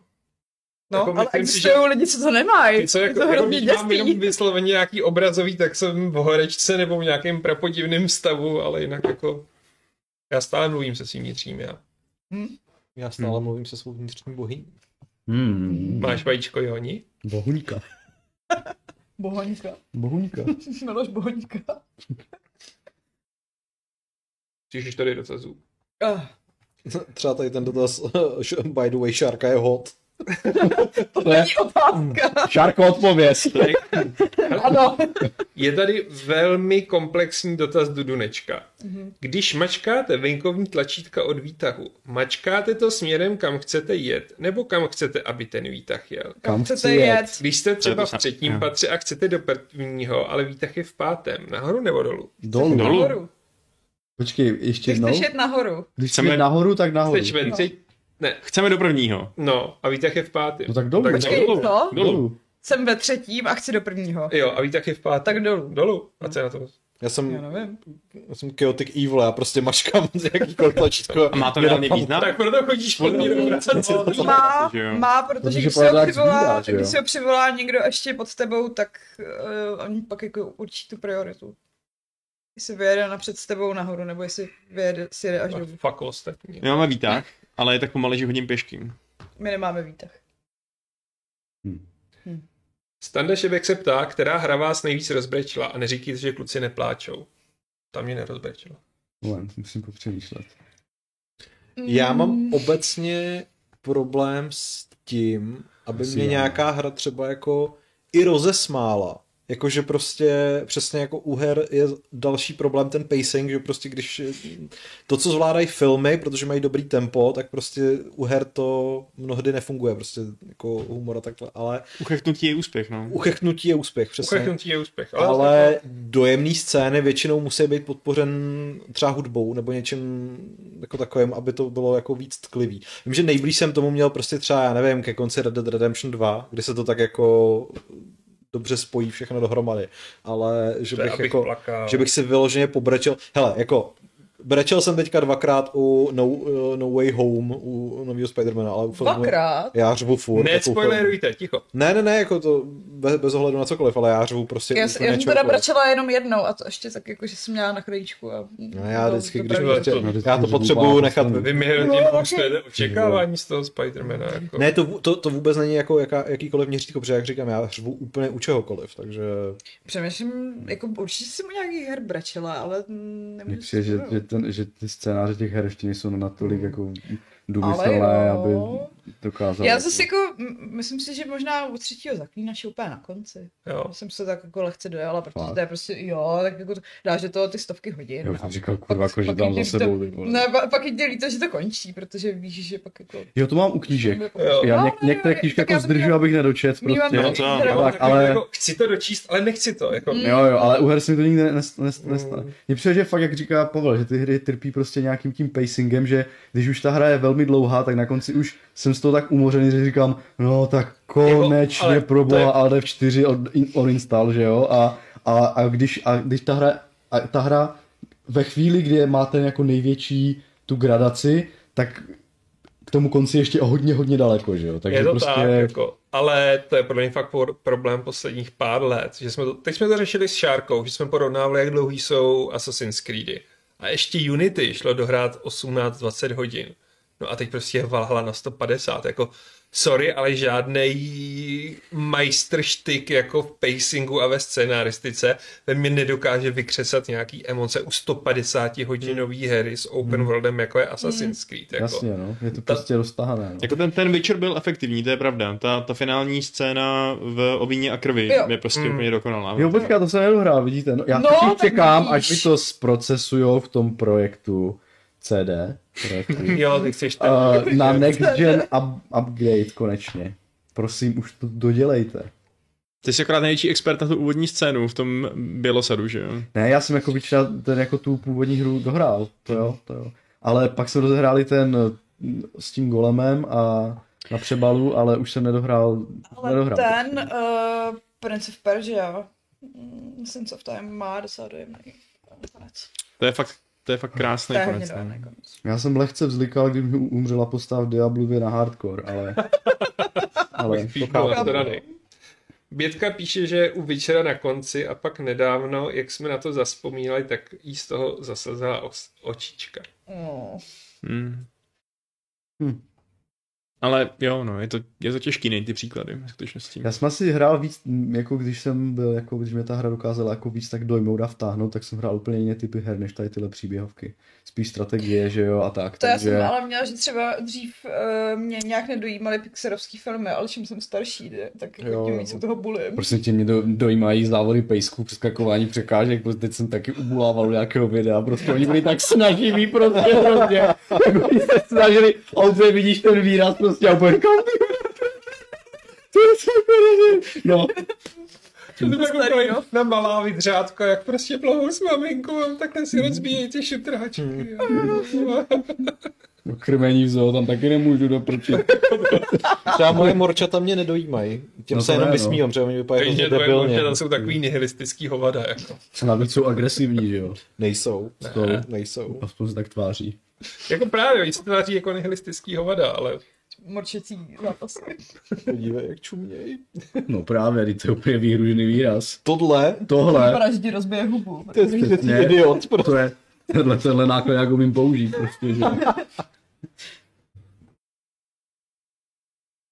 S5: No,
S1: Jako
S5: jako ale
S1: myslím si,
S5: existují že... lidi, co to nemají.
S1: Ty co, jako,
S5: je to
S1: jako
S5: hrozně
S1: když mám jenom
S5: děsný.
S1: vysloveně nějaký obrazový, tak jsem v horečce nebo v nějakém prapodivném stavu, ale jinak jako... Já stále mluvím se svým vnitřním já.
S4: Já stále hmm. mluvím se svou vnitřní bohyní.
S6: Hmm.
S1: Máš vajíčko Joni?
S6: Bohuňka.
S5: Bohoňka.
S6: Bohuňka.
S5: Miloš Bohoňka.
S1: Přišliš tady dotazů.
S5: Ah,
S4: Třeba tady ten dotaz, by the way, Šárka je hot.
S5: to není otázka.
S6: Šárko, odpověz.
S5: Ano.
S1: Je tady velmi komplexní dotaz Dudunečka.
S5: Mhm.
S1: Když mačkáte venkovní tlačítka od výtahu, mačkáte to směrem, kam chcete jet, nebo kam chcete, aby ten výtah jel?
S6: Kam
S5: Chcete
S6: chci jet?
S5: jet?
S1: Když jste třeba
S2: to
S1: v
S2: sam-
S1: třetím
S2: jo.
S1: patře a chcete do prvního, ale výtah je v pátém, nahoru nebo dolů?
S6: Dolů.
S2: Dolů.
S5: Nahoru.
S6: Počkej, ještě
S5: Ty
S6: jednou.
S5: chceš jet nahoru.
S6: Když chceme
S2: Chceme-
S6: jít nahoru, tak nahoru.
S1: Jste ve třetí... Ne,
S2: Chceme do prvního.
S1: no, a výtah je v pátém.
S6: No tak dolů.
S1: Tak
S5: Počkej,
S1: dolů.
S5: co?
S2: Dolů.
S5: Jsem ve třetím a chci do prvního.
S1: Jo, a výtah je v pátém.
S5: Tak dolů.
S1: Dolů. A co je na to?
S4: Já jsem,
S5: Já nevím.
S4: já jsem chaotic evil, já prostě mačkám jakýkoliv tlačítko.
S2: A má to reálný význam?
S1: Tak proto chodíš od ní do vracet.
S5: Má,
S2: že jo.
S5: má, protože
S6: Protože
S5: když se,
S6: pořád
S5: ho
S6: zvídá,
S5: přivolá,
S6: že jo.
S5: když se ho přivolá někdo ještě pod tebou, tak uh, oni pak jako určí tu prioritu. Jestli vyjede napřed s tebou nahoru, nebo jestli vyjede, si jede až dolů.
S1: Fuck ostatní.
S2: My máme výtah, ale je tak pomalej, že hodím pěšky.
S5: My nemáme výtah.
S1: Standa Šebek se ptá, která hra vás nejvíc rozbrečila a neříkejte, že kluci nepláčou. Tam mě nerozbrečilo.
S6: Moment, No, musím popřemýšlet.
S4: Já
S5: Mm.
S4: mám obecně problém s tím, aby
S6: Asi
S4: mě
S6: já.
S4: nějaká hra třeba jako i rozesmála. Jakože prostě přesně jako u her je další problém ten pacing, že prostě když to, co zvládají filmy, protože mají dobrý tempo, tak prostě u her to mnohdy nefunguje, prostě jako humor a takhle, ale
S2: Uchechnutí je úspěch, no.
S4: uchechnutí je úspěch, přesně.
S1: Uchechnutí je úspěch. Ale, vlastně-
S4: Ale dojemné scény většinou musí být podpořen třeba hudbou nebo něčím jako takovým, aby to bylo jako víc tklivý. Vím, že nejblíž jsem tomu měl prostě třeba, já nevím, ke konci Red Dead Redemption 2, kdy se to tak jako dobře spojí všechno dohromady, ale že
S1: To je,
S4: bych,
S1: abych
S4: jako,
S1: plakal.
S4: že bych si vyloženě pobrečel, hele, jako brečel jsem teďka dvakrát u No, no Way Home, u nového Spidermana, ale u filmu,
S5: Dvakrát?
S4: já řvu furt. jako u filmu.
S1: Nespoilerujte, ticho.
S4: Ne, ne, ne, jako to bez, bez ohledu na cokoliv, ale já řvu prostě
S5: Já,
S4: úplně
S5: já jsem teda
S4: čokoliv.
S5: brečela jenom jednou a to ještě tak jako, že jsem měla na chvíličku. A...
S4: No já vždycky, když
S1: pravda.
S4: prostě,
S1: To-
S6: to-
S4: já to
S6: to-
S4: potřebuju
S6: to-
S4: nechat.
S6: to-
S1: Vy mi hodně
S5: No,
S1: boostujete očekávání z toho Spidermana. Jako.
S4: Ne, to, to, to vůbec není jako jaká, jakýkoliv měřítko, protože jak říkám, já řvu úplně u čehokoliv, takže
S5: Přemýšlím, jako určitě jsem u nějakých her brečela, ale mm,
S6: Mně
S5: nemůžu
S6: přijde, že,
S5: vzpomenout.
S6: že, ten, že ty scénáře těch her ještě nejsou natolik jako
S5: Ale
S6: důmyslné,
S5: Hmm. jo.
S6: aby dokázali.
S5: Já zase jako, m- myslím si, že možná u třetího zaklínače úplně na konci.
S1: Jo.
S5: Já jsem se tak jako lehce dojala, protože
S6: No. Fakt?
S5: to je prostě, jo, tak jako to- dáš do toho ty stovky hodin.
S6: Já už
S5: a
S6: jsem říkal,
S5: pak-
S6: kurva, jako, že
S5: pak
S6: tam
S5: je
S6: za
S5: ti to-
S6: sebou, ty vole.
S5: Ne, pa- pak je ti líto, že to končí, protože víš, že pak jako...
S6: Jo, to mám u knížek.
S1: Jo.
S6: Já
S5: No,
S6: něk,
S5: no, no,
S6: některé
S5: no,
S6: knížky
S5: tak
S6: jako
S5: já to
S6: zdržuju,
S5: mývám-
S6: abych nedočet
S5: mývám
S6: prostě.
S5: taky,
S2: No, co?
S5: že-
S2: Jo,
S6: tak,
S1: Jako,
S6: ale-
S1: jako, chci to dočíst, ale nechci to. Jako.
S5: Mm.
S6: Jo, jo, ale u her se mi to nikdy nes- nes-
S1: Mm.
S6: nestane. Mně přijde, že fakt, jak říká Pavel, že ty hry trpí prostě nějakým tím pacingem, že když už ta hra je velmi dlouhá, tak na konci už jsem z toho tak umořený, že říkám, no tak konečně
S1: ale
S6: jako,
S1: to
S6: proboha
S1: je-
S6: ale F4 od, in, odinstall, že jo? A, a, a, když, a když ta hra, a ta hra ve chvíli, kdy má ten jako největší tu gradaci, tak k tomu konci ještě o hodně, hodně daleko, že jo? Takže
S1: Je to
S6: prostě...
S1: tak, jako, ale to je pro mě fakt por- problém posledních pár let. Že jsme to, teď jsme to řešili s Šárkou, že jsme porovnávali, jak dlouhý jsou Assassin's Creedy. A ještě Unity šlo dohrát 18-20 hodin. No a teď prostě je Valhalla na 150. Jako, sorry, ale žádný majstrštyk jako v pacingu a ve scénaristice ve mně nedokáže vykřesat nějaký emoce u 150 hodinový hry s open worldem, jako je Assassin's Creed. Jako.
S6: Hmm. Jasně, no. Je to prostě roztahané. No.
S2: Jako ten, ten Witcher byl efektivní, to je pravda. Ta, ta finální scéna v ovíně a krvi
S5: Jo.
S2: je prostě mm. úplně dokonalá.
S6: Jo, počká, to se nedohrál, vidíte. No, já
S5: No,
S6: no,
S5: tak
S6: čekám,
S5: vidíš.
S6: až mi to zprocesujou v tom projektu CD. Projektu.
S1: Jo, ty chceš ten...
S6: Uh, na next gen up, upgrade konečně. Prosím, už to dodělejte.
S2: Ty jsi akorát největší expert na tu úvodní scénu v tom Bělosadu, že jo?
S6: Ne, já jsem jako většina ten jako tu původní hru dohrál, to jo, to jo. Ale pak jsme rozehráli ten mm, s tím golemem a na přebalu, ale už jsem nedohrál,
S5: Ale
S6: nedohrál.
S5: ten uh, Prince of Persia, mm, Sense of Time má docela dojemný konec.
S2: To je fakt, to je fakt krásný
S5: To je hodně
S2: konec. no.
S5: dojemný konec.
S6: Já jsem lehce vzlikal, když mi umřela postava v Diablově na hardcore, ale... ale
S1: Spíš
S6: to chápu.
S1: byla teda nej. Bětka píše, že u Večera na konci a pak nedávno, jak jsme na to zaspomínali, tak jí z toho zasazala os- očička.
S5: Mm.
S2: Mm.
S6: Hm.
S2: Ale jo, no, je to, je to těžký nejít ty příklady v skutečnosti.
S6: Já jsem asi hrál víc, mm, jako když jsem byl, jako když mě ta hra dokázala jako víc tak dojmout a vtáhnout, tak jsem hrál úplně jiné typy her, než tady tyhle příběhovky. Spíš strategie, že jo, a tak.
S5: To já
S6: takže...
S5: jsem ale měla, že třeba dřív uh, mě nějak nedojímaly pixerovský filmy, ale čím jsem starší, ne? tak
S6: Jo,
S5: jako tím
S6: jo. Prostě-
S5: víc u toho bulím.
S6: Prosím tě, mě do, dojímají závody pejsků, přeskakování překážek, protože teď jsem taky ubulával do nějakého videa, prostě oni byli tak snaživí, prostě hrozně, jako oni se snažili, a on se vidíš ten výraz prostě a úplně říkám, ty vole, to je super, nevím. no,
S1: To je
S5: Starý,
S1: takový
S5: no.
S1: na malá vidřátko, jak prostě plovou s maminkou a takhle si rozbíjejí ty šutrhačky. Hmm.
S6: no, krmení v zoo, tam taky nemůžu doprčit.
S4: Třeba moje morčata mě nedojímají. Těm Jako no
S6: No to
S4: se jenom
S6: ne, no.
S4: vysmívám, že oni vypadají
S1: Takže
S4: hrozně
S1: to je
S4: debilně.
S1: možná, tam jsou takový nihilistický hovada. Jako.
S6: Navíc jsou agresivní, že jo,
S4: Nejsou.
S6: to,
S4: Nejsou.
S6: aspoň se tak tváří.
S1: jako právě, oni se tváří jako nihilistický hovada, ale
S5: Morčecí zápasy.
S4: Podívej, jak čumějí.
S6: No právě, teď to je úplně výhružný výraz.
S4: Tohle,
S6: Tohle,
S5: Vraždí rozbije hubu.
S4: to je zvířecí
S6: Ne.
S4: idiot. Prostě.
S6: to je, tenhle, tenhle náklad jak umím použít, prostě, že jo.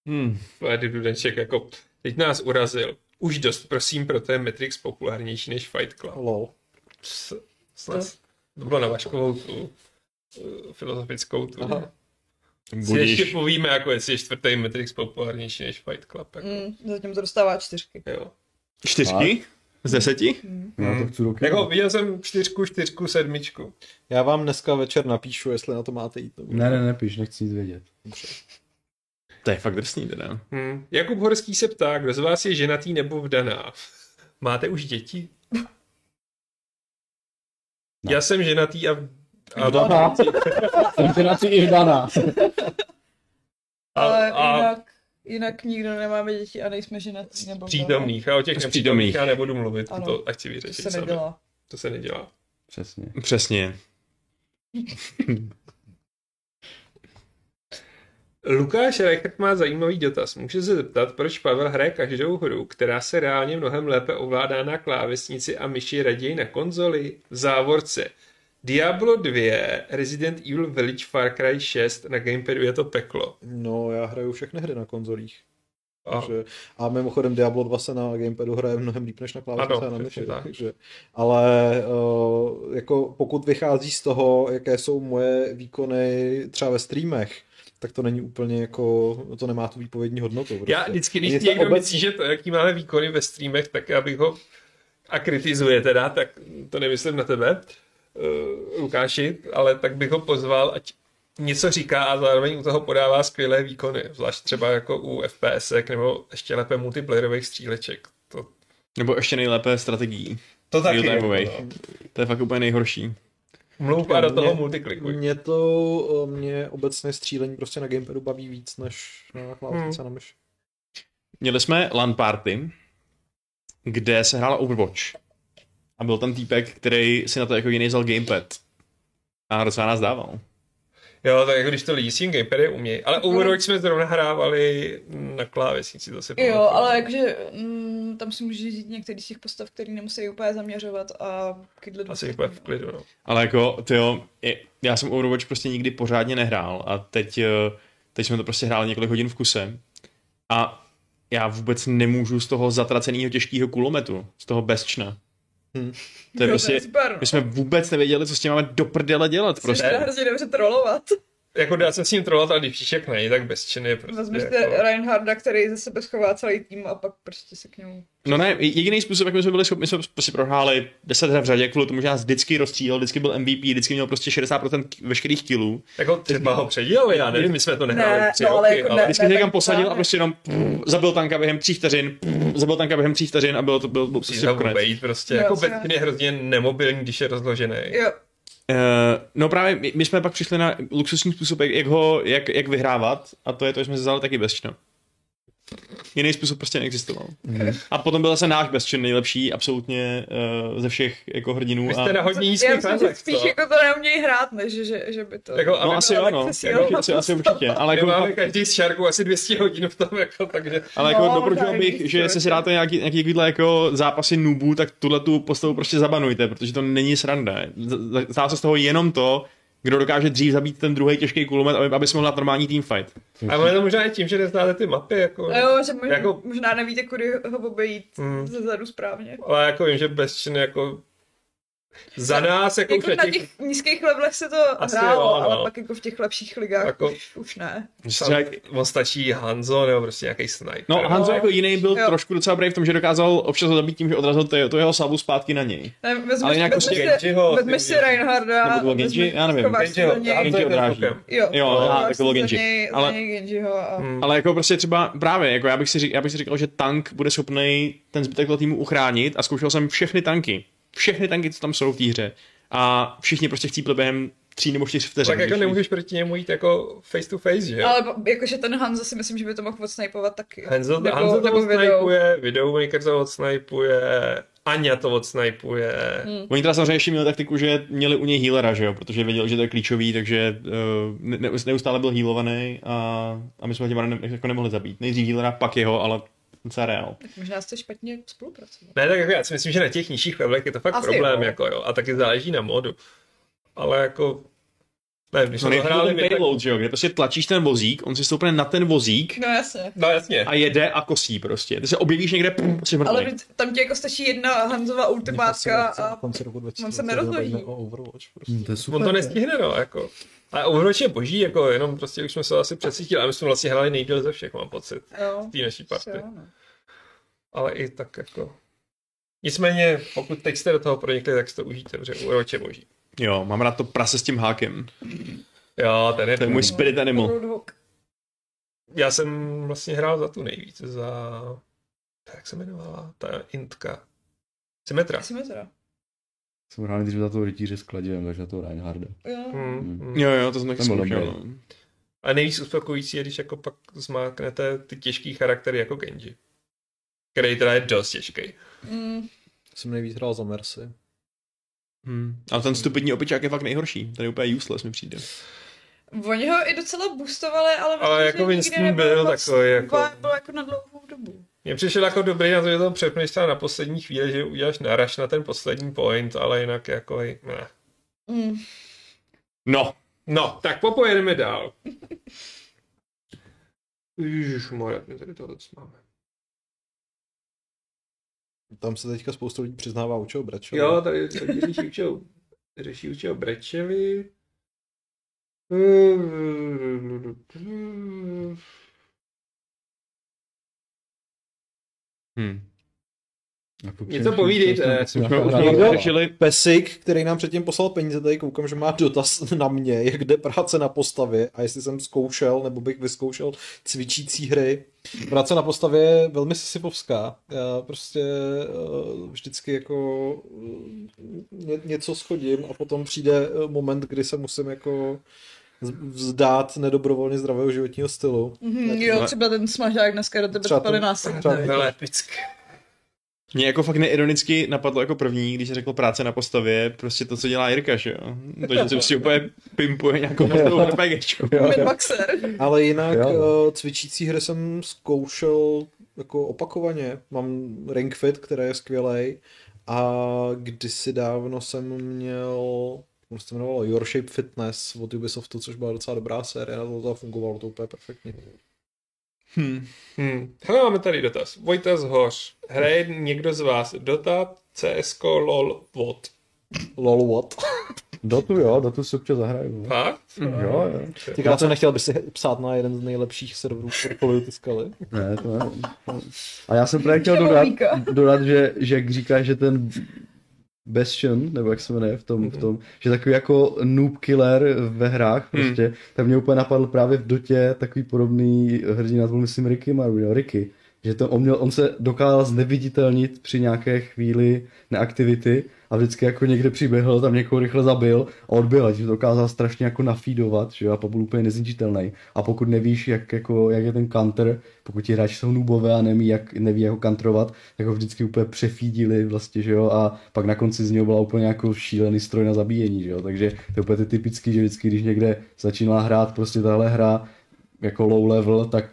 S2: Hmm.
S1: Vlady Dudeček jako, teď nás urazil. Už dost, prosím, proto je Matrix populárnější než Fight Club.
S4: Lol.
S1: Ps- Sles. To bylo na Vaškovou tu eh, filozofickou tu.
S4: Aha.
S1: Si ještě
S2: Budíš.
S1: povíme, jako jestli je čtvrtý Matrix populárnější než Fight Club. Jako.
S5: Mm, zatím to dostává čtyřky.
S1: Jo.
S2: Čtyřky? Z deseti?
S6: Já to chci do kina.
S1: Jako viděl jsem čtyřku, čtyřku, sedmičku.
S4: Já vám dneska večer napíšu, jestli na to máte jít. Nebo...
S6: Ne, ne, nepiš, nechci nic vědět.
S2: To je fakt drsný teda.
S1: Hm. Jakub Horský se ptá, kdo z vás je ženatý nebo vdaná? Máte už děti?
S6: Ne.
S1: Já jsem ženatý a, v- a
S6: Vdaná. Jsem teda ty i vdaná.
S1: A-
S5: Ale
S1: a-
S5: jinak, jinak nikdo nemáme děti a nejsme ženatí. Nebo
S1: přítomných. A o těch
S2: Z
S1: nepřítomných
S2: přítomných.
S1: já nebudu mluvit,
S5: Ano.
S1: to ať si
S5: To
S1: vyřešit
S5: se
S1: sami.
S5: nedělá.
S1: To se nedělá.
S6: Přesně.
S2: Přesně.
S1: Lukáš Reichert má zajímavý dotaz. Může se zeptat, proč Pavel hraje každou hru, která se reálně mnohem lépe ovládá na klávesnici a myši raději na konzoli? V závorce. Diablo 2, Resident Evil Village, Far Cry 6, na Gamepadu je to peklo.
S4: No, já hraju všechny hry na konzolích.
S1: A
S4: Takže, a mimochodem Diablo 2 se na gamepadu hraje mnohem líp než na klávesnici
S1: Ano,
S4: a na myši.
S1: přesně tak.
S4: Takže, ale uh, jako pokud vychází z toho, jaké jsou moje výkony třeba ve streamech, tak to není úplně jako, to nemá tu výpovědní hodnotu. Prostě.
S1: já vždycky, když
S4: Ani ta
S1: někdo
S4: obec-
S1: myslí, že to, jaký máme výkony ve streamech, tak já bych ho a kritizuje teda, tak to nemyslím na tebe, eh, Lukáši, ale tak bych ho pozval, ať něco říká a zároveň u toho podává skvělé výkony, zvlášť třeba jako u FPSek nebo ještě lépe multiplayerových stříleček. To,
S2: Nebo ještě nejlépe strategií.
S1: to
S2: Real timeovej. To je fakt úplně nejhorší.
S1: Mluv a do toho
S4: Mě-
S1: multiklikuj.
S4: Mě to, eh, mě obecně střílení prostě na gamepadu baví víc než na klávesnici a na myši.
S2: Měli jsme LAN party, kde se hrála Overwatch. A byl tam týpek, který si na to jako jiný vzal gamepad. A docela nás dával.
S1: Jo, tak jako když to lidi s tím gamepady umějí. Ale Overwatch jsme zrovna hrávali na klávesnici, to si
S5: Jo,
S1: pamatuju.
S5: ale jakože mm, tam si můžeš říct některý z těch postav, který nemusí úplně zaměřovat a kydle do
S1: Asi
S5: toho.
S1: úplně v klidu, no.
S2: Ale jako, tyjo, je- já jsem Overwatch prostě nikdy pořádně nehrál a teď, eh, teď jsme to prostě hráli několik hodin v kuse A já vůbec nemůžu z toho zatraceného těžkého kulometu, z toho bezčna.
S4: Hm.
S2: To je
S5: Jo,
S2: prostě,
S5: super. no.
S2: my jsme vůbec nevěděli, co s tím máme do prdele dělat
S5: Prostě.
S2: prostě.
S5: hrozně dobře trolovat.
S1: Jako dá se s ním trolovat, ale když příšek není, tak bez činy je prostě
S5: Vezmete
S1: jako...
S5: Reinharda, který ze sebe schová celý tým a pak prostě se k němu...
S2: No ne, jediný způsob, jak my jsme byli schopni, my jsme si prohráli 10 her v řadě, kvůli tomu, že nás vždycky rozstřílel, vždycky byl MVP, vždycky měl prostě 60% k- veškerých killů.
S1: Jako třeba ho předělali, já nevím, my jsme to nehráli
S5: Ne,
S1: tři
S5: no, ale
S1: roky,
S5: jako
S1: ale
S5: ne.
S2: Vždycky se někam
S5: tak
S2: posadil a
S5: právě.
S2: prostě jenom prr, zabil tanka během tří vteřin, prr, zabil tanka během tří vteřin a bylo to bylo, bylo
S1: musíš
S2: prostě
S1: tam
S2: konec.
S1: obejít prostě.
S5: Jo,
S1: jako
S5: třeba.
S1: Batman je hrozně nemobilní, když je rozložený.
S5: Jo,
S2: Eh, no právě my, my, jsme pak přišli na luxusní způsob, jak, jak ho, jak, jak vyhrávat a to je to, že jsme se vzali taky bezčina. Jiný způsob prostě neexistoval.
S1: Mm.
S2: A potom byl zase náš bezčin nejlepší absolutně eh, ze všech jako hrdinů.
S1: Vy
S2: a...
S1: jste na hodně
S5: já
S1: nízkých
S5: myslím, že
S1: levelech,
S5: spíš
S1: co?
S5: jako to neumějí hrát, než že, že by to...
S1: Jako, a
S2: No
S1: my
S2: asi jo,
S5: tak
S2: no.
S5: se
S2: Jako,
S5: sjel.
S2: asi, asi určitě. Ale
S1: my
S2: jako,
S1: máme každý z šarku asi 200 hodin v tom, jako, takže
S2: ale jako
S5: No,
S2: doporučil
S5: tak
S2: bych,
S5: jistě,
S2: že jestli si
S5: určitě.
S2: dáte nějaký, nějaký takovýhle jako zápasy noobů, tak tuhle tu postavu prostě zabanujte, protože to není sranda. Z- z- Stává se z toho jenom to, kdo dokáže dřív zabít ten druhý těžký kulomet, aby, aby jsme mohli dát normální teamfight.
S1: A ono to možná je tím, že neznáte ty mapy, jako...
S5: A jo, že možná,
S1: Jako-
S5: jako... možná nevíte, kudy ho obejít
S1: Hmm.
S5: hmm. ze zadu správně.
S1: Ale jako vím, že bezčin jako... Za nás, jako,
S5: Jako
S1: už
S5: na těch nízkých levelech se to
S1: Asi
S5: hrálo,
S1: jo, no.
S5: ale pak jako v těch lepších ligách
S1: Jako-
S5: jako... už, už ne.
S1: Třeba on stačí Hanzo nebo prostě nějaký sniper.
S2: No, Hanzo
S5: No.
S2: jako jiný byl
S5: Jo.
S2: trošku docela brave v tom, že dokázal občas ho zabít tím, že odrazil to, to jeho sabu zpátky na něj.
S5: ne vezmeš,
S2: Ale nějak
S5: vezmeš,
S1: prostě Genjiho,
S5: si, vezmeš
S1: ty
S5: si
S1: vole.
S5: Reinharda,
S2: Nebo to byl Genji?
S5: vezmeš-
S2: Já nevím.
S5: schováš se
S1: Genjiho,
S5: za něj.
S1: Hanzo
S2: Genji
S1: je ten
S2: odráží.
S1: fukem.
S5: Jo,
S2: Jo,
S5: schováš
S2: aha,
S5: se
S2: tak bylo
S5: za
S2: Genji.
S5: něj- za
S2: Ale-
S5: něj Genjiho a...
S1: Hmm.
S2: Ale jako prostě třeba právě, jako já bych si, řík, já bych si říkal, že tank bude schopný ten zbytek toho týmu uchránit a zkoušel jsem všechny tanky. Všechny tanky, co tam jsou v té hře. A všichni prostě chcípli během tří nebo čtyř vteřin.
S1: Tak jako
S2: když-
S1: nemůžeš proti němu jít jako face to face, že jo?
S5: Ale bo- jakože ten Hanzo si myslím, že by to mohl odsnajpovat taky.
S1: Hanzo,
S5: Jako
S1: Hanzo to
S5: vidou.
S1: odsnajpuje, Videomaker to odsnajpuje, Anja to odsnajpuje.
S5: Hmm.
S2: Oni teda samozřejmě ještě měli taktiku, že měli u něj healera, že jo, protože věděl, že to je klíčový, takže uh, ne, ne- neustále byl healovaný a, a my jsme ho tím ne, jako nemohli zabít. Nejdřív healera, pak jeho, ale no. docela reál.
S5: Možná jste špatně spolupracovali.
S1: Ne, tak jako já si myslím, že na těch nižších levelech je to fakt
S5: Asi
S1: problém,
S5: jo.
S1: jako jo. A taky záleží na modu. Ale jako... Nevím, když
S2: No,
S1: jsme to
S2: nejhráli
S1: hráli
S2: ten
S1: my, tak...
S2: payload, že jo, kde prostě tlačíš ten vozík, on si stoupne na ten vozík
S5: No jasně.
S1: No jasně.
S2: a jede a kosí prostě. Ty se objevíš někde, pum, jsi
S5: Ale
S2: mrtvý.
S5: vždyť tam ti jako stačí jedna Hanzova ultimátka a...
S4: Prostě konci roku
S5: on eh, se
S4: 2020
S5: nerozloží.
S4: bavíme o Overwatch. Prostě.
S6: Hmm, to
S1: On
S6: je super.
S1: to nestihne, no, jako. A Overwatch je boží, jako jenom prostě už jsme se asi přesítili, ale my jsme vlastně hráli nejdíl ze všech, mám pocit,
S5: Jo.
S1: v té naší party.
S5: Jo, no.
S1: Ale i tak jako... Nicméně, pokud teď jste do toho pronikli, tak si to užijte, protože Overwatch je boží.
S2: Jo, mám rád to prase s tím hákem.
S1: Jo, ten je,
S2: To je
S6: Mm.
S2: můj spirit animal.
S5: Roadhog.
S1: Já jsem vlastně hrál za tu nejvíc, za... Jak se jmenovala? Ta intka. Symetra.
S5: Asi mi teda.
S6: Jsem rád, když za toho rytíře s kladivem, takže za toho Reinharda.
S5: Jo.
S1: Hmm, hmm.
S2: Jo, jo, to jsem taky
S6: Ten byl
S2: zkoušel.
S6: Mm. dobrý.
S2: no.
S1: A nejvíc uspokojící je, když jako pak zmáknete ty těžký charaktery jako Genji. Který teda je dost těžký.
S5: Mm,
S4: Jsem nejvíc hrál za Mercy.
S2: Hm. Ale ten stupidní opičák je fakt nejhorší. Ten je úplně useless mi přijde.
S5: Oni ho i docela boostovali, ale...
S1: Ale
S5: myslím,
S1: jako
S5: že nikdy
S1: Winston
S5: nebyl
S1: byl
S5: moc-
S1: takový jako-
S5: Byl jako na dlouhou dobu.
S1: Mně přišel jako dobrý na to, že tam přepneš třeba na poslední chvíli, že uděláš naraž na ten poslední point, ale jinak jako i- ne.
S5: Mm.
S2: No,
S1: No, tak popojedeme dál. Ježišmarja, my tady to dost máme.
S4: Tam se teďka spoustu lidí přiznává, u čeho brečel.
S1: Jo, tady se řeší učil, řeší učil Brečevi. Mm.
S2: Hm.
S1: Něco povídejte.
S2: Jsme už
S4: Někdo?
S2: někdo řešili,
S4: Pesik, který nám předtím poslal peníze, tady koukám, že má dotaz na mě, jak jde práce na postavě a jestli jsem zkoušel, nebo bych vyzkoušel cvičící hry. Práce na postavě je velmi sisyfovská. Já prostě eh, vždycky jako eh, ně, něco schodím a potom přijde eh, moment, kdy se musím jako z- vzdát nedobrovolně zdravého životního stylu.
S5: Mhm, jo, třeba ten smažák dneska do tebe
S4: Třeba
S5: spadl
S4: to-
S5: násilně.
S4: třeba-
S5: viď?
S1: Hele, epické.
S2: mě jako fakt neironicky napadlo jako první, když řekl práce na postavě, prostě to, co dělá Jirka, že jo? To, že si prostě úplně pimpuje nějakou postavu RPGčku.
S6: Jo, jo.
S5: Midboxer.
S4: Ale jinak
S6: Jo.
S4: jo. cvičící hry jsem zkoušel jako opakovaně. Mám Ring Fit, který je skvělej. A kdysi dávno jsem měl on se to jmenovalo Your Shape Fitness od Ubisoftu, což byla docela dobrá série, na to, to fungovalo to úplně perfektně.
S1: Hmm. Hele, máme tady dotaz. Vojta z Hoř. Hraje někdo z vás Dota, CSK, LOL, VOD?
S4: Lol what?
S6: Dotu jo, Dotu si občas zahraju. no.
S1: Fakt?
S6: Jo, jo.
S4: Ty krátce nechtěl bys si psát na jeden z nejlepších serverů portfolio ty skaly.
S6: Ne, to ne. A já jsem právě chtěl dodat,
S5: Žalobíka.
S6: dodat že, že jak říkáš, že ten Bastion, nebo jak se jmenuje v tom, v tom, že takový jako noob killer ve hrách prostě, tak mě úplně napadl právě v dotě takový podobný hrdina, to byl myslím Ricky Maru, jo, Ricky. Že to on, měl, on se dokázal zneviditelnit při nějaké chvíli neaktivity a vždycky jako někde přiběhl, tam někoho rychle zabil a odbyl, že to dokázal strašně jako nafídovat, že jo, a pak byl úplně nezničitelný. A pokud nevíš, jak, jako, jak je ten counter, pokud ti hráči jsou nubové a neví, jak, neví, jak ho kantrovat, tak ho vždycky úplně přefídili vlastně, že jo, a pak na konci z něho byla úplně jako šílený stroj na zabíjení, že jo, takže to je úplně ty typický, že vždycky, když někde začíná hrát prostě tahle hra jako low level, tak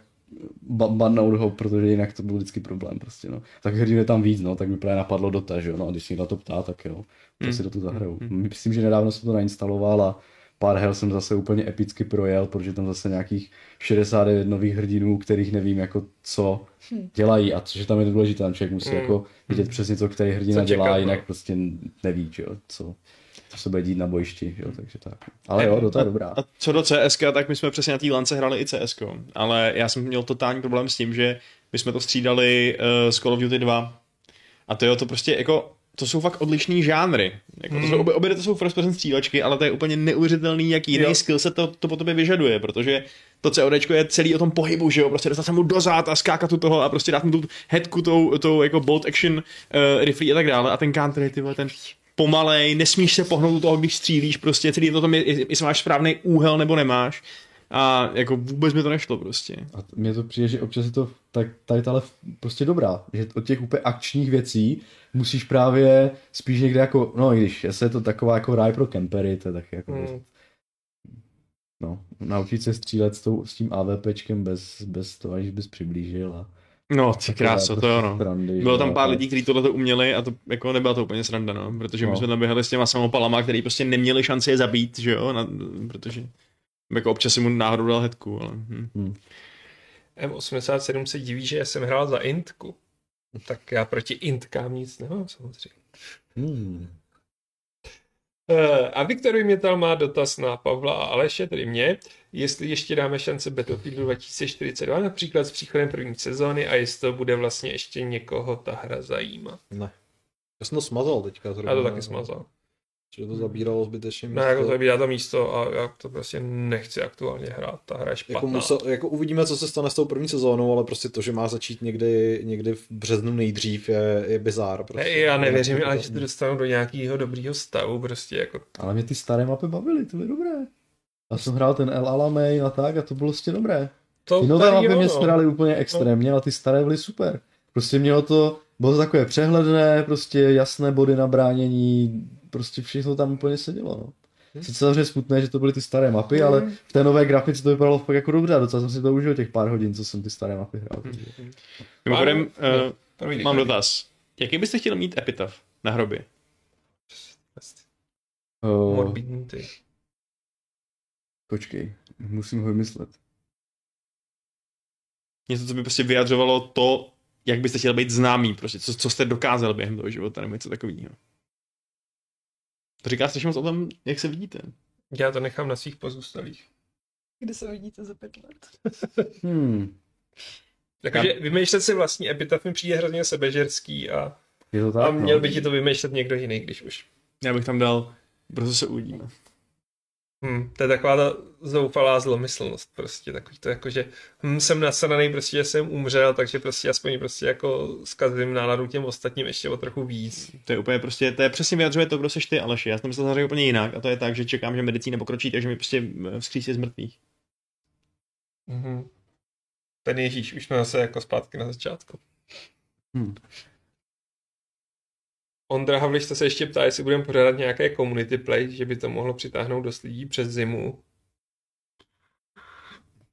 S6: ba- bannout ho, protože jinak to byl vždycky problém prostě, no. Tak hrdinu je tam víc, no, tak mi právě napadlo Dota, že jo, no, a když se na to ptá, tak jo, to
S1: Hmm.
S6: si do toho zahraju. Myslím, že nedávno jsem to nainstaloval a pár her jsem zase úplně epicky projel, protože tam zase nějakých 69 nových hrdinů, kterých nevím jako co dělají a což je tam je důležité, tam člověk musí jako vidět přesně co který hrdina
S1: Hmm. Co
S6: dělá,
S1: čekat, no.
S6: jinak prostě neví, že jo, co, co se bude dít na bojišti, že jo, takže tak. Ale jo, Dota je dobrá.
S2: A co do CSK, tak my jsme přesně na té lance hráli i CSK, ale já jsem měl totální problém s tím, že my jsme to střídali uh, s Call of Duty 2. A to jo, to prostě jako, to jsou fakt odlišný žánry. Jako, to jsou, obě, obě to jsou first person střílečky, ale to je úplně neuvěřitelný, jaký jiný
S1: Jo.
S2: skill se to, to po tobě vyžaduje, protože to CODčko je celý o tom pohybu, že jo, prostě dostat se mu do zad a skákat tu toho a prostě dát mu tu headku tou, tou jako bolt action uh, riflí a tak dále a ten counter je ty vole, ten pomalej, nesmíš se pohnout u toho, když střílíš, prostě celý je to tom, je- je- jestli máš správný úhel nebo nemáš a jako vůbec mi to nešlo prostě.
S6: A t- mně to přijde, že občas je to tak, tady tahle f- prostě dobrá, že od těch úplně akčních věcí musíš právě spíš někde jako, no i když, jestli je to taková jako ráj pro kempery, to je taky jako,
S1: Hmm.
S6: dost- no, naučit se střílet s, tou, s tím AVPčkem bez, bez toho, aniž bys přiblížil a
S2: No, ty kráso, to jo no.
S6: Brandy,
S2: Bylo tam pár lidí, kteří tohle uměli a to jako nebyla to úplně sranda, no, protože my
S6: No.
S2: jsme tam běhali s těma samopalama, který prostě neměli šanci je zabít, že jo, na, protože jako občas si mu náhodou dal hetku, ale hm.
S1: M87 se diví, že jsem hrál za Intku. Tak já proti Intkám nic nemám samozřejmě.
S6: Hmm.
S1: Eh, A Viktor Mětal má dotaz na Pavla a Aleše, tedy mě, jestli ještě dáme šance Battlefieldu 2042, například s příchodem první sezóny a jestli to bude vlastně ještě někoho ta hra zajímat.
S4: Já jsem to smazal teďka. Zrovna,
S1: Já to taky smazal.
S4: Prostě- Že to zabíralo zbytečně
S1: No jako to vybírá to místo a já to prostě nechci aktuálně hrát, ta hra je špatná.
S4: Jako, musel, jako uvidíme, co se stane s tou první sezónou, ale prostě to, že má začít někdy, někdy v březnu nejdřív, je, je bizár. Prostě.
S1: Ne, já nevěřím, ale že to dostanu do nějakého dobrýho stavu, prostě jako
S6: Ale mě ty staré mapy bavily, ty byly dobré. Já jsem hrál ten El Alamein a tak a to bylo prostě dobré.
S1: to
S6: Ty nové
S1: tady,
S6: mapy
S1: jo,
S6: mě
S1: no.
S6: strali úplně extrémně, ale ty staré byly super. Prostě mělo to, bylo to takové přehledné, prostě jasné body na bránění, prostě všechno tam úplně sedělo. No.
S1: Hm.
S6: Sice samozřejmě smutné, že to byly ty staré mapy, ale v té nové grafice to vypadalo fakt jako dobře a docela jsem si to užil těch pár hodin, co jsem ty staré mapy hrál. takže.
S1: Hm.
S2: Mimochodem,
S1: Ano,
S2: uh,
S1: Promiň,
S2: mám
S1: Viktor.
S2: dotaz. Jaký byste chtěli mít epitaf na hrobě?
S6: Oh,
S1: Morbidní ty.
S6: počkej, musím ho vymyslet.
S2: Něco, co by prostě vyjadřovalo to, jak byste chtěli být známý, prostě, co, co jste dokázal během toho života, nebo něco takového. To říká strašně moc o tom, jak se vidíte.
S1: Já to nechám na svých pozůstalých.
S5: Kde se vidíte za pět let?
S6: Hmm,
S1: Takže vymýšlet si vlastní epitaf mi přijde hrozně sebežerský a,
S6: je to tak,
S1: a měl
S6: no.
S1: by ti to vymýšlet někdo jiný, když už.
S2: Já bych tam dal, brzo se uvidíme.
S1: Hm, to je taková ta zoufalá zlomyslnost prostě, takový to jako, že hm, jsem nasraný prostě, že jsem umřel, takže prostě aspoň prostě jako zkazím náladu těm ostatním ještě o trochu víc.
S2: To je úplně prostě, to je přesně vyjadřuje to, kdo seš ty, Aleši. Já jsem to myslel samozřejmě úplně jinak a to je tak, že čekám, že medicína pokročí, takže mi prostě eh, vzkřísí z mrtvých.
S1: Mhm. Ten Ježíš, už jsme zase jako zpátky na začátku.
S6: Hmm.
S1: Ondra Havliš to se ještě ptá, jestli budeme pořádat nějaké community play, že by to mohlo přitáhnout dost lidí přes zimu,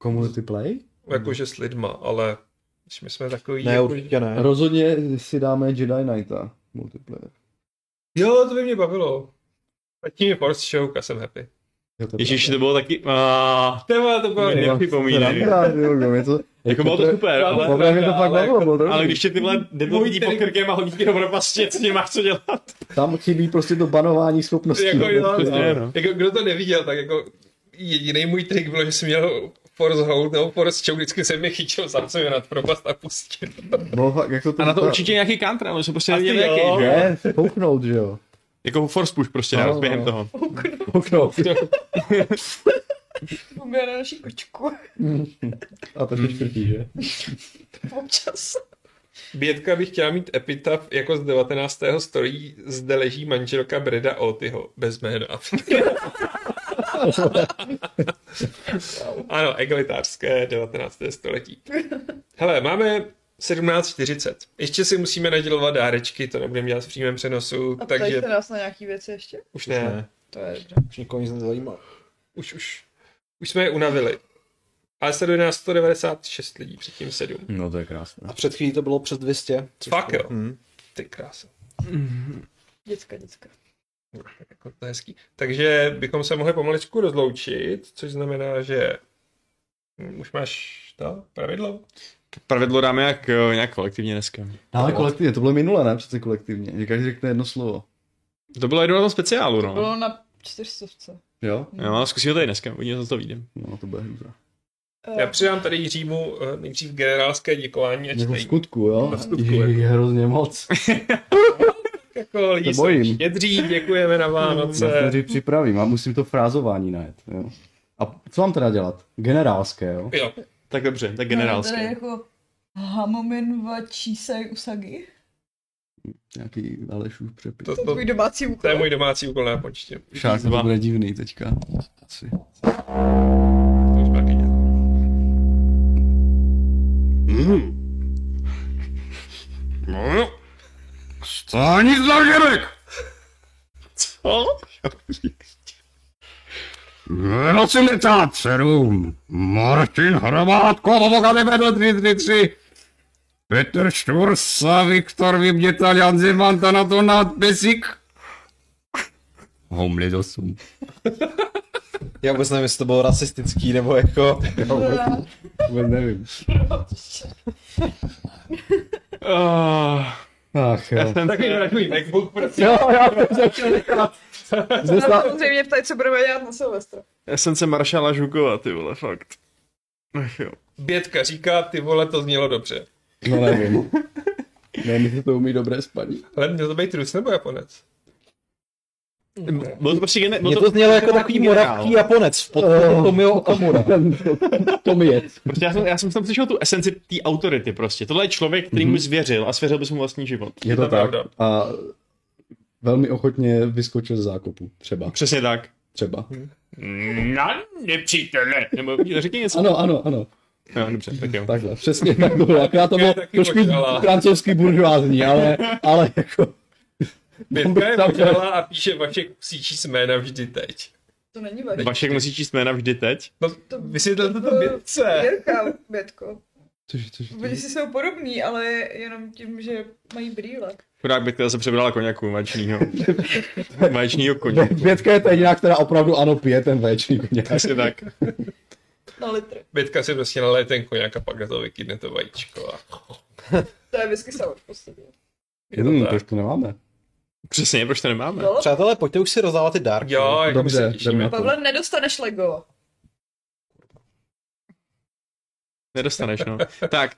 S6: Community play?
S1: jakože s lidma, ale když my jsme takový...
S4: Ne,
S1: jako,
S4: určitě ne.
S6: Rozhodně si dáme Jedi Knighta multiplayer.
S1: Jo, to by mě bavilo. Zatím je Force Show, a jsem happy.
S6: Jo, to je
S2: Ježíš, to bylo taky... Uh, to bylo, to bylo
S6: pravda.
S2: nepřipomínaný.
S6: Sranda, ty vole, mě to-
S2: Jako bylo to super, ale,
S6: Opravdu mě to fakt bavilo, bylo to
S2: ale
S6: dobrý.
S2: když tě tyhle debil vidí pod krkem a hodí ti do propasti, co tě máš co dělat?
S6: Tam chybí prostě to banování schopností.
S1: Jako, jo,
S6: Prostě-
S1: no.
S2: no.
S1: jako, kdo to neviděl, tak jako jediný můj trik bylo, že jsem měl force hold nebo force show, vždycky jsem mě chytil, sám jsem je nad propast a pustil.
S6: No, fakt, jak to
S2: A na to
S6: vypadá-
S2: určitě nějaký counter, ale jsou prostě
S1: Asi
S2: nevěděli
S1: jo.
S2: jaký, že jo?
S6: Ne, pouknout, že jo.
S2: Jako force push prostě, no,
S6: no.
S2: během toho.
S6: Pouknout.
S5: Bumbi na naší kočku.
S6: A to je čtvrtý, že?
S5: Občas.
S1: Bětka by chtěla mít epitaf jako z 19. století, zde leží manželka Breda Oltyho, bez jména. ano, egalitářské 19. století. Hele, máme 17.40. Ještě si musíme nadělovat dárečky, to nebudeme dělat v přímém přenosu,
S5: A Takže...
S1: takže
S5: ptají se nás na nějaký věci ještě?
S1: už ne.
S5: To je dobře.
S4: Už nikoho nic nezajímá.
S1: Už, už, už jsme je unavili. Ale sleduje nás 196 lidí, předtím 7.
S6: No to je krásné.
S4: A před chvílí to bylo přes 200. což
S1: Fakt
S4: bylo-
S1: jo. Ty krása.
S5: Děcka, děcka.
S1: Jako to je hezký. Takže bychom se mohli pomaličku rozloučit, což znamená, že hm, už máš to pravidlo.
S2: Pravidlo dáme jak, eh, nějak kolektivně dneska.
S6: No, Ale kolektivně, to bylo minule, ne? Přece kolektivně, že každý řekne jedno slovo.
S2: To bylo jedno na tom speciálu, no.
S5: Bylo na čtyřstovce.
S6: Jo?
S2: Jo, zkusíme to i dneska, uvidíme, co to vyjde.
S6: No, to bude hrůza.
S1: Já přidám tady Jiřímu eh, nejdřív generálské děkování a
S6: Jako v
S1: čtení.
S6: skutku, jo?
S1: V skutku,
S6: Ježiš,
S1: jako.
S6: je hrozně moc.
S1: Jako lidi
S6: Se
S1: jsou
S6: bojím. Mm,
S1: štědří, děkujeme na
S6: Já to
S1: Vánoce.
S6: nejdřív připravím a musím to frázování najít. Jo? A co mám teda dělat? Generálské, jo?
S1: Jo,
S2: Tak dobře, tak
S5: No, tady
S2: generálské.
S5: jako Hamomin va čísej usagi.
S6: Nějaký Alešův přepis.
S1: to,
S5: To je
S1: to,
S5: tvůj domácí úkol.
S1: to je můj domácí úkol na počtě.
S6: Šák
S2: dva.
S6: to bude divný teďka. Asi.
S1: To už taky dělám.
S6: Stání zlažerek!
S2: Co?
S3: Roci letá dcerům. Martin Hromádko, Avokady vedl 333. Petr Štvursa, Viktor Vybdětal, Jan Zimanta na to nadpisík. Homli do sum.
S4: Já vůbec nevím, jestli to bylo rasistický, nebo jako...
S6: Vůbec nevím.
S2: Uh,
S6: Ach jo.
S2: ten,
S1: Takový takový MacBook, prostě.
S6: Jo, já jsem začal říkat. Ze
S5: Nás
S6: sta-
S5: samozřejmě ptají, co budeme dělat na Silvestra.
S2: esence Maršála Žukova, ty vole, fakt. Ach jo.
S1: Bětka říká, ty vole, to znělo dobře.
S6: No nevím. Ne, mi se to umí dobré spaní.
S1: Ale měl to být Rus nebo Japonec?
S2: Bylo to prostě gener...
S4: Mně to znělo jako takový moravský Japonec v podporu Tomio Okamura.
S6: To mi je.
S2: Prostě já jsem, já jsem tam slyšel tu esenci té autority prostě. Tohle je člověk, který
S4: Mhm.
S2: mu zvěřil a svěřil bys mu vlastní život.
S6: Je to
S1: to
S6: tak.
S1: pravda.
S6: A velmi ochotně vyskočil z zákopu. Třeba.
S2: Přesně tak.
S6: Třeba.
S2: Hmm. Na nepřítele. Nebo řekni něco.
S6: Ano, ano, ano.
S2: No, dobře, tak jo.
S6: Takhle, přesně tak to bylo. Akorát to bylo
S1: taky
S6: trošku
S1: podělá.
S6: francouzský buržoázní, ale, ale jako...
S1: Bětka je
S6: Tam-
S1: podělala a píše Vašek musí číst jména vždy teď.
S5: To není vaše.
S2: Vašek musí číst jména vždy teď.
S1: No, vysvětlete to Bětce.
S5: Jirka, Bětko.
S6: Cože, cože,
S5: Oni si jsou podobní, ale jenom tím, že mají brýle.
S2: Chudák bych se přebrala koněku vaječního. vaječního koně.
S4: No.
S6: Větka je ta jediná, která opravdu ano pije ten vaječný koněk.
S2: Přesně tak.
S5: Na litr.
S1: Bětka si prostě naleje ten koněk a pak na to vykydne to vajíčko. A...
S5: To je whisky sour v podstatě.
S1: Je to
S6: Hmm,
S1: tak.
S6: proč to nemáme?
S2: Přesně, proč to nemáme?
S5: No?
S4: Přátelé, pojďte už si rozdávat ty dárky.
S1: Jo, jako Dobře,
S6: Dobře,
S1: se těšíme.
S6: jdeme.
S5: Pavle, nedostaneš Lego.
S2: Nedostaneš, no. Tak,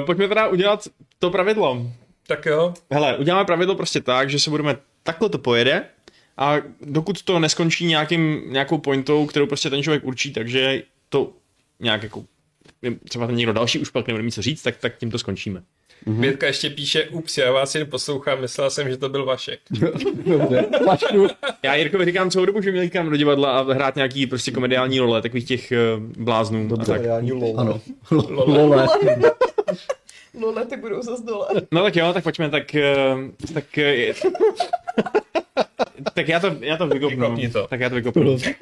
S2: uh, pojďme teda udělat to pravidlo.
S1: Tak jo,
S2: Hele, uděláme pravidlo prostě tak, že se budeme, takhle to pojede a dokud to neskončí nějakým, nějakou pointou, kterou prostě ten člověk určí, takže to nějak jako třeba ten někdo další už pak nebude mít co říct, tak, tak tím to skončíme.
S6: Mhm.
S1: Bětka ještě píše, ups, já vás jen poslouchám, myslela jsem, že to byl Vašek.
S6: Dobře, Vašku,
S2: Já Jirkovi říkám celou dobu, že měl jít kam do divadla a hrát nějaký prostě komediální role, takových těch eh, bláznů a tak.
S4: Seriální lol.
S6: Ano. Lole.
S5: Lole, ty budou zas dole.
S2: No tak jo, tak pojďme, tak... eh, tak eh, tak já to, já to vykopnu.
S1: Vykopni to.
S2: Tak já to vykopnu.
S6: prostě,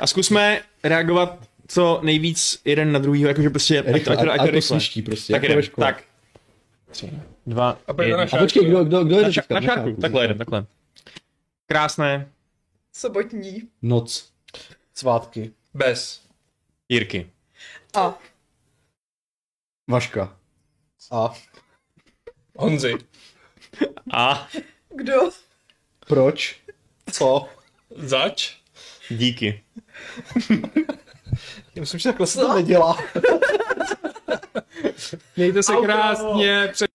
S2: A zkusme reagovat co nejvíc jeden na druhýho, jakože prostě... Ať,
S6: Rychle,
S2: ať,
S6: a,
S2: ať,
S6: a to
S2: rychle.
S6: sviští prostě.
S2: Tak
S6: jako ve
S2: jdem,
S6: škole.
S2: tak. Tři, dva,
S1: A pojď
S2: jedna.
S1: na
S6: A
S1: šárku.
S6: počkej, kdo, kdo, kdo
S2: Na,
S6: jede
S2: šar-
S6: teďka?
S2: na šárku, takhle jedem, takhle. Krásné.
S5: Sobotní.
S6: Noc.
S4: Svátky.
S1: Bez.
S2: Jirky.
S5: A.
S6: Vaška.
S4: A
S1: Honzi.
S2: A
S5: Kdo?
S6: Proč?
S4: co?
S1: Zač.
S2: díky.
S4: Já myslím, že takhle se to nedělá.
S1: Mějte se krásně,